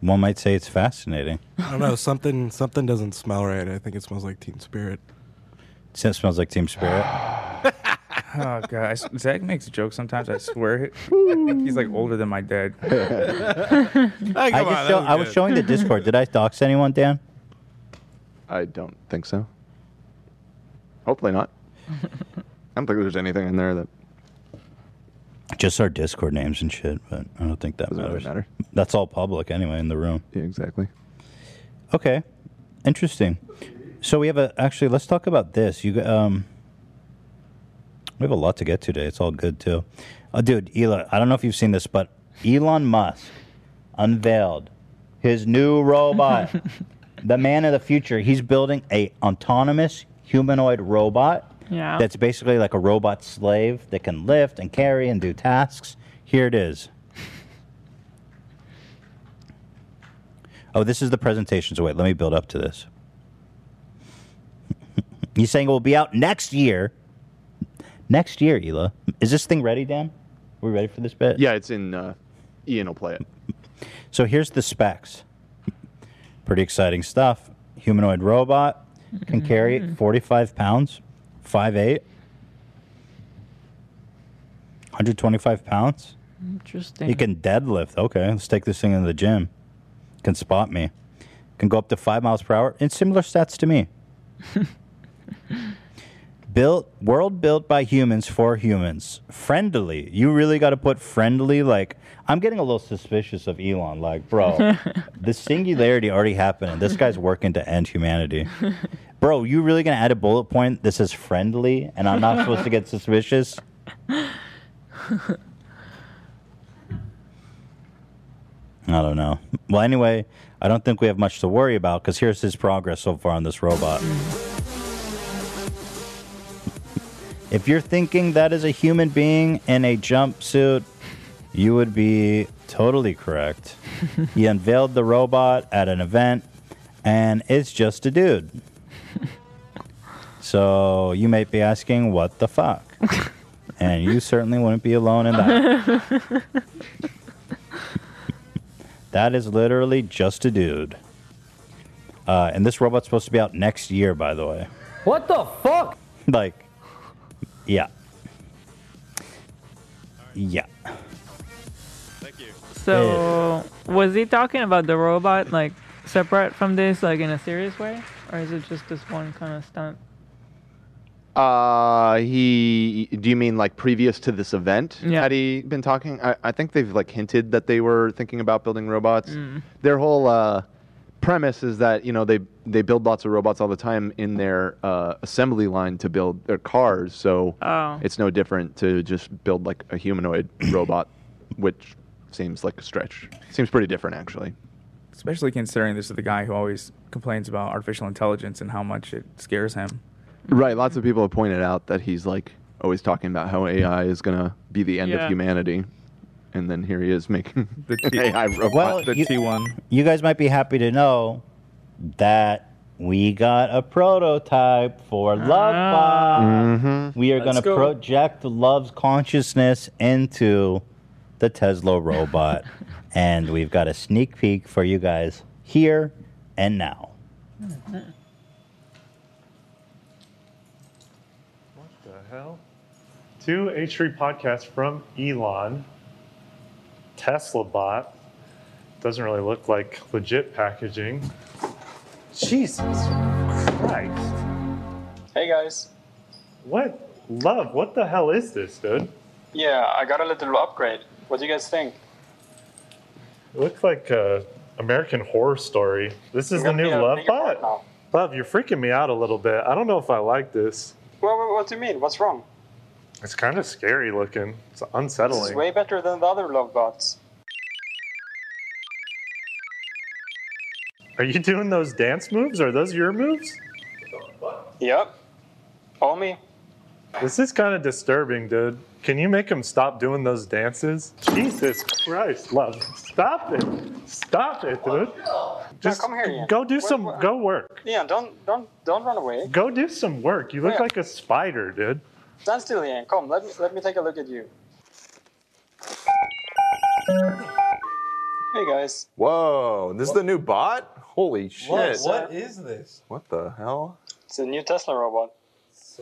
one might say it's fascinating. I don't know. Something something doesn't smell right. I think it smells like Teen Spirit. It smells like Team Spirit. Oh god, I s- Zach makes jokes sometimes. I swear, I think he's like older than my dad. I, just show, I was showing the Discord. Did I dox anyone, Dan? I don't think so. Hopefully not. I don't think there's anything in there that Just our Discord names and shit, but I don't think that matters. That's all public anyway in the room. Yeah, exactly. Okay, interesting. So we have a actually. Let's talk about this. You g- um, we have a lot to get to today. It's all good too. Oh, dude, Elon. I don't know if you've seen this, but Elon Musk unveiled his new robot, the man of the future. He's building a autonomous humanoid robot Yeah. that's basically like a robot slave that can lift and carry and do tasks. Here it is. Oh, this is the presentation. So wait, let me build up to this. *laughs* He's saying it will be out next year. Next year, Ela. Is this thing ready, Dan? we ready for this bit? Yeah, it's in. Uh, Ian will play it. *laughs* So here's the specs. Pretty exciting stuff. Humanoid robot can carry 45 pounds, 5'8, 125 pounds. Interesting. You can deadlift. Okay, let's take this thing into the gym. Can spot me. Can go up to five miles per hour. And similar stats to me. built world built by humans for humans. Friendly. You really got to put friendly. Like I'm getting a little suspicious of Elon. Like, bro, the singularity already happened, and this guy's working to end humanity. Bro, you really gonna add a bullet point that says friendly, and I'm not supposed to get suspicious? I don't know. Well, anyway, I don't think we have much to worry about because here's his progress so far on this robot. If you're thinking that is a human being in a jumpsuit, you would be totally correct. he unveiled the robot at an event, and it's just a dude. So you might be asking, what the fuck? and you certainly wouldn't be alone in that. That is literally just a dude. Uh, and this robot's supposed to be out next year, by the way. What the fuck? Like, yeah. Yeah. So, was he talking about the robot like separate from this, like in a serious way, or is it just this one kind of stunt? Uh, he. Do you mean like previous to this event? Yeah. Had he been talking? I, I think they've like hinted that they were thinking about building robots. Mm. Their whole uh, premise is that you know they they build lots of robots all the time in their uh, assembly line to build their cars. So Oh. it's no different to just build like a humanoid *coughs* robot, which seems like a stretch. Seems pretty different actually. Especially considering this is the guy who always complains about artificial intelligence and how much it scares him. Right. Lots of people have pointed out that he's like always talking about how AI is gonna be the end Yeah. of humanity, and then here he is making *laughs* the T- AI robot. Well, The you- T1. You guys might be happy to know that we got a prototype for LoveBot. We are going Ah. Let's to go. project Love's consciousness into the Tesla *laughs* robot. and we've got a sneak peek for you guys here and now. What the hell? Two H3 podcasts from Elon. Tesla bot. Doesn't really look like legit packaging. Jesus Christ. Hey guys. What? Love, what the hell is this, dude? Yeah, I got a little upgrade. What do you guys think? It looks like uh, American Horror Story. This is the new Love bot. Love, you're freaking me out a little bit. I don't know if I like this. Well, what, what do you mean? What's wrong? It's kind of scary looking. It's This is unsettling. way better than the other love bots. Are you doing those dance moves? Are those your moves? Yep. All me. This is kind of disturbing, dude. Can you make him stop doing those dances? Jesus Christ, love. Stop it. Stop it, dude. Just come here, Ian. go do Wait, some wait. go work. Ian, don't don't don't run away. Go do some work. You look Yeah. like a spider, dude. Stand still, Ian. Come, let me let me take a look at you. Hey guys. Whoa, this is the new bot? Holy shit. what is this? What the hell? It's a new Tesla robot.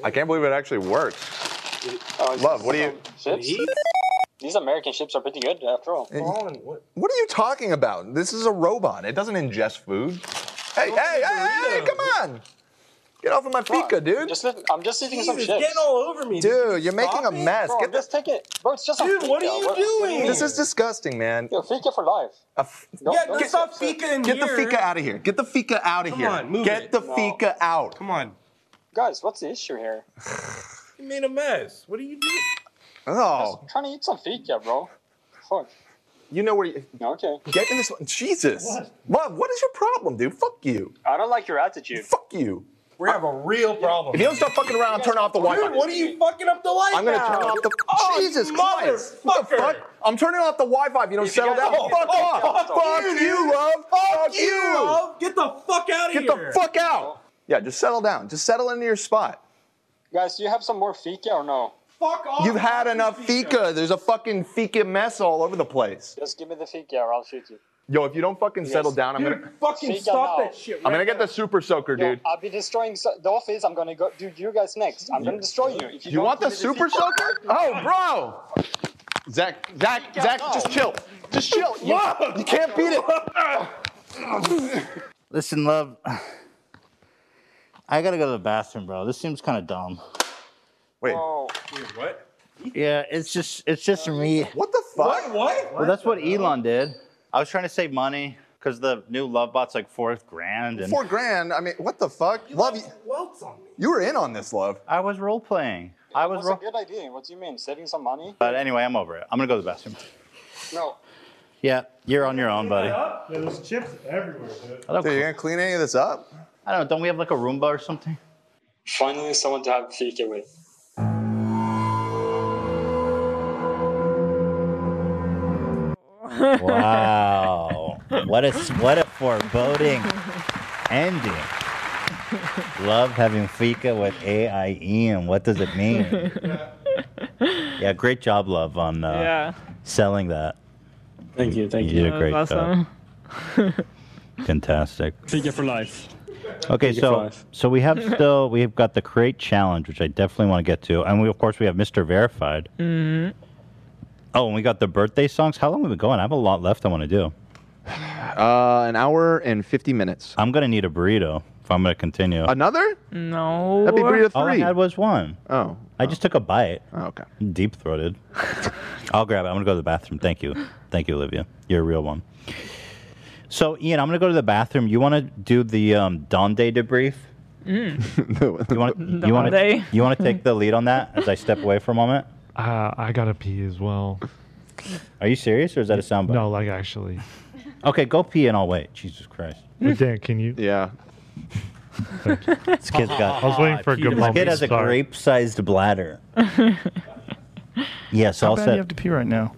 I can't believe it actually works. Oh, it's Love, what do you- some Ships? These American ships are pretty good after all. what? are you talking about? This is a robot. It doesn't ingest food. Hey, hey, hey, hey, come on. Get off of my fika, dude. Just listen, I'm just eating some Jesus, shit. getting all over me, dude. Dude, you're making Stop a it. mess. Bro, Get just take it. Bro, it's just a Dude, fika. what are you do you doing? mean? This This is disgusting, man. Yo, fika for life. A f- Don't- Yeah, don't get- stop fika in Get here. the fika out of here. Get the fika out of Come here. on, move Get it. the No. fika out. Come on. Guys, what's the issue here? You made a mess. What are you doing? Just Oh, trying to eat some fika, bro. Fuck. you know where you Okay. get in this. one. Jesus, What? love. What is your problem, dude? Fuck you. I don't like your attitude. Fuck you. We have a real problem. If you don't stop fucking around, I'll turn off the Wi-Fi. Dude, what are you fucking up the light I'm gonna now? turn off the. Oh, Jesus you Christ! What the motherfucker. fuck? I'm turning off the Wi-Fi. If you don't If you settle guys- down, Oh, fuck oh, off! fuck Fuck you, you, dude. love. Fuck you, you. love. Get the fuck out of Get here. the fuck out. Yeah, just settle down. Just settle into your spot. Guys, do you have some more fika or no? Fuck off. You've had enough fika. There's a fucking fika mess all over the place. Just give me the fika or I'll shoot you. Yo, if you don't fucking settle down, I'm gonna. Fucking Fika stop now. that shit. I'm gonna get the super soaker, Yo, dude. I'll be destroying so- the office. I'm gonna go do you guys next. I'm gonna destroy you. If you You don't want the give me super fika. soaker? Oh, bro. Zach, Zach, Fika, Zach, no. just chill. Just chill. You, you can't beat it. Listen, love. *sighs* I gotta go to the bathroom, bro. This seems kind of dumb. Wait. Oh, what? Yeah, it's just it's just me. Uh, What the What? What? Well, that's what Elon did. I was trying to save money because the new love bot's like four grand, *laughs* and Four grand. I mean, what the fuck? Love you. Welts on me. You were in on this, love. I was role playing. I was What's a role. good idea? What do you mean? Saving some money? But anyway, I'm over it. I'm gonna go to the bathroom. No. Yeah, you're on your own, buddy. I Yeah, there's chips everywhere, dude. don't, Dude, you gonna clean any of this up? I don't know. Don't we have like a Roomba or something? Finally, someone to have fika with. *laughs* Wow. what a what a foreboding ending. Love having Fika with AIEM. What does it mean? yeah, great job, Love, on uh, Yeah. selling that. Thank you. Thank You did a That great was awesome. job. *laughs* Fantastic. Fika for life. Okay, Fika for so life. so *laughs* we have still we've got the create challenge, which I definitely want to get to, and we of course we have Mr. Verified. Mhm. Oh, and we got the birthday songs. How long have we been going? I have a lot left I want to do. Uh, an hour and 50 minutes. I'm gonna need a burrito if I'm gonna continue. Another? No. That'd be burrito All I three. had was one. Oh. I just took a bite. okay. Deep throated. I'll grab it. I'm gonna go to the bathroom. Thank you. Thank you, Olivia. You're a real one. So, Ian, I'm gonna go to the bathroom. You want to do the um, Donde debrief? Mm. *laughs* You want you want to Donde? you want to take the lead on *laughs* that as I step away for a moment? Uh, I gotta pee as well. Are you serious or is that a soundbite? No, like actually. Okay, go pee and I'll wait. Jesus Christ. But Dan, can you? Yeah. This kid's *laughs* got. I was waiting for a good This moment. kid to has a start. grape-sized *laughs* bladder. Yes, How I'll bad do you have set. to pee *laughs* right now?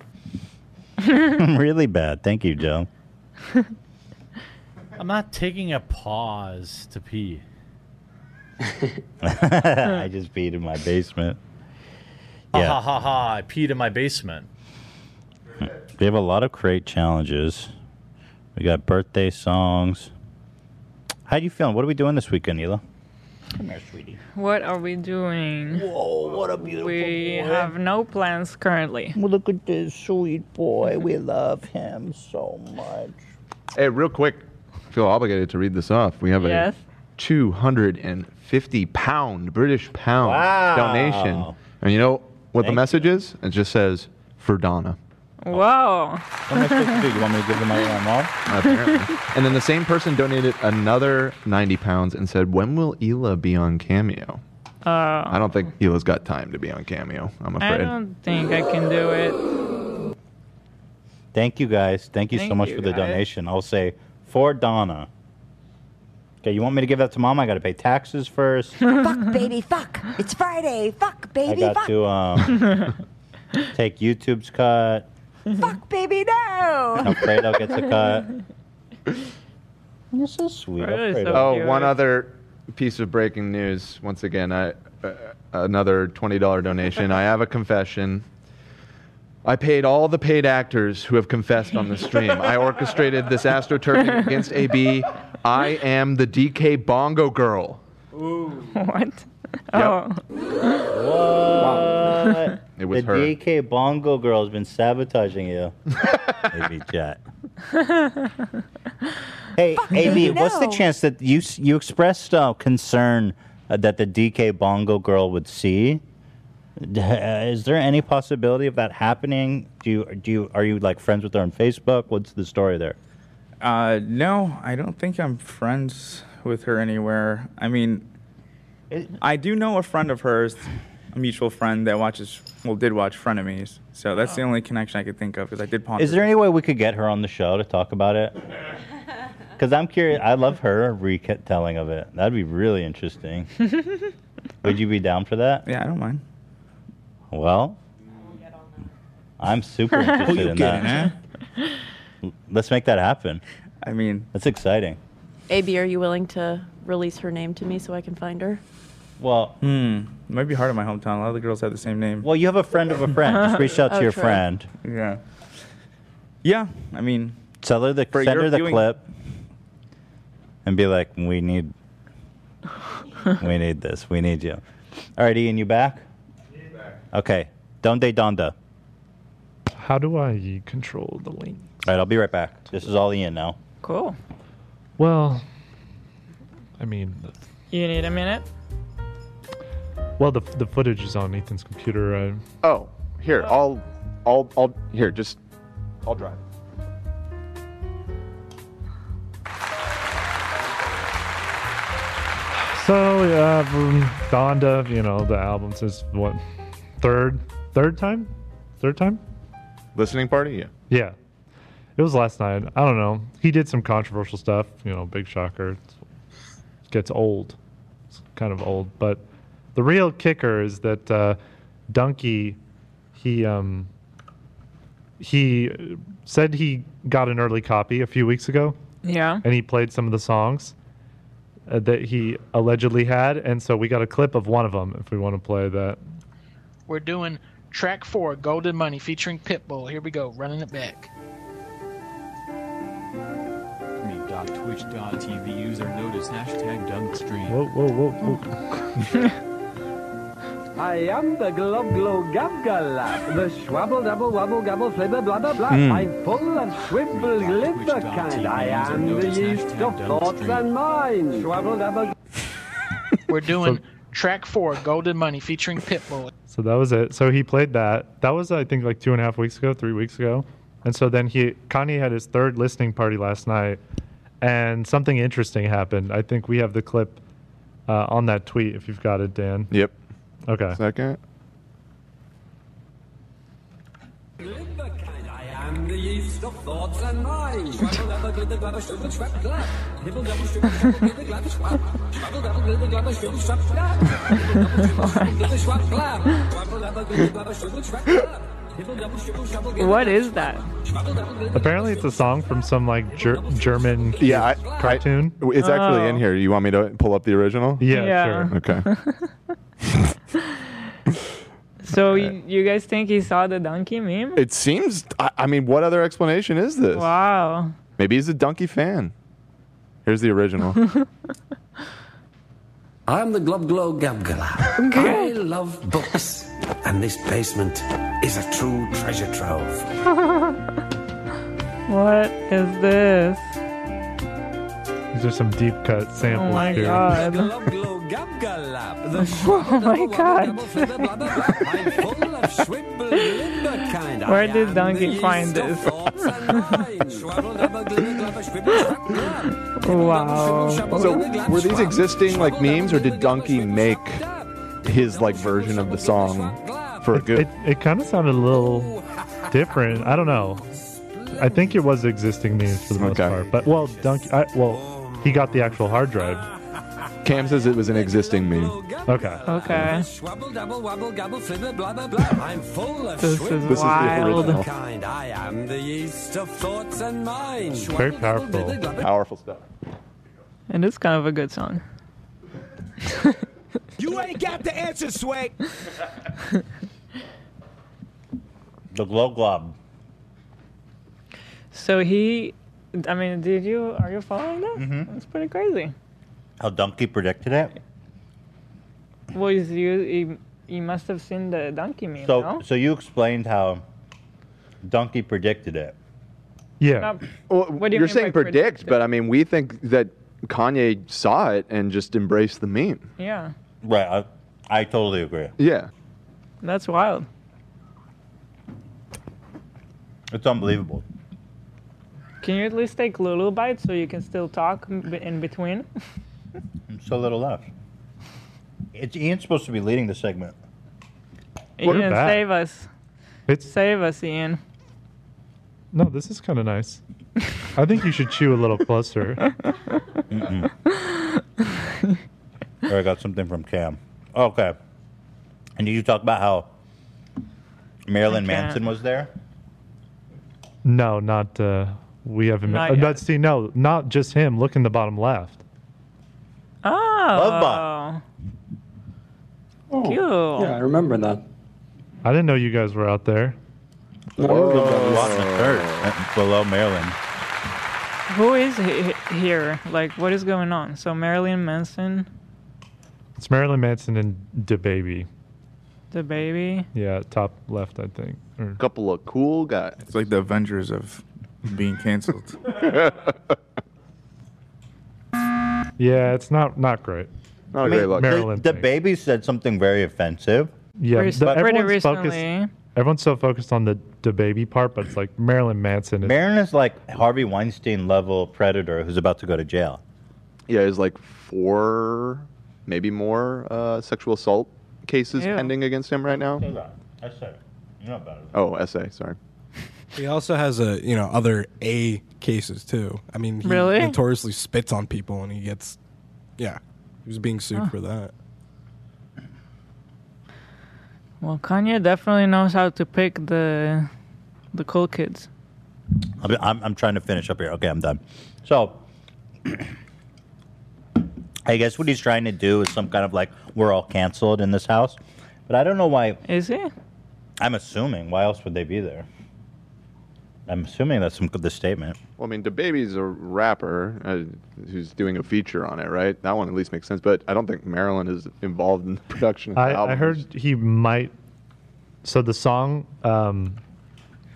really bad. Thank you, Joe. *laughs* I'm not taking a pause to pee. I just peed in my basement. Ha Yeah. ha ha ha! I peed in my basement. We have a lot of crate challenges. We got birthday songs. How you feeling? What are we doing this weekend, Hila? Come here, sweetie. What are we doing? Whoa, what a beautiful We boy. have no plans currently. Well, look at this sweet boy. We love him so much. Hey, real quick. I feel obligated to read this off. We have Yes. a 250 pound British pound Wow. donation. And you know what the Thank message is? It just says, for Donna. *laughs* Whoa. What am I supposed to do? You want me to give him my mom? *laughs* apparently. and then the same person donated another 90 pounds and said, When will Hila be on Cameo? Uh, I don't think Hila's got time to be on Cameo, I'm I afraid. don't *laughs* think I can do it. *laughs* Thank you guys. Thank you so Thank much you, for the guys. donation. I'll say for Donna. Okay, you want me to give that to mom? I got to pay taxes first. fuck, *laughs* baby, fuck. It's Friday. Fuck, I baby, got fuck. *laughs* to *laughs* um, take YouTube's cut. Fuck, baby, no. Mm-hmm. Alfredo gets a cut. You're so sweet. Really Alfredo. so- Oh, Cute. one other piece of breaking news. Once again, I uh, another $20 donation. I have a confession. I paid all the paid actors who have confessed on the stream. I orchestrated *laughs* this AstroTurfing against AB. I am the DK Bongo Girl. What? Oh. Yep. What? It was the her. DK Bongo girl has been *laughs* sabotaging you. AB chat. *laughs* hey, AB, what's the no. chance that you s- you expressed uh, concern uh, that the DK Bongo girl would see. D- uh, Is there any possibility of that happening? Do you do you are you like friends with her on Facebook? What's the story there? Uh, no, I don't think I'm friends with her anywhere. I mean, I do know a friend of hers, a mutual friend that watches, well, did watch Frenemies. So that's the only connection I could think of because I did ponder. Oh. Is there any way we could get her on the show to talk about it? Because I'm curious. I love her retelling of it. That'd be really interesting. Would you be down for that? Yeah, I don't mind. Well, I'm super interested *laughs* Who you in kidding, that. Let's make that happen. I mean, that's exciting. AB, are you willing to release her name to me so I can find her? Well, hmm, it might be hard in my hometown. A lot of the girls have the same name. Well, you have a friend of a friend. *laughs* Just reach out to Oh, your true. friend. Yeah. Yeah, I mean, Sell her the For send your her the viewing- clip, and be like, "We *laughs* need, we need this. We need you." All right, Ian, you back? Okay. Donde donda. How do I control the link? All right, I'll be right back. This is all Ian now. *gasps* Cool. Well, I mean, You need a minute? well, the the footage is on Ethan's computer. Uh, Oh, here, I'll, I'll, I'll, here, just, I'll drive. So, uh, from Donda, you know, the album says what? Third, third time, third time. Listening party, yeah. Yeah, it was last night. I don't know. He did some controversial stuff. You know, big shocker. It's- gets old. It's kind of old, but the real kicker is that uh, Donkey, he um, he uh, said he got an early copy a few weeks ago Yeah. and he played some of the songs uh, that he allegedly had, and so we got a clip of one of them if we want to play that. We're doing track four, Golden Money, featuring Pitbull. Here we go, running it back. twitch.tv user notice hashtag dunkstream. Whoa, whoa, whoa, whoa. *laughs* I am the glob glow gab galap, the schwabble double wabble gabble flibber blabber blah. Hmm. I'm full and swivel liver kind. I am the yeast of thoughts and minds. Schwabble double. We're doing track four, Golden Money, featuring Pitbull. So that was it. So he played that. That was I think like two and a half weeks ago, three weeks ago, and so then he Kanye had his third listening party last night, and something interesting happened. I think we have the clip uh, on that tweet if you've got it, Dan. Yep. Okay. Second. I am the yeast of thoughts and minds. Schwabble double glibber glabber swivel schwab glab. Nibble double swivel swivel glibber glabber schwab. Schwabble double glibber glabber swivel schwab glab. Glibber schwab glab. Schwabble double glibber glabber swivel schwab glab. Nibble double swivel shovel glibber What is that? Apparently it's a song from some like ger- German Yeah, I, cartoon. I- it's actually Uh. in here. You want me to pull up the original? Yeah, Yeah. sure. *laughs* Okay. *laughs* So y- you guys think he saw the donkey *laughs* meme? It seems. I, I mean, what other explanation is this? Wow. Maybe he's a donkey fan. Here's the original. *laughs* I'm the Glob Glow Gab Gabgala. I love books, and this basement is a true treasure trove. *laughs* What is this? These are some deep cut samples. Oh my here. god. *laughs* oh my god. Where did Donkey find this? *laughs* Oh, wow. so, were these existing like memes, or did Donkey make his like version of the song for a good? It, it kind of sounded a little different. I don't know. I think it was existing memes for the most part. But well, Donkey. I, well, he got the actual hard drive. Cam says it was an existing meme. Okay. Okay. Schwabble double wabble gabble flibber blabber blah. I'm full of This is swivel This is the wild. original. kind. I am the yeast of thoughts and minds. Very Schwabble double powerful. glibber glabber Powerful stuff. It is kind of a good song. *laughs* You ain't got the answer, *laughs* Swag. The glow glob. So he, I mean, did you, are you following that? Mm-hmm. That's pretty crazy. How Donkey predicted it. Well, he's, you, he, he must have seen the donkey meme, So no? so you explained how Donkey predicted it. Yeah. Not- Well, What do you you Oh, are mean saying by predict, predict? but I mean we think that Kanye saw it and just embraced the meme. Yeah, Right. I, I totally agree. Yeah. that's wild. It's unbelievable. Can you at least take Lulu bites so you can still talk m- in between? So little left. It's Ian's supposed to be leading the segment. Ian, save us. save us, Ian. No, this is kind of nice. I think you should chew a little closer. Or I got something from Cam. Oh, Okay. And did you talk about how Marilyn I can't. Manson was there? No, not. Uh, we haven't. Not Not yet. but see, no, not just him. Look in the bottom left. Oh. Love bot. Oh. Cute. Oh, Yeah, I remember that. I didn't know you guys were out there. Below Maryland. Who is he- he- here? Like, what is going on? So Marilyn Manson, It's Marilyn Manson and the baby. the baby. Yeah, top left, I think. Or Mm. Couple of cool guys. It's like the Avengers of being *laughs* canceled. yeah, it's not not great. Not a great look. Marilyn The, the baby said something very offensive. Yeah, Pretty- the- pretty everyone's recently. focused. Everyone's so focused on the the baby part, but it's like Marilyn Manson. Is, Marin is like Harvey Weinstein level predator who's about to go to jail. Yeah, there's like four, maybe more uh, sexual assault cases Ew. pending against him right now. I said, you know better. Oh, SA, sorry. He also has a you know other A cases too. I mean, he Really? notoriously spits on people, and he gets yeah, he was being sued Huh. for that. Well, Kanye definitely knows how to pick the the cool kids. I'm, I'm, I'm trying to finish up here. Okay, I'm done. So, *clears throat* I guess what he's trying to do is some kind of like we're all canceled in this house, but I don't know why. Is he? I'm assuming. Why else would they be there? I'm assuming that's some the statement. Well, I mean, the baby's a rapper uh, who's doing a feature on it, right? That one at least makes sense, but I don't think Marilyn is involved in the production of the I, album. I heard he might. So the song um,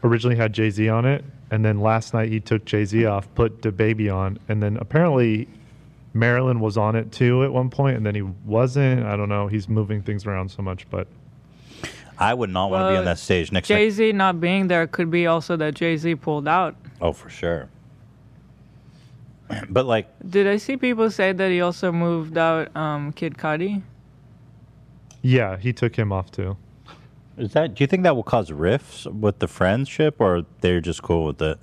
originally had Jay Z on it, and then last night he took Jay Z off, put the baby on, and then apparently Marilyn was on it too at one point, and then he wasn't. I don't know. He's moving things around so much, but I would not want to be on Well, that stage next. Jay Z not being there could be also that Jay Z pulled out. Oh, for sure. *clears throat* But like, Did I see people say that he also moved out um, Kid Cudi? yeah, he took him off too. is that? Do you think that will cause rifts with the friendship, or they're just cool with it?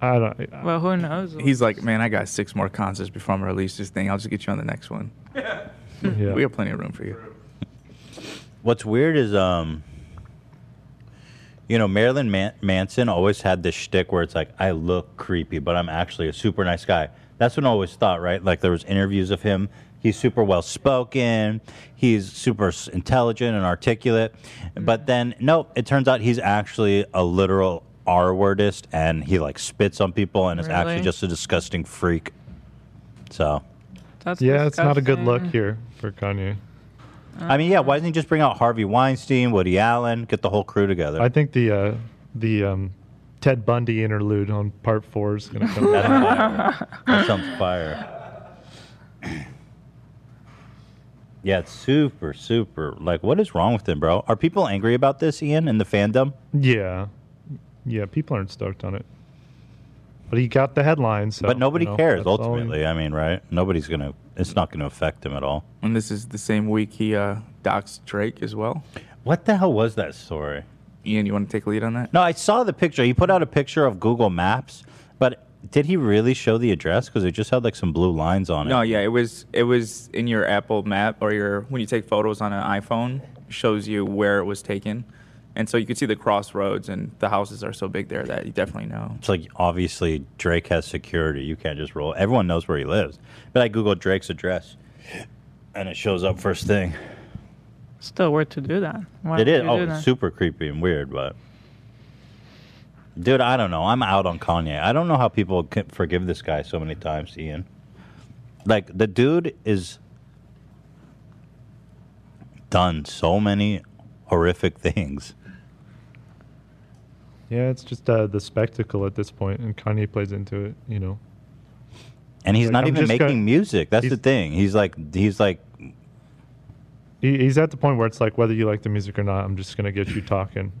I don't. Well, who knows? He's like, man, I got six more concerts before I'm gonna release this thing. I'll just get you on the next *laughs* one. We have plenty of room for you. What's weird is, um, you know, Marilyn Man- Manson always had this shtick where it's like, I look creepy, but I'm actually a super nice guy. That's what I always thought, right? Like there was interviews of him. He's super well spoken. He's super s- intelligent and articulate. But then, nope, it turns out he's actually a literal R wordist, and he like spits on people, and is actually Really? just a disgusting freak. So. That's yeah, it's not a good look disgusting. here for Kanye. I mean, yeah. Why doesn't he just bring out Harvey Weinstein, Woody Allen, get the whole crew together? I think the uh, the um, Ted Bundy interlude on part four is going to *laughs* come. That's out. fire. That sounds fire. Yeah, it's super, super. Like, what is wrong with him, bro? Are people angry about this, Ian, in the fandom? yeah, yeah, people aren't stoked on it, but he got the headlines. So, but nobody you know, cares, that's all he- ultimately. I mean, right? Nobody's going to, it's not going to affect him at all. And this is the same week he uh, doxed Drake as well. What the hell was that story? Ian, you want to take lead on that? No, I saw the picture. He put out a picture of Google Maps, but did he really show the address? Because it just had like some blue lines on it. No, yeah, it was it was in your Apple map or your when you take photos on an iPhone, it shows you where it was taken. And so you could see the crossroads and the houses are so big there that you definitely know. It's like obviously Drake has security. You can't just roll. Everyone knows where he lives. But I googled Drake's address, and it shows up first thing. Still worth to do that. Why it would is you oh do it's that? super creepy and weird, but dude, I don't know. I'm out on Kanye. I don't know how people can forgive this guy so many times, Ian. Like the dude is done so many horrific things. Yeah, it's just uh, the spectacle at this point, and Kanye plays into it. You know, And he's Like, not I'm even just making gonna- music. That's the thing. He's like he's like He, he's at the point where it's like whether you like the music or not, I'm just gonna get you talking.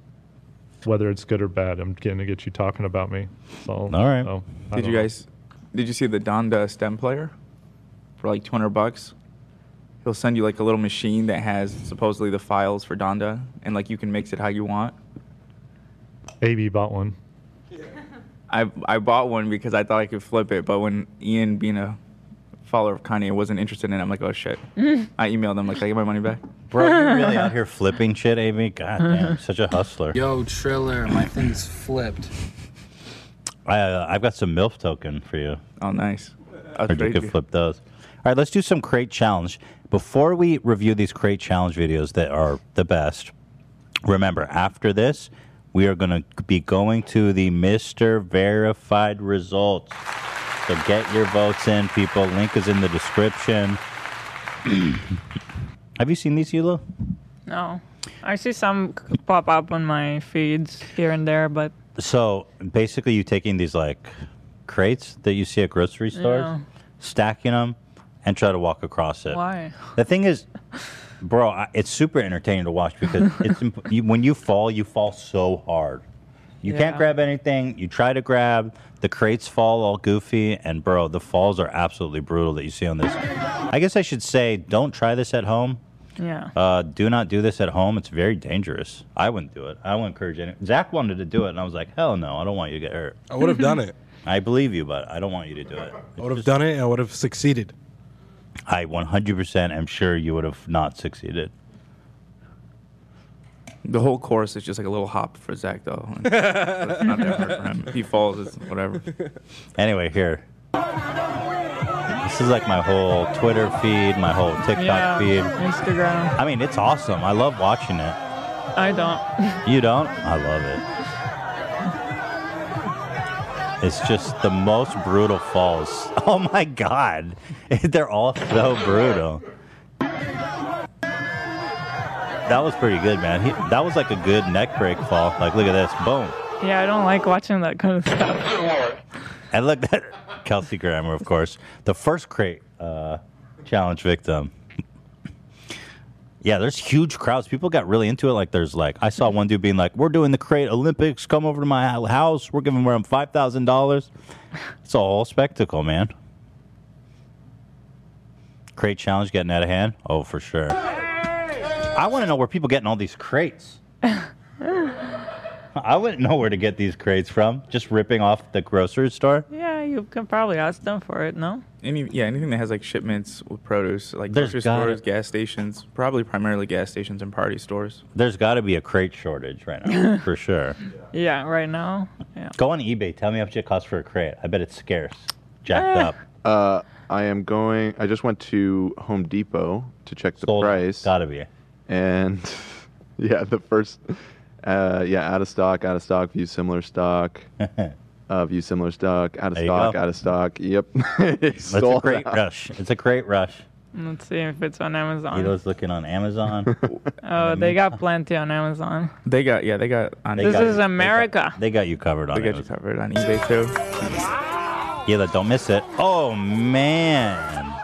Whether it's good or bad, I'm gonna get you talking about me. So all right. So, Oh, I Did don't you know. guys? Did you see the Donda stem player for like 200 bucks? He'll send you like a little machine that has supposedly the files for Donda, and like you can mix it how you want. AB bought one. I I bought one because I thought I could flip it, but when Ian, being a follower of Kanye, wasn't interested in it, I'm like, oh shit. *laughs* I emailed him like, can I get my money back? Bro, you really out here flipping shit, *laughs* Amy? God damn, such a hustler. Yo, Triller, my thing's flipped. I, uh, I've got some MILF token for you. Oh, nice. Or you crazy. could flip those. All right, let's do some crate challenge. Before we review these crate challenge videos that are the best, remember after this, we are going to be going to the Mr. Verified results. So get your votes in, people. Link is in the description. *clears throat* Have you seen these, Yula? No, I see some c- pop up on my feeds here and there, but So basically, you taking these like crates that you see at grocery stores, Yeah. stacking them, and try to walk across it. why? The thing is, bro, I, it's super entertaining to watch *laughs* because it's imp- you, when you fall, you fall so hard. You can't Yeah. grab anything. You try to grab, the crates fall all goofy, and bro, the falls are absolutely brutal that you see on this. I guess I should say, don't try this at home. Yeah. *laughs* Uh, do not do this at home. It's very dangerous. I wouldn't do it. I wouldn't encourage any. Zach wanted to do it, and I was like, hell no, I don't want you to get hurt. I would have done it. *laughs* I believe you, but I don't want you to do it. I would have done it. and I would have succeeded. I 100% am sure you would have not succeeded. The whole course is just like a little hop for Zach though. *laughs* It's not that hard for him. If he falls, it's whatever. Anyway, here. This is like my whole Twitter feed, my whole TikTok yeah. feed. Instagram. I mean, it's awesome. I love watching it. I don't. *laughs* You don't? I love it. It's just the most brutal falls. *laughs* Oh my god. *laughs* They're all so brutal. That was pretty good, man. He, that was like a good neck break fall. Like, look at this. Boom. yeah, I don't like watching that kind of stuff. *laughs* And look at Kelsey Grammer, of course, the first crate uh, challenge victim. yeah, there's huge crowds. People got really into it. Like, there's like, I saw one dude being like, "We're doing the crate Olympics. Come over to my house. We're giving them five thousand dollars." It's a whole spectacle, man. Crate challenge getting out of hand. Oh, for sure. I want to know where people getting all these crates. I wouldn't know where to get these crates from. Just ripping off the grocery store. yeah, you can probably ask them for it. No. Any yeah, anything that has like shipments with produce, like There's grocery gotta- stores, gas stations, probably primarily gas stations and party stores. There's got to be a crate shortage right now, for sure. Yeah, right now. Yeah. Go on eBay. Tell me how much it costs for a crate. I bet it's scarce. Jacked Ah. up. Uh, I am *laughs* going. I just went to Home Depot to check the price. Gotta be. And *laughs* yeah, the first. Uh, yeah, out of stock, out of stock, view similar stock, uh, view similar stock, out of There you stock, go. out of stock. Yep. *laughs* it's It's a crate rush. It's a crate rush. Let's see if it's on Amazon. Elo's looking *laughs* on Amazon. Oh, um, they got plenty on Amazon. They got yeah, they got on They this got- is they got- America. They got you covered on They got you covered on eBay too. Ela, don't miss it. Oh, man.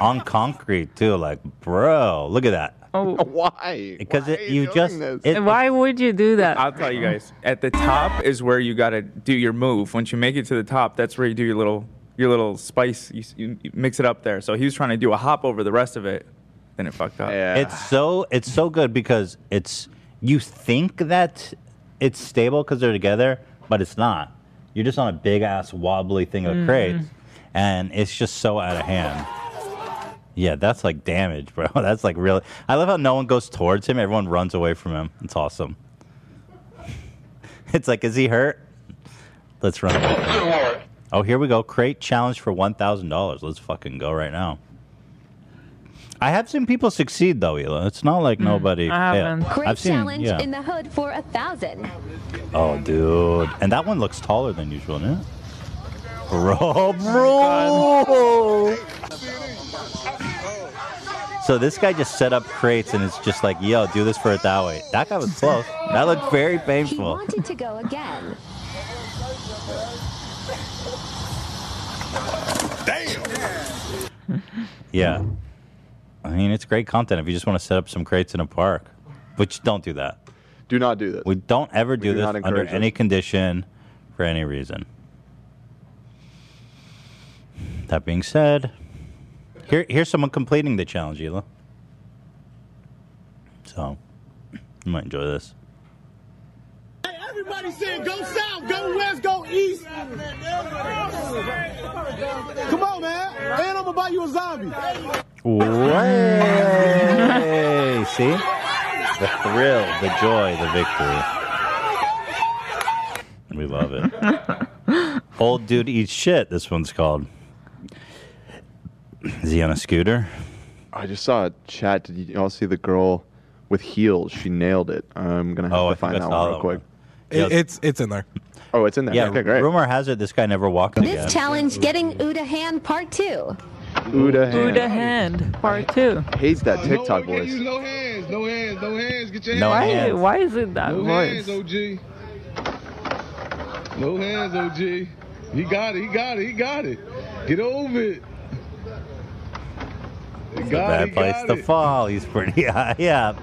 On concrete, too. Like, bro, look at that. *laughs* Oh, why? Because it, you, just. It, Why would you do that? I'll tell you guys. At the top is where you gotta do your move. Once you make it to the top, that's where you do your little your little spice. You, s- you mix it up there. So he was trying to do a hop over the rest of it, then it fucked up. Yeah. It's so it's so good because it's you think that it's stable because they're together, but it's not. You're just on a big ass wobbly thing of Mhm. crates, and it's just so out of hand. Yeah, that's like damage, *laughs* bro. That's like really. I love how no one goes towards him. Everyone runs away from him. It's awesome. *laughs* It's like, is he hurt? Let's run away. From him. Oh, here we go. Crate challenge for one thousand dollars. Let's fucking go right now. I have seen people succeed though, Ela. It's not like nobody. Hmm, I failed. haven't. Great I've seen. challenge yeah. in the hood for a thousand. oh, dude, and that one looks taller than usual, yeah. *laughs* Oh Bro, bro. *laughs* So this guy just set up crates and it's just like, yo, do this for it that way. That guy was close. That looked very He painful. wanted to go again. Yeah. I mean, it's great content if you just want to set up some crates in a park, which don't do that. Do not do this. We don't ever do do this not under encourage any it. condition for any reason. That being said, here here's someone completing the challenge, Hila. So, you might enjoy this. Everybody saying go south, go west, go east. Come on, man. And I'm gonna buy you a zombie. Way! See? The thrill, the joy, the victory. We love it. Old Dude Eats Shit, this one's called. Is he on a scooter? I just saw a chat. Did you all see the girl with heels? She nailed it. I'm gonna have Oh, I to think find I that saw one real that quick. Yeah. it's it's in there. Oh, it's in there. Yeah, Okay, great. rumor has it this guy never walked This again. challenge, getting Uda hand part two. Uda hand. Uda hand, part two. Hates that TikTok voice. No hands, no hands, no hands. Get your No why, hands. why is it that No voice? hands, OG. No hands, OG. He got it. He got it. He got it. Get over it. It's a Got bad it, place got to it. fall. He's pretty *laughs* high up.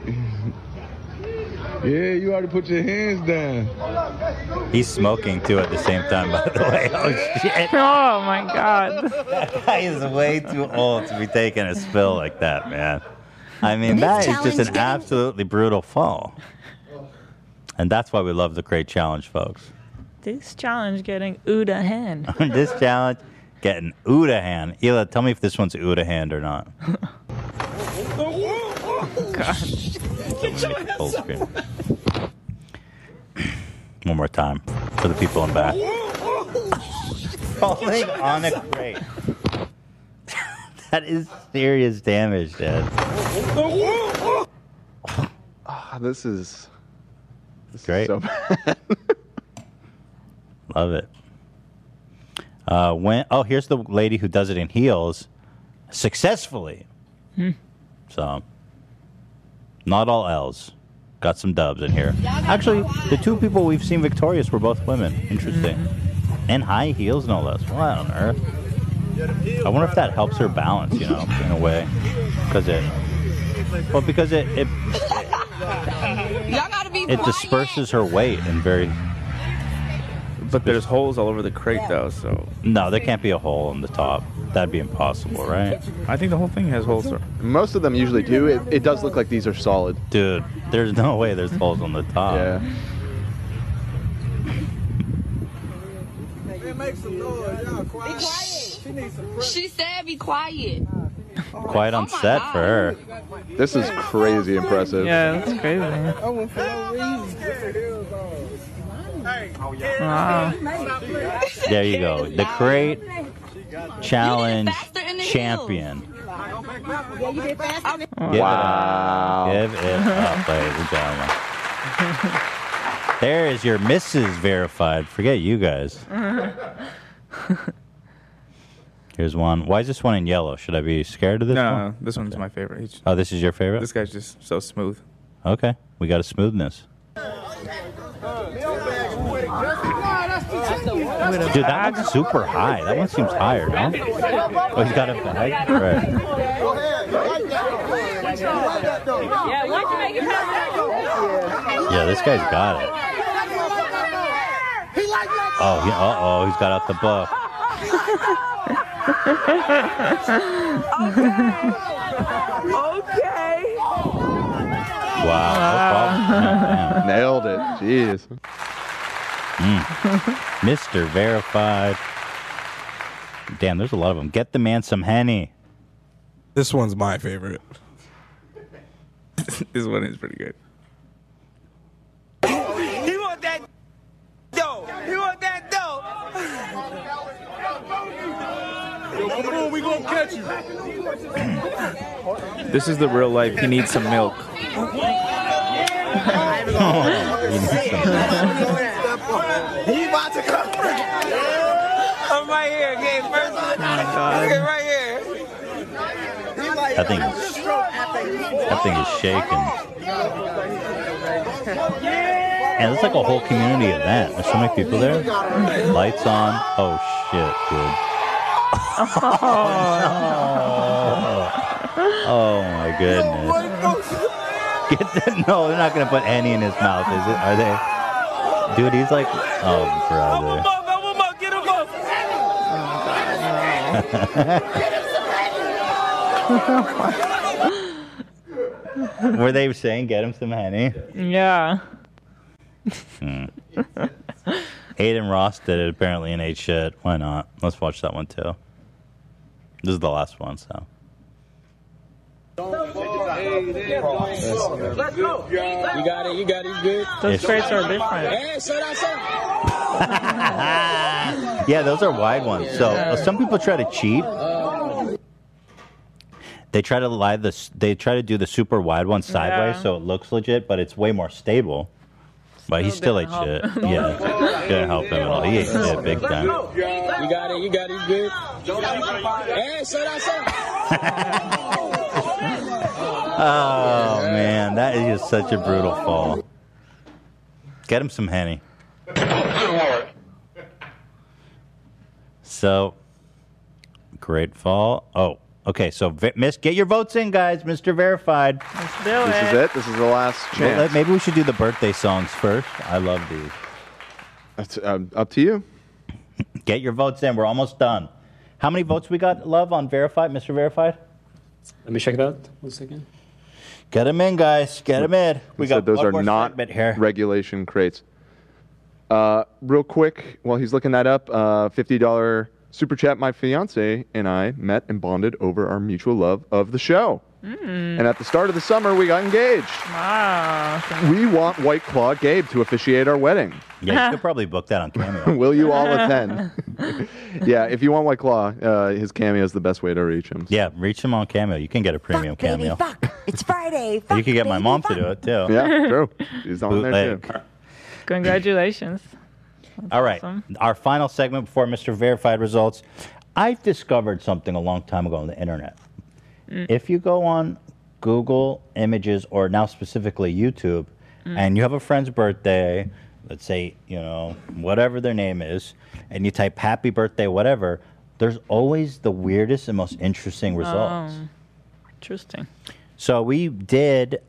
Yeah, you already put your hands down. He's smoking too at the same time, by the way. *laughs* Oh, shit. Oh my god. *laughs* *laughs* that guy is way too old to be taking a spill like that, man. I mean, This that is challenge just an didn't- absolutely brutal fall. And that's why we love the crate challenge, folks. *laughs* This challenge getting Uda hand. this challenge, getting Uda hand. Hila, tell me if this one's Uda hand or not. God. Full screen. *clears throat* One more time for the people in back. Falling on a crate. That is serious damage, Dad. Ah, this is Great. so *laughs* bad. Love it. Uh, when oh, here's the lady who does it in heels, successfully. Hmm. So, not all L's. Got some dubs in here. Actually, the two people we've seen victorious were both women. Interesting. And high heels, no less. What on earth? I wonder if that helps her balance, you know, in a way, because it. Well, because it it, Y'all gotta be it disperses her weight in very. But there's holes all over the crate, though, so. No, there can't be a hole in the top. That'd be impossible, right? I think the whole thing has holes. Most of them usually do. It, it does look like these are solid. Dude, there's no way there's holes on the top. Yeah. make some noise. Y'all quiet. Be quiet. She needs some She said be quiet. Oh Quite on set for her. This is crazy impressive. Yeah, that's crazy. I went for no reason. Wow. There you go. The crate challenge champion. Give it up. Give it up, ladies and gentlemen. There is your Mrs. Verified. Forget you guys. Here's one. Why is this one in yellow? Should I be scared of this No, one? no, no, this one's my favorite. He's- Oh, this is your favorite? This guy's just so smooth. *laughs* Okay. We got a smoothness. Dude, that one's super high. That one seems higher, no? Oh, he's got a bag? Right. Yeah, why you make it Yeah, this guy's got it. Oh, he, uh-oh, he's got out the book. Okay. Wow, Ah. *laughs* Nailed it. Jeez. Mr. Mm. Verified. Damn, there's a lot of them. Get the man some henny. This one's my favorite. this one is pretty good. He want that dough. He want that dough. Yo, come on, we gonna catch you. This is the real life. He needs *laughs* some milk. He about to come. I'm right here, okay, first one. God. Okay, right here. That thing is- That thing is shaking. And it's like a whole community event. There's so many people there. Lights on. Oh, shit, dude. Oh my goodness. *laughs* Get the, no, they're not gonna put any in his mouth, is it? Are they? Dude, he's like, oh brother. *laughs* Were they saying get him some honey? yeah. Hmm. Aiden Ross did it apparently in ate shit. Why not? Let's watch that one too. This is the last one, so. Let's go. You got it. You got it. You good? Those faces are different. Hey, say that, say *laughs* Yeah, those are wide ones. So uh, some people try to cheat. They try to lie this. They try to do the super wide one sideways, Yeah. so it looks legit, but it's way more stable. But he still ate shit. Yeah, didn't help him at all. He ate shit big time. *laughs* You got it. You got it. You good? Hey, say that, say Oh man, that is just such a brutal fall. Get him some henny. So, great fall. Oh, okay. So, v- miss, get your votes in, guys. Mister Verified. do This is it. This is the last Well, let- chance. maybe we should do the birthday songs first. I love these. That's um, up to you. *laughs* Get your votes in. We're almost done. How many votes we got, Love, on Verified, Mr. Verified? Let me check that. One second. Get them in, guys. Get them in. We He said got those one are more not segment here. regulation crates. Uh, real quick, while he's looking that up, uh, fifty dollar super chat. My fiance and I met and bonded over our mutual love of the show. Mm. And at the start of the summer, we got engaged. We want White Claw Gabe to officiate our wedding. Yeah, you could probably book that on Cameo. *laughs* Will you all attend? yeah, if you want White Claw, uh, his cameo is the best way to reach him. Yeah, reach him on Cameo. You can get a premium Cameo. It's Friday. You could get my mom to do it too. Yeah, true. He's on there Bootleg. too. Congratulations. All right. Our final segment before Mr. Verified results. I've discovered something a long time ago on the internet. Mm. If you go on Google Images or now specifically YouTube Mm. and you have a friend's birthday, let's say, you know, whatever their name is, and you type happy birthday, whatever, there's always the weirdest and most interesting results. Um, *laughs* interesting. *laughs* So we did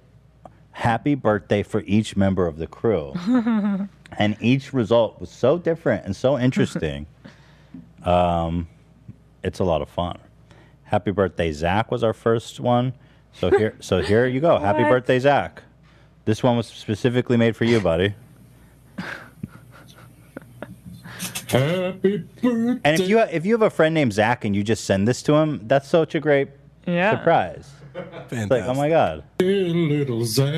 happy birthday for each member of the crew. Oh and each result was so different *laughs* and so interesting. um, it's a lot of fun. Happy birthday, Zach was our first one. *laughs* So here, so here you go. Happy What? birthday, Zach. This one was specifically made for you, buddy. Happy birthday. And if you if you have a friend named Zach and you just send this to him, that's such a great Yeah. *laughs* surprise. It's like, oh my god. Dear little Zach,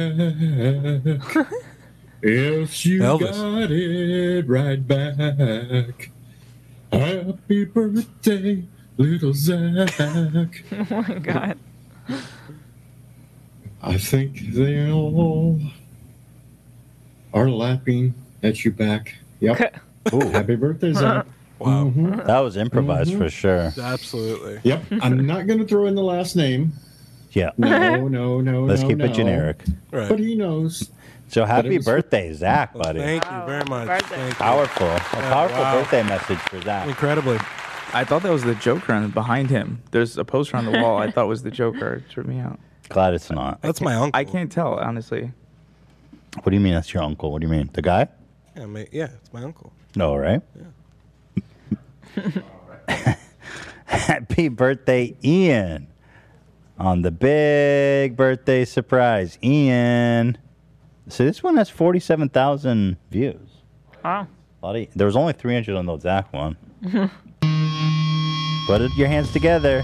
if you Elvis. got it right back, happy birthday, little Zach. oh my god. I think they all are lapping at you back. Yep. Oh, Happy birthday, Zach. Mm-hmm. Wow. That was improvised for sure. Absolutely. Oh. Yep. *laughs* I'm not going to throw in the last name. Yeah. No, no, no. Let's no, keep it no. generic. But he knows. But So it happy was- birthday, Zach, buddy. Thank you very much. Thank you. Powerful. A Yeah, powerful wow. birthday message for Zach. Incredibly. I thought that was the Joker on behind him. There's a poster on the wall. I thought was the Joker. It tripped me out. Glad it's not. That's my uncle. I can't tell honestly. What do you mean that's your uncle? What do you mean? The guy? Yeah, ma- yeah, it's my uncle. No, right? *laughs* Happy birthday, Ian. On the big birthday surprise, Ian. So this one has 47,000 views. Wow. A lot of, there was only 300 on the Zach one. Put it- your hands together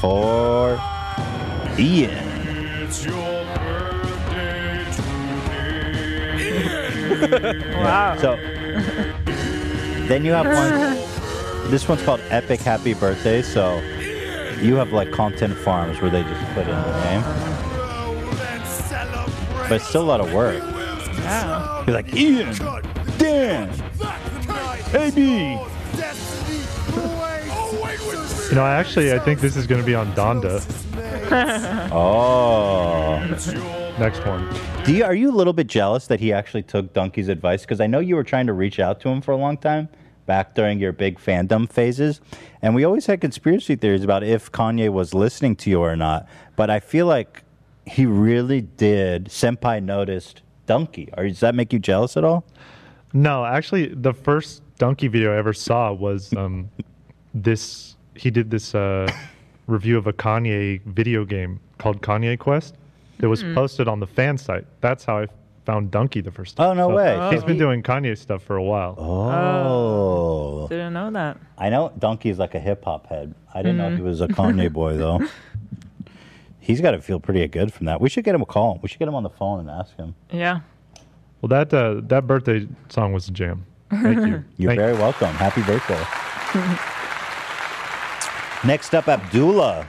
for Ian. *laughs* It's your birthday *laughs* wow. So then you have one. This one's called Epic Happy Birthday. So you have like content farms where they just put in the name, but it's still a lot of work. You're like Ian, Dan, AB. You know, I actually, I think this is going to be on Donda. Oh. Next one. Do you, are you a little bit jealous that he actually took Donkey's advice? Because I know you were trying to reach out to him for a long time, back during your big fandom phases. And we always had conspiracy theories about if Kanye was listening to you or not. But I feel like he really did. Senpai noticed Donkey. Or does that make you jealous at all? No, actually, the first donkey video I ever saw was um, this. He did this uh, *laughs* review of a Kanye video game called Kanye Quest that was Mm. posted on the fan site. That's how I found Donkey the first time. Oh, no way. He's been Oh. doing Kanye stuff for a while. Oh. Didn't know that. I know Donkey's like a hip hop head. I didn't know Mhm. he was a Kanye boy though. He's got to feel pretty good from that. We should get him a call. We should get him on the phone and ask him. Yeah. Well, that uh, that birthday song was a jam. Thank you. You're Thank- very welcome. Happy birthday. Next up, Abdullah.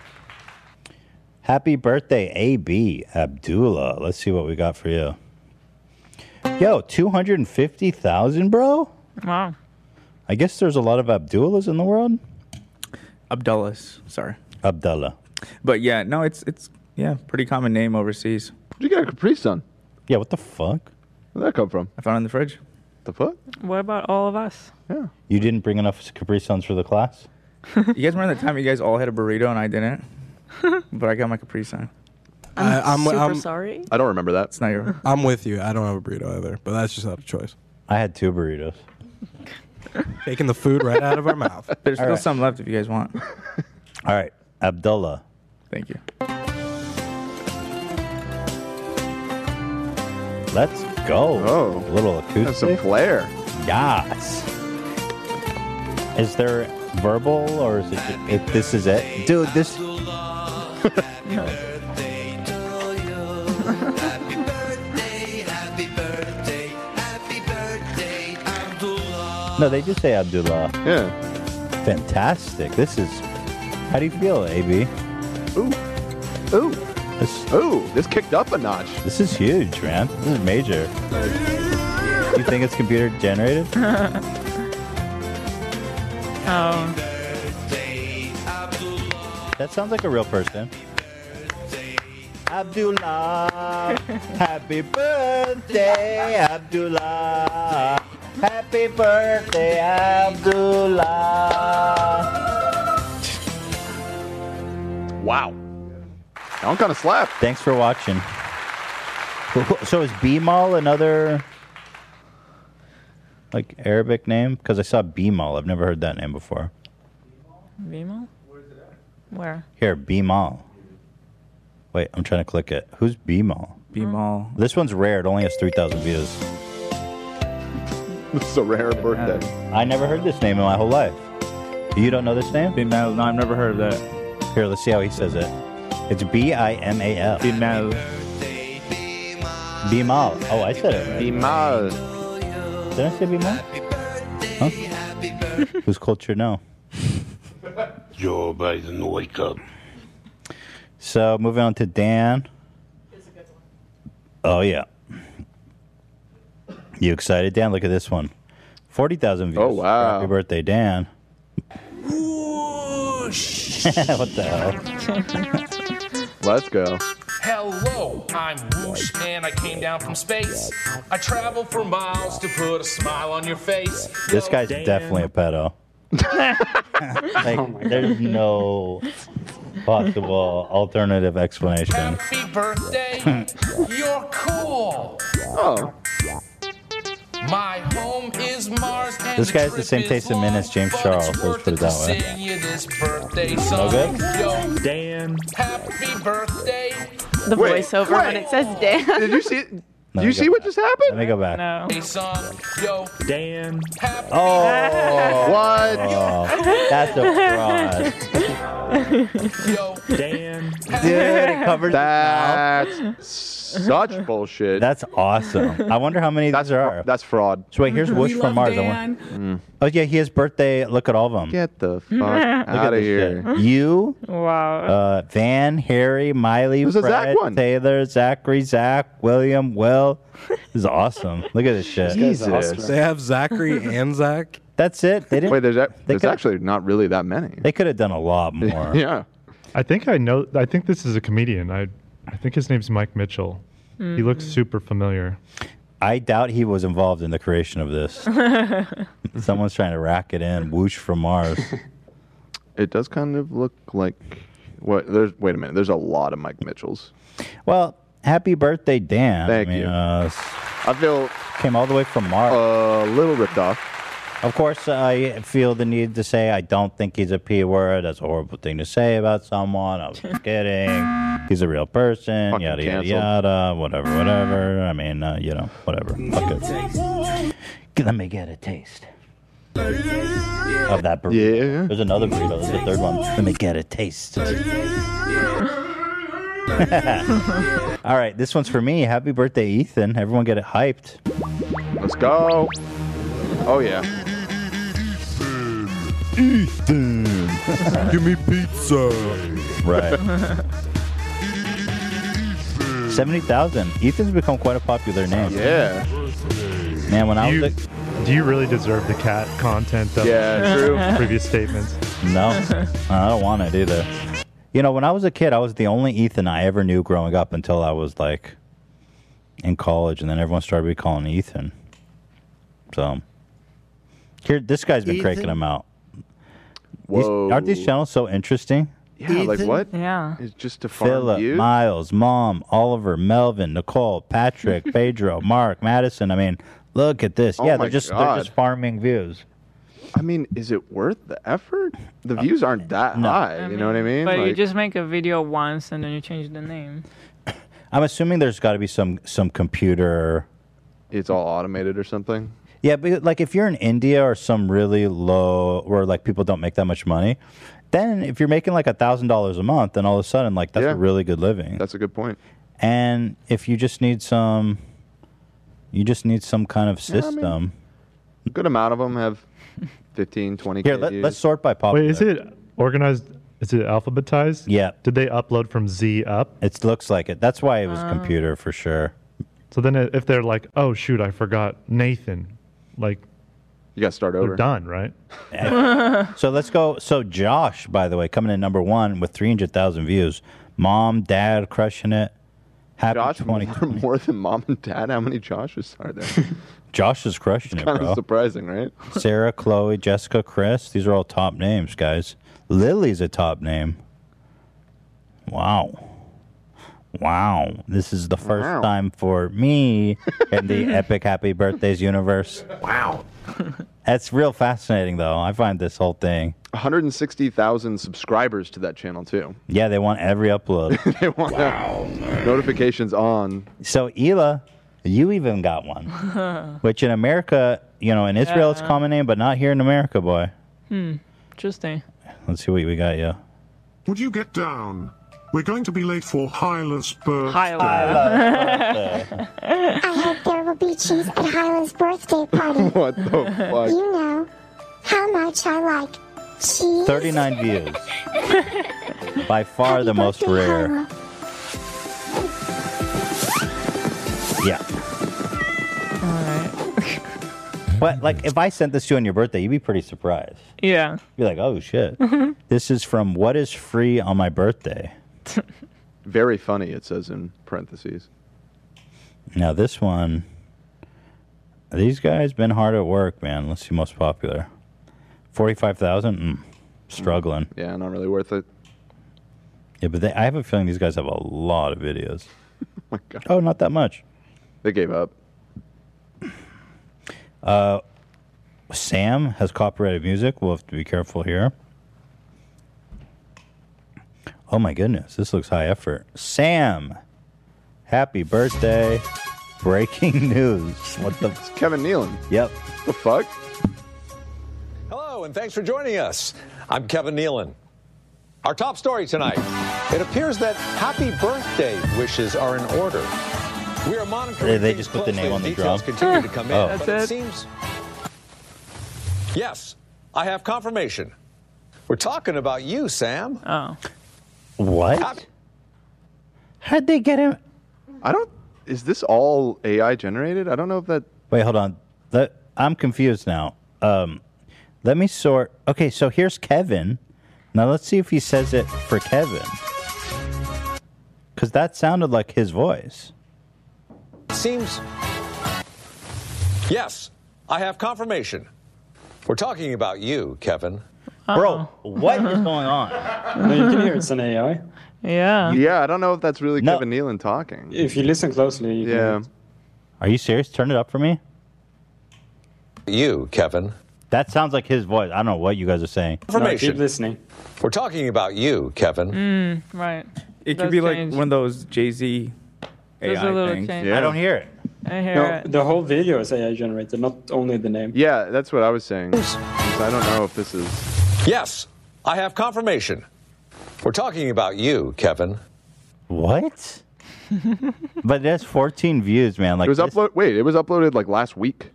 Happy birthday, AB Abdullah. Let's see what we got for you. Yo, 250,000, bro? Wow. I guess there's a lot of Abdullahs in the world. Abdullahs. Sorry. Abdullah. But yeah, no, it's it's yeah, pretty common name overseas. Did you get a Capri Sun? Yeah, what the fuck? Where'd that come from? I found it in the fridge. The fuck? What about all of us? Yeah. You didn't bring enough Capri Suns for the class? *laughs* you guys remember the time you guys all had a burrito and I *laughs* didn't? but I got my Capri Sun. I'm I- I'm- super I'm- sorry. I don't remember that. It's not your. I'm with you. I don't have a burrito either, but that's just out of choice. I had two burritos. *laughs* Taking the food right out of *laughs* our mouth. There's still Alright. some left if you guys *laughs* want. All right, Abdullah. Thank you. Let's go. Oh, little acoustic. That's some flair. Yes. Is there verbal or is it? If this is it, dude. This. No, they did say Abdullah. Yeah. Fantastic. This is. How do you feel, AB? Ooh. Ooh. This, Ooh, this kicked up a notch. This is huge, man. This is major. you think it's computer generated? oh. That sounds like a real person. Abdullah. Happy birthday, Abdullah. Happy birthday, Abdullah. Wow. I'm kind of slapped. Thanks for watching. So is Bimal another like Arabic name? Because I saw Bimal. I've never heard that name before. Vimo? Where? Here, Bimal. Wait, I'm trying to click it. Who's Bimal? Bimal. This one's rare. It only has 3,000 views. *laughs* This is a rare birthday. I never heard this name in my whole life. You don't know this name? Bimal. No, I've never heard of that. Here, let's see how he says it. It's B I M A L. Bimal. Bimal. Oh, I said it right. Bimal. Did I say Bimal? Huh? Who's culture now? Joe Biden, wake up. So moving on to Dan. Oh yeah. You excited, Dan? Look at this one. Forty thousand views. Oh wow! Happy birthday, Dan. *laughs* what the *laughs* hell? Let's go. Hello, I'm Whoosh, and I came down from space. I travel for miles to put a smile on your face. This Yo, guy's Dan. Oh definitely *laughs* a pedo. like, there's no possible alternative explanation. Happy birthday, you're cool. Oh. My home is Mars. And This the guy has the trip same is taste in men as James Charles. Let's put *laughs* it that way. Sing you this birthday No song. good? Yo, Dan. Happy birthday. The Wait, voiceover when wait. it says Dan. Did you *laughs* see- No, you I see go what back. just happened? Let me go back. No. Song. Yo, Dan. Oh, What? Oh, *laughs* that's a fraud. Yo, *laughs* Dan. Dude, it covers That's such bullshit. That's awesome. I wonder how many that's there are. That's fraud. So wait, here's Whoosh from Mars. I want- Oh yeah, he has birthday. Look at all of them. Get *laughs* the fuck Look at outta this here. shit. You, Wow. uh, Van, Harry, Miley, This is a Zach Fred, one. Taylor, Zachary, Zach, William, Will. This is awesome. Look at this shit. This guy's Jesus. awesome. They have Zachary *laughs* and Zach. That's it. They didn't. Wait, there's, ac- they there's could've- actually not really that many. They could have done *laughs* a lot more. yeah. I think I know. I think this is a comedian. I I think his name's Mike Mitchell. He looks Mm. super familiar. I doubt he was involved in the creation of *laughs* this. *laughs* Someone's trying to rack it in. Whoosh from Mars. It does kind of look like what there's wait a minute, there's a lot of Mike Mitchells. Well, happy birthday, Dan. Thank I mean, you. Uh, I feel came all the way from Mars. A little ripped off. Of course, I feel the need to say I don't think he's a p word. That's a horrible thing to say about someone. I *laughs* was kidding. He's a real person. Fucking yada canceled. yada yada. Whatever, whatever. I mean, uh, you know, whatever. Fuck it. Let me get a taste of that burrito. There's another burrito. There's a third one. Let me get a taste. *laughs* All right, this one's for me. Happy birthday, Ethan. Everyone get it hyped. Let's go. Oh yeah. Ethan. Give me pizza. Right. 70,000. Ethan's become quite a popular name. Yeah. Man, when I do was you, do you really deserve the cat content of Yeah, true. *laughs* previous statements? *laughs* No, I don't want it either. You know, when I was a kid, I was the only Ethan I ever knew growing up until I was like in college, and then everyone started me calling Ethan. So, here, this guy's been cranking Ethan? him out. These- Whoa. aren't these channels so interesting? Yeah, like what? Yeah. It's just to farm Philip, you. Miles, Mom, Oliver, Melvin, Nicole, *laughs* Patrick, Pedro, Mark, Madison. I mean, look at this. Oh yeah, my they're just God. they're just farming views. I mean, is it worth the effort? The views aren't that high. you know what I mean? But you Like- just make a video once and then you change *laughs* the name. I'm assuming there's got to be some some computer. It's all automated or something. Yeah, but like if you're in India or some really low where like people don't make that much money, then if you're making like a thousand dollars a month, then all of a sudden like that's a really good living. That's a good point. And if you just need some, you just need some kind of Yeah, I mean, system. Good amount of them have 15, 20 Here, let- let's sort by popular. Wait, is it organized? Is it alphabetized? Yeah. Did they upload from Z up? It looks like it. That's why it was computer for sure. So then, i- if they're like, "Oh shoot, I forgot Nathan," like you got to start They're over. done, right? *laughs* so let's go. So Josh, by the way, coming in number one with three hundred thousand views. Mom, dad, crushing it. Happy Josh, twenty. more, more than mom and dad. How many Joshes are *laughs* there? Josh is crushing it, kind bro. of surprising, right? Sarah, Chloe, Jessica, Chris. These are all top names, guys. Lily's a top name. Wow. Wow. This is the first Wow. time for me *laughs* in the epic happy birthdays universe. Wow. That's real fascinating, though. I find this whole thing. 160,000 subscribers to that channel too. Yeah, they want every upload. *laughs* They want notifications on. So, Ela, you even got one, Hmm. which in America, you know, in Israel it's Yeah. common name, but not here in America, boy. Hmm. Interesting. Let's see what we got, yeah. Would you get down? We're going to be late for Hyla's birthday. Hyla's I hope there will be cheese at Hyla's birthday *laughs* party. what the fuck? You know how much I like *laughs* cheese. 39 views. By far the most rare. Yeah. But, like, if I sent this to you on your birthday, you'd be pretty surprised. *laughs* Yeah. *laughs* You'd be like, oh, shit. this is from What is Free on My Birthday. Very funny, it says in parentheses. Now, this one, these guys been hard at work, man. Let's see, most popular. 45,000? Mm, struggling. Yeah, not really worth it. Yeah, but they, I have a feeling these guys have a lot *laughs* of videos. oh, my God. Oh, not that much. They gave up. Uh, Sam has copyrighted music. We'll have to be careful here. Oh my goodness, this looks high effort. Sam, happy birthday! Breaking *laughs* news. What the? It's Kevin Nealon. Yep. The fuck? Hello, and thanks for joining us. I'm Kevin Nealon. Our top story tonight it appears that happy birthday wishes are in order. We are monitoring. They- they things just put the closely name as on the details drum? continue to come in, Oh. but That's it seems. Yes, I have confirmation. We're talking about you, Sam. Oh. What? How'd they get him? I don't. Is this all AI generated? I don't know if that. Wait, hold on. Let, I'm confused now. Um, let me sort. Okay, so here's Kevin. Now let's see if he says it for Kevin, because that sounded like his voice. Seems Yes, I have confirmation. We're talking about you, Kevin. Bro, what is *laughs* going on? you can hear it's an AI. Yeah. Yeah, I don't know if that's really Kevin Nealon talking. If you listen closely, you yeah. Are you serious? Turn it up for me. You, Kevin. That sounds like his voice. I don't know what you guys are saying. Confirmation. listening. We're talking about you, Kevin. Mm, right. It Does could be change. like one of those Jay Z There's a AI little things. change. I don't hear it. I hear No, it. the whole video is AI generated, not only the name. Yeah, that's what I was saying. 'Cause I don't know if this is. Yes, I have confirmation. We're talking about you, Kevin. What? *laughs* but that's 14 views, man. Like it was this, upload. Wait, it was uploaded like last week.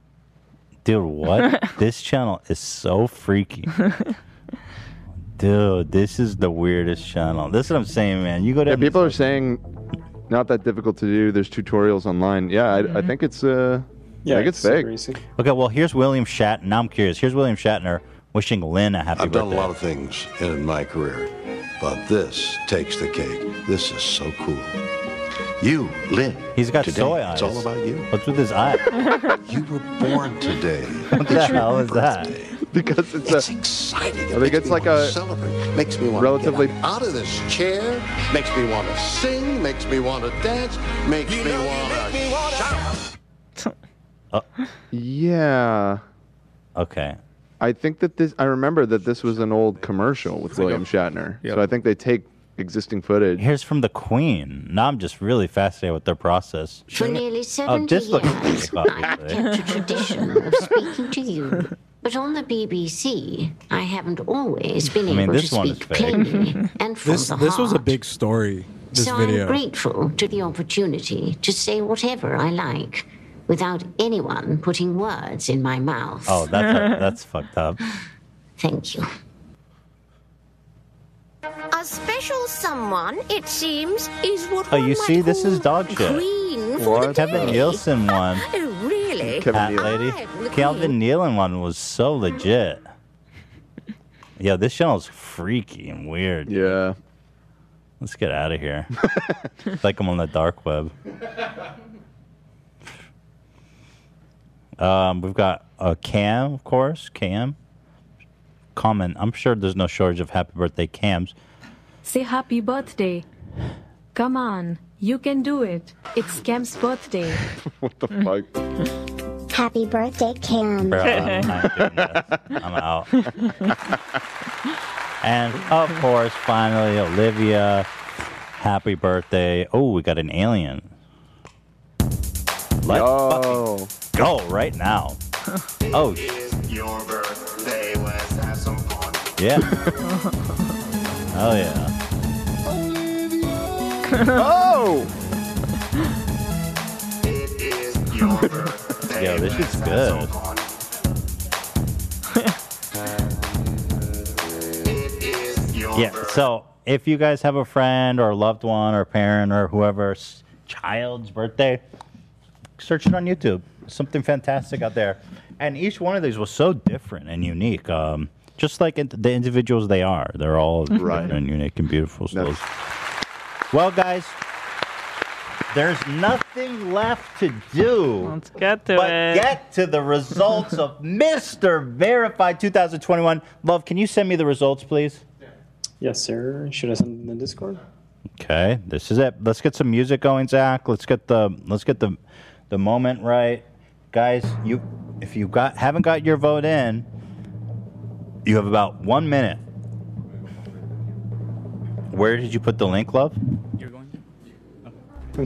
dude, what? this channel is so freaky. Dude, this is the weirdest channel. This is what I'm saying, man. You go to Yeah, people are saying not that difficult to do. There's tutorials online. Yeah, I, I think it's. Uh, I think it's, fake. Okay, well, here's William Shatner. Now I'm curious. Here's William Shatner wishing Lynn a happy I've birthday. done a lot of things in my career, but this takes the cake. This is so cool. You, Lynn. He's got today, soy It's eyes. all about you. What's with his eye? *laughs* you were born today. *laughs* What the hell is that? *laughs* Because it's, it's exciting. It I think makes it's me like want a to celebrate. Makes me want relatively- to get *laughs* up out of this chair. Makes me want to sing. Makes me want to dance. Makes me want to Yeah. Oh. Okay. I think that this. I remember that this was an old commercial with William Shatner. So I think they take existing footage. Here's from the Queen. Now I'm just really fascinated with their process. For nearly Oh, 70 this looks years, fake, I *laughs* obviously. kept a tradition of speaking to you. But on the BBC, I haven't always been I mean, able to this one is speak fake. plainly and from This the this was a heart. big story. This so video. I'm grateful to the opportunity to say whatever I like without anyone putting words in my mouth. *laughs* Oh, that's that's fucked up. Thank you. A special someone, it seems, is what Oh, one you might see, this is call dog shit. Queen for the Kevin day. Nielsen one. Oh, really? That I lady. am *laughs* the Calvin Nealon one was so legit. Yeah, this channel's freaky and weird. Yeah. Let's get out of here. *laughs* it's like I'm on the dark web. Um, we've got uh, Cam, of course. Cam. Comment. I'm sure there's no shortage of happy birthday cams. Say happy birthday. Come on, you can do it. It's Cam's birthday. *laughs* what the fuck? *laughs* Happy birthday, Cam. Um, Bro, I'm not doing this. *laughs* I'm out. *laughs* and of course, finally, Olivia. Happy birthday. Oh, we got an alien. Let's Oh. fucking go right now. *laughs* Oh, sh- Your birthday, let's have some fun. yeah. oh, yeah. oh! *laughs* Yo, this is good. *laughs* Yeah, so if you guys have a friend or a loved one or parent or whoever's child's birthday, search it on YouTube. Something fantastic out there. And each one of these was so different and unique. Um, just like it, the individuals they are, they're all Right. different and unique and beautiful souls. Well, guys, there's nothing left to do. Let's get to but it. Get to the *laughs* results of Mr. Verified 2021. Love, can you send me the results, please? Yes, sir. Should I send in the Discord? Okay, this is it. Let's get some music going, Zach. Let's get the let's get the the moment right, guys. You if you got haven't got your vote in, you have about one minute. Where did you put the link, love? I'm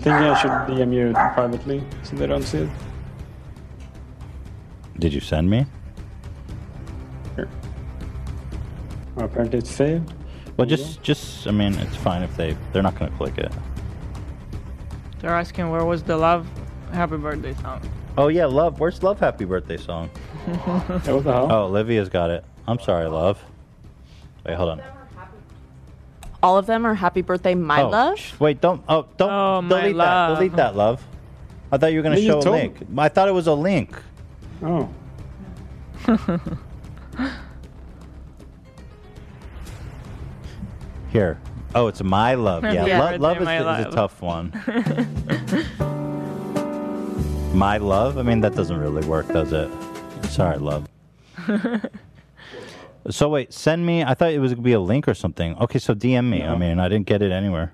thinking I should DM you privately so they don't see it. Did you send me? Or apparently it failed. Well, just just I mean, it's fine if they they're not gonna click it. They're asking where was the love happy birthday song. Oh yeah, love. Where's love? Happy birthday song. what the hell? Oh, Olivia's got it. I'm sorry, love. Wait, hold on. All of them are happy birthday, my Oh, love. sh- Wait, don't. Oh, don't my delete that. love. Delete that, love. I thought you were gonna Yeah, you show a told link. I thought it was a link. Oh. Here. Oh, it's my love. Yeah, Yeah, Lo- love, birthday, is, my the- is a love. tough one. My love? I mean, that doesn't really work, does it? Sorry, love. So wait, send me. I thought it was gonna be a link or something. Okay, so DM me. I mean, I didn't get it anywhere.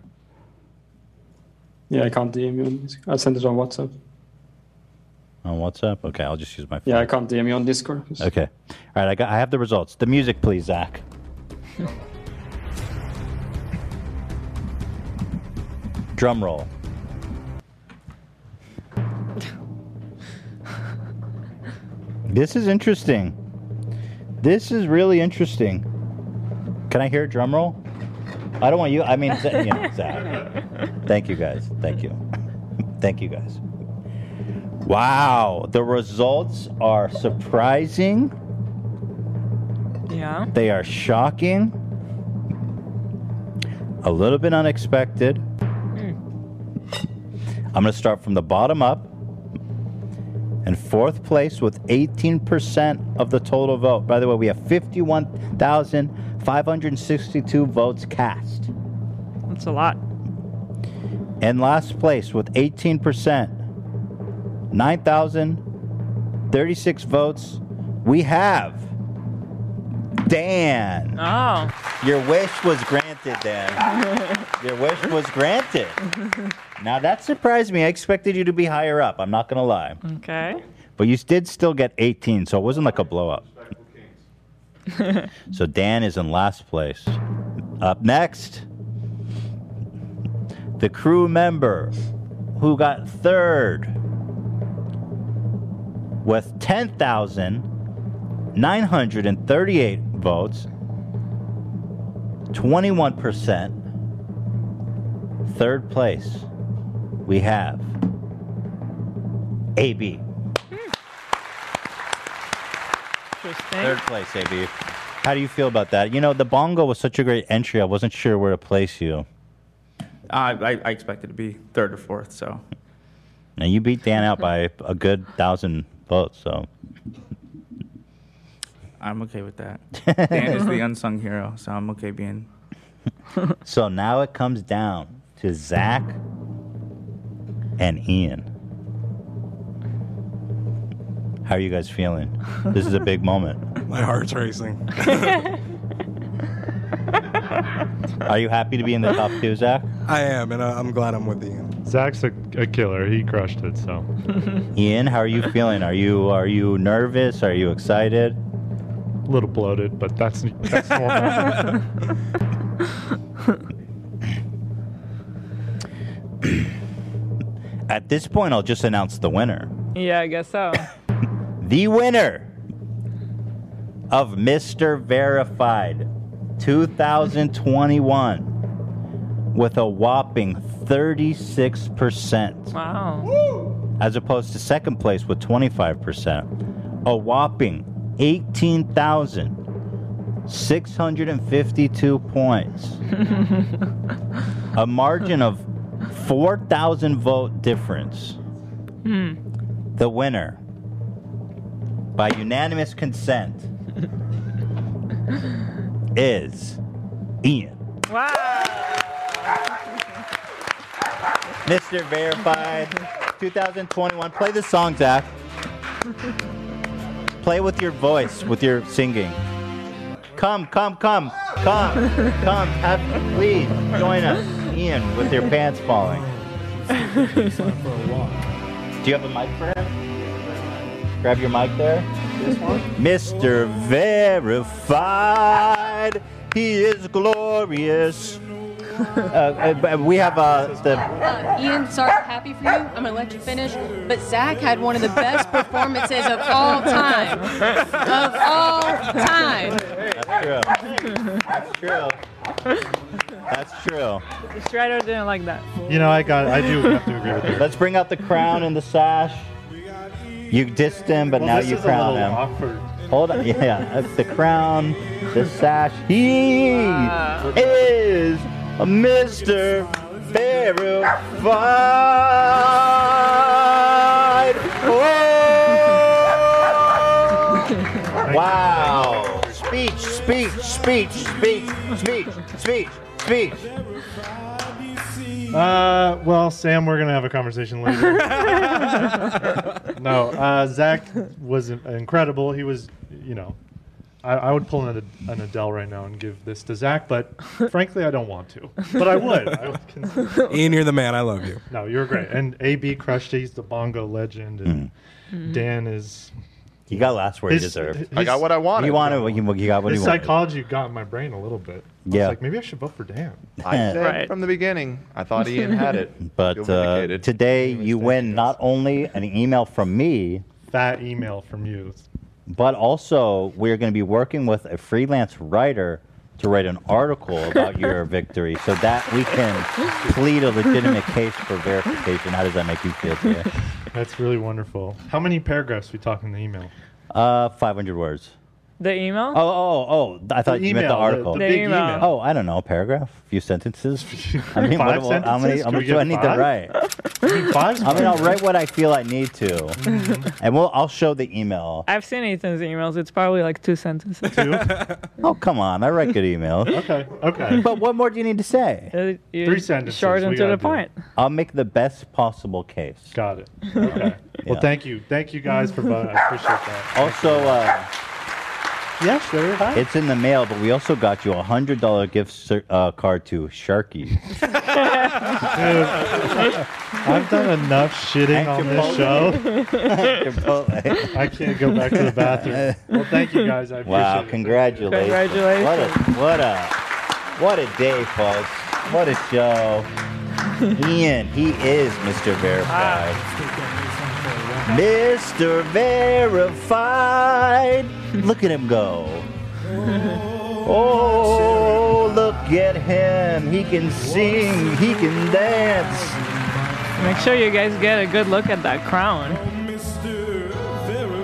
Yeah, I can't DM you on Discord. I sent it on WhatsApp. On WhatsApp. Okay, I'll just use my phone. Yeah, I can't DM you on Discord. *laughs* Okay. All right, I got. I have the results. The music, please, Zach. Drum roll. This is interesting. This is really interesting. Can I hear a drum roll? I don't want you. I mean, Z- you know, Zach. Thank you guys. Thank you. *laughs* Thank you guys. Wow, the results are surprising. *laughs* Yeah. They are shocking. A little bit unexpected. I'm going to start from the bottom up. And fourth place with 18% of the total vote. By the way, we have 51,562 votes cast. That's a lot. And last place with 18%, 9,036 votes, we have Dan. Oh. Your wish was granted, *laughs* Dan. Your wish was granted. Now that surprised me. I expected you to be higher up. I'm not going to lie. okay. But you did still get 18, so it wasn't like a blow up. So Dan is in last place. Up next, the crew member who got third with 10,938 votes, 21%. Third place, we have AB. Third place, AB. How do you feel about that? You know, the bongo was such a great entry. I wasn't sure where to place you. I, I, I expected to be third or fourth, so Now you beat Dan out *laughs* by a good thousand votes. So I'm okay with *laughs* that. Dan is the unsung hero, so I'm okay being. *laughs* so now it comes down to Zach and Ian. How are you guys feeling? This is a big moment. My heart's *laughs* racing. Are you happy to be in the top two, Zach? I am, and I, I'm glad I'm with Ian. Zach's a, a killer. He crushed it. So Ian, how are you feeling? Are you are you nervous? Are you excited? a little bloated, but that's that's normal. *laughs* At this point, I'll just announce the winner. Yeah, I guess so. the winner of Mr. Verified 2021 with a whopping 36%, Wow. as opposed to second place with 25%. A whopping 18,652 points. a margin of 4,000 vote difference. Hmm. The winner, by unanimous consent, is Ian. *laughs* Mr. Verified 2021. Play the song, Zach. Play with your voice, with your singing. Come, come, come, come, come. Have, please join *laughs* us, Ian, with your pants falling. Do you have a mic for him? Grab your mic there. This one? Mr. Verified, he is glorious. Uh, uh, but we have uh, the. Uh, Ian, sorry, happy for you. I'm gonna let you finish. But Zach had one of *laughs* the best performances of all time. Of all time. That's true. That's true. That's true. The Strider didn't like that. You know, I got. I do have to agree with you. Let's bring out the crown and the sash. You dissed him, but Well, now this you is a crown little him. awkward. Hold on. Yeah, that's the crown, the sash. He Wow. is Mr. Verified. Whoa! Wow. Speech, speech, speech, speech, speech, speech, speech. Uh, well, Sam, we're gonna have a conversation later. *laughs* no, uh, Zach was in- incredible. He was, you know, I, I would pull an, Ad- an Adele right now and give this to Zach, but frankly, I don't want to. But I would. I *laughs* would consider- Ian, you're the man. I love you. no, you're great. And AB crushed it. He's the bongo legend, Mm. and Mhm. Dan is. You got last word you His- deserved. I got what I wanted. You wanted what you, you got what his you wanted. psychology got in my brain a little bit. I Yeah. was like, maybe I should vote for Dan. I *laughs* said Right. from the beginning. I thought Ian had it. *laughs* But uh, today you win not only an email from me, Fat email from you. but also we're going to be working with a freelance writer to write an article *laughs* about your victory so that we can plead a legitimate case for verification. How does that make you feel *laughs* today? That's really wonderful. How many paragraphs we talk in the email? Uh, 500 words. The email? Oh, oh, oh! I thought you meant the article. The, big email. Oh, I don't know. A paragraph, a few sentences. I mean, Five what, how many? sentences? How Can we much do I get need five? to write? Five's I mean, I'll fine. write what I feel I need to, Mm-hmm. and we'll. I'll show the email. I've seen Ethan's emails. It's probably like two sentences. Oh, come on! I write good emails. *laughs* Okay. Okay. But what more do you need to say? Uh, you- Three sentences, Short we and to gotta the do. *laughs* point. I'll make the best possible case. Got *laughs* it. Okay. Well, thank you. Thank you *laughs* guys for voting. I appreciate that. Also, uh, yeah, sure. it's in the mail, but we also got you a hundred dollar gift cer- uh, card to Sharky. I've done enough shitting on this show. I can't go back to the bathroom. Well, thank you guys. I appreciate Wow! it. Congratulations! Congratulations. What a what a what a day, folks! What a show! Ian, he is Mr. Verified. Ah. Mr. Verified. Look at him go. Oh, look at him. He can sing, he can dance. Make sure you guys get a good look at that crown.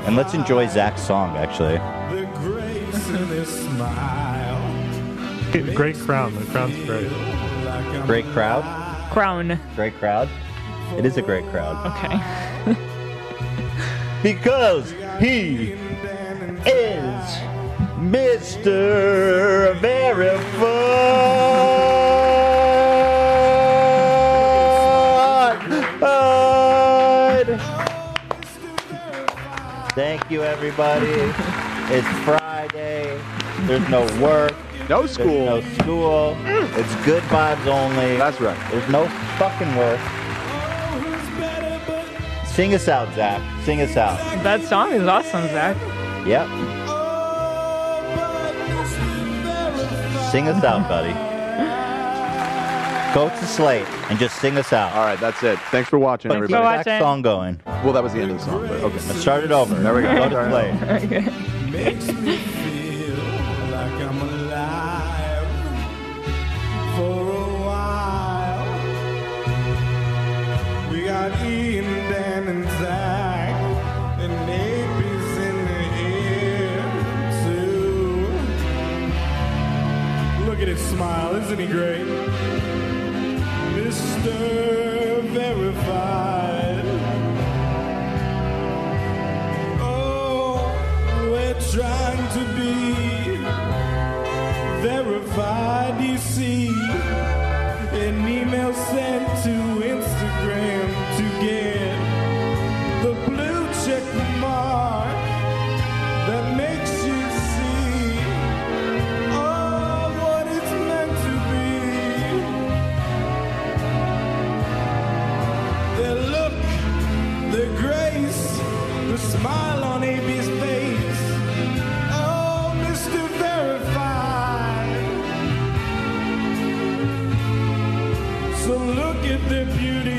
And let's enjoy Zach's song, actually. *laughs* Great crown. The crown's great. Great crowd. Crown. Great crowd. It is a great crowd. Okay. *laughs* because he is Mr. Verified. Thank you, everybody. It's Friday. There's no work. No school. no school. Mm. It's good vibes only. That's right. There's no fucking work. Sing us out, Zach. Sing us out. That song is awesome, Zach. Yep. Sing us out, buddy. Go to Slate and just sing us out. All right, that's it. Thanks for watching, Let's everybody. Get that song going. Well, that was the end of the song, but okay. Let's start it over. There we go. Go Start to it Slate. *laughs* Makes me feel like I'm alive for a while. We got Ian, Dan, and Zach, and Naples in the air too. Look at his smile, isn't he great? Mr. Verified. Oh, we're trying to be verified, you see. An email sent to Instagram to get the blue check mark that makes you see. Oh, what it's meant to be. The look the grace, the smile on AB's face. Oh, Mr. Verified. So look at the beauty Oh, Oh,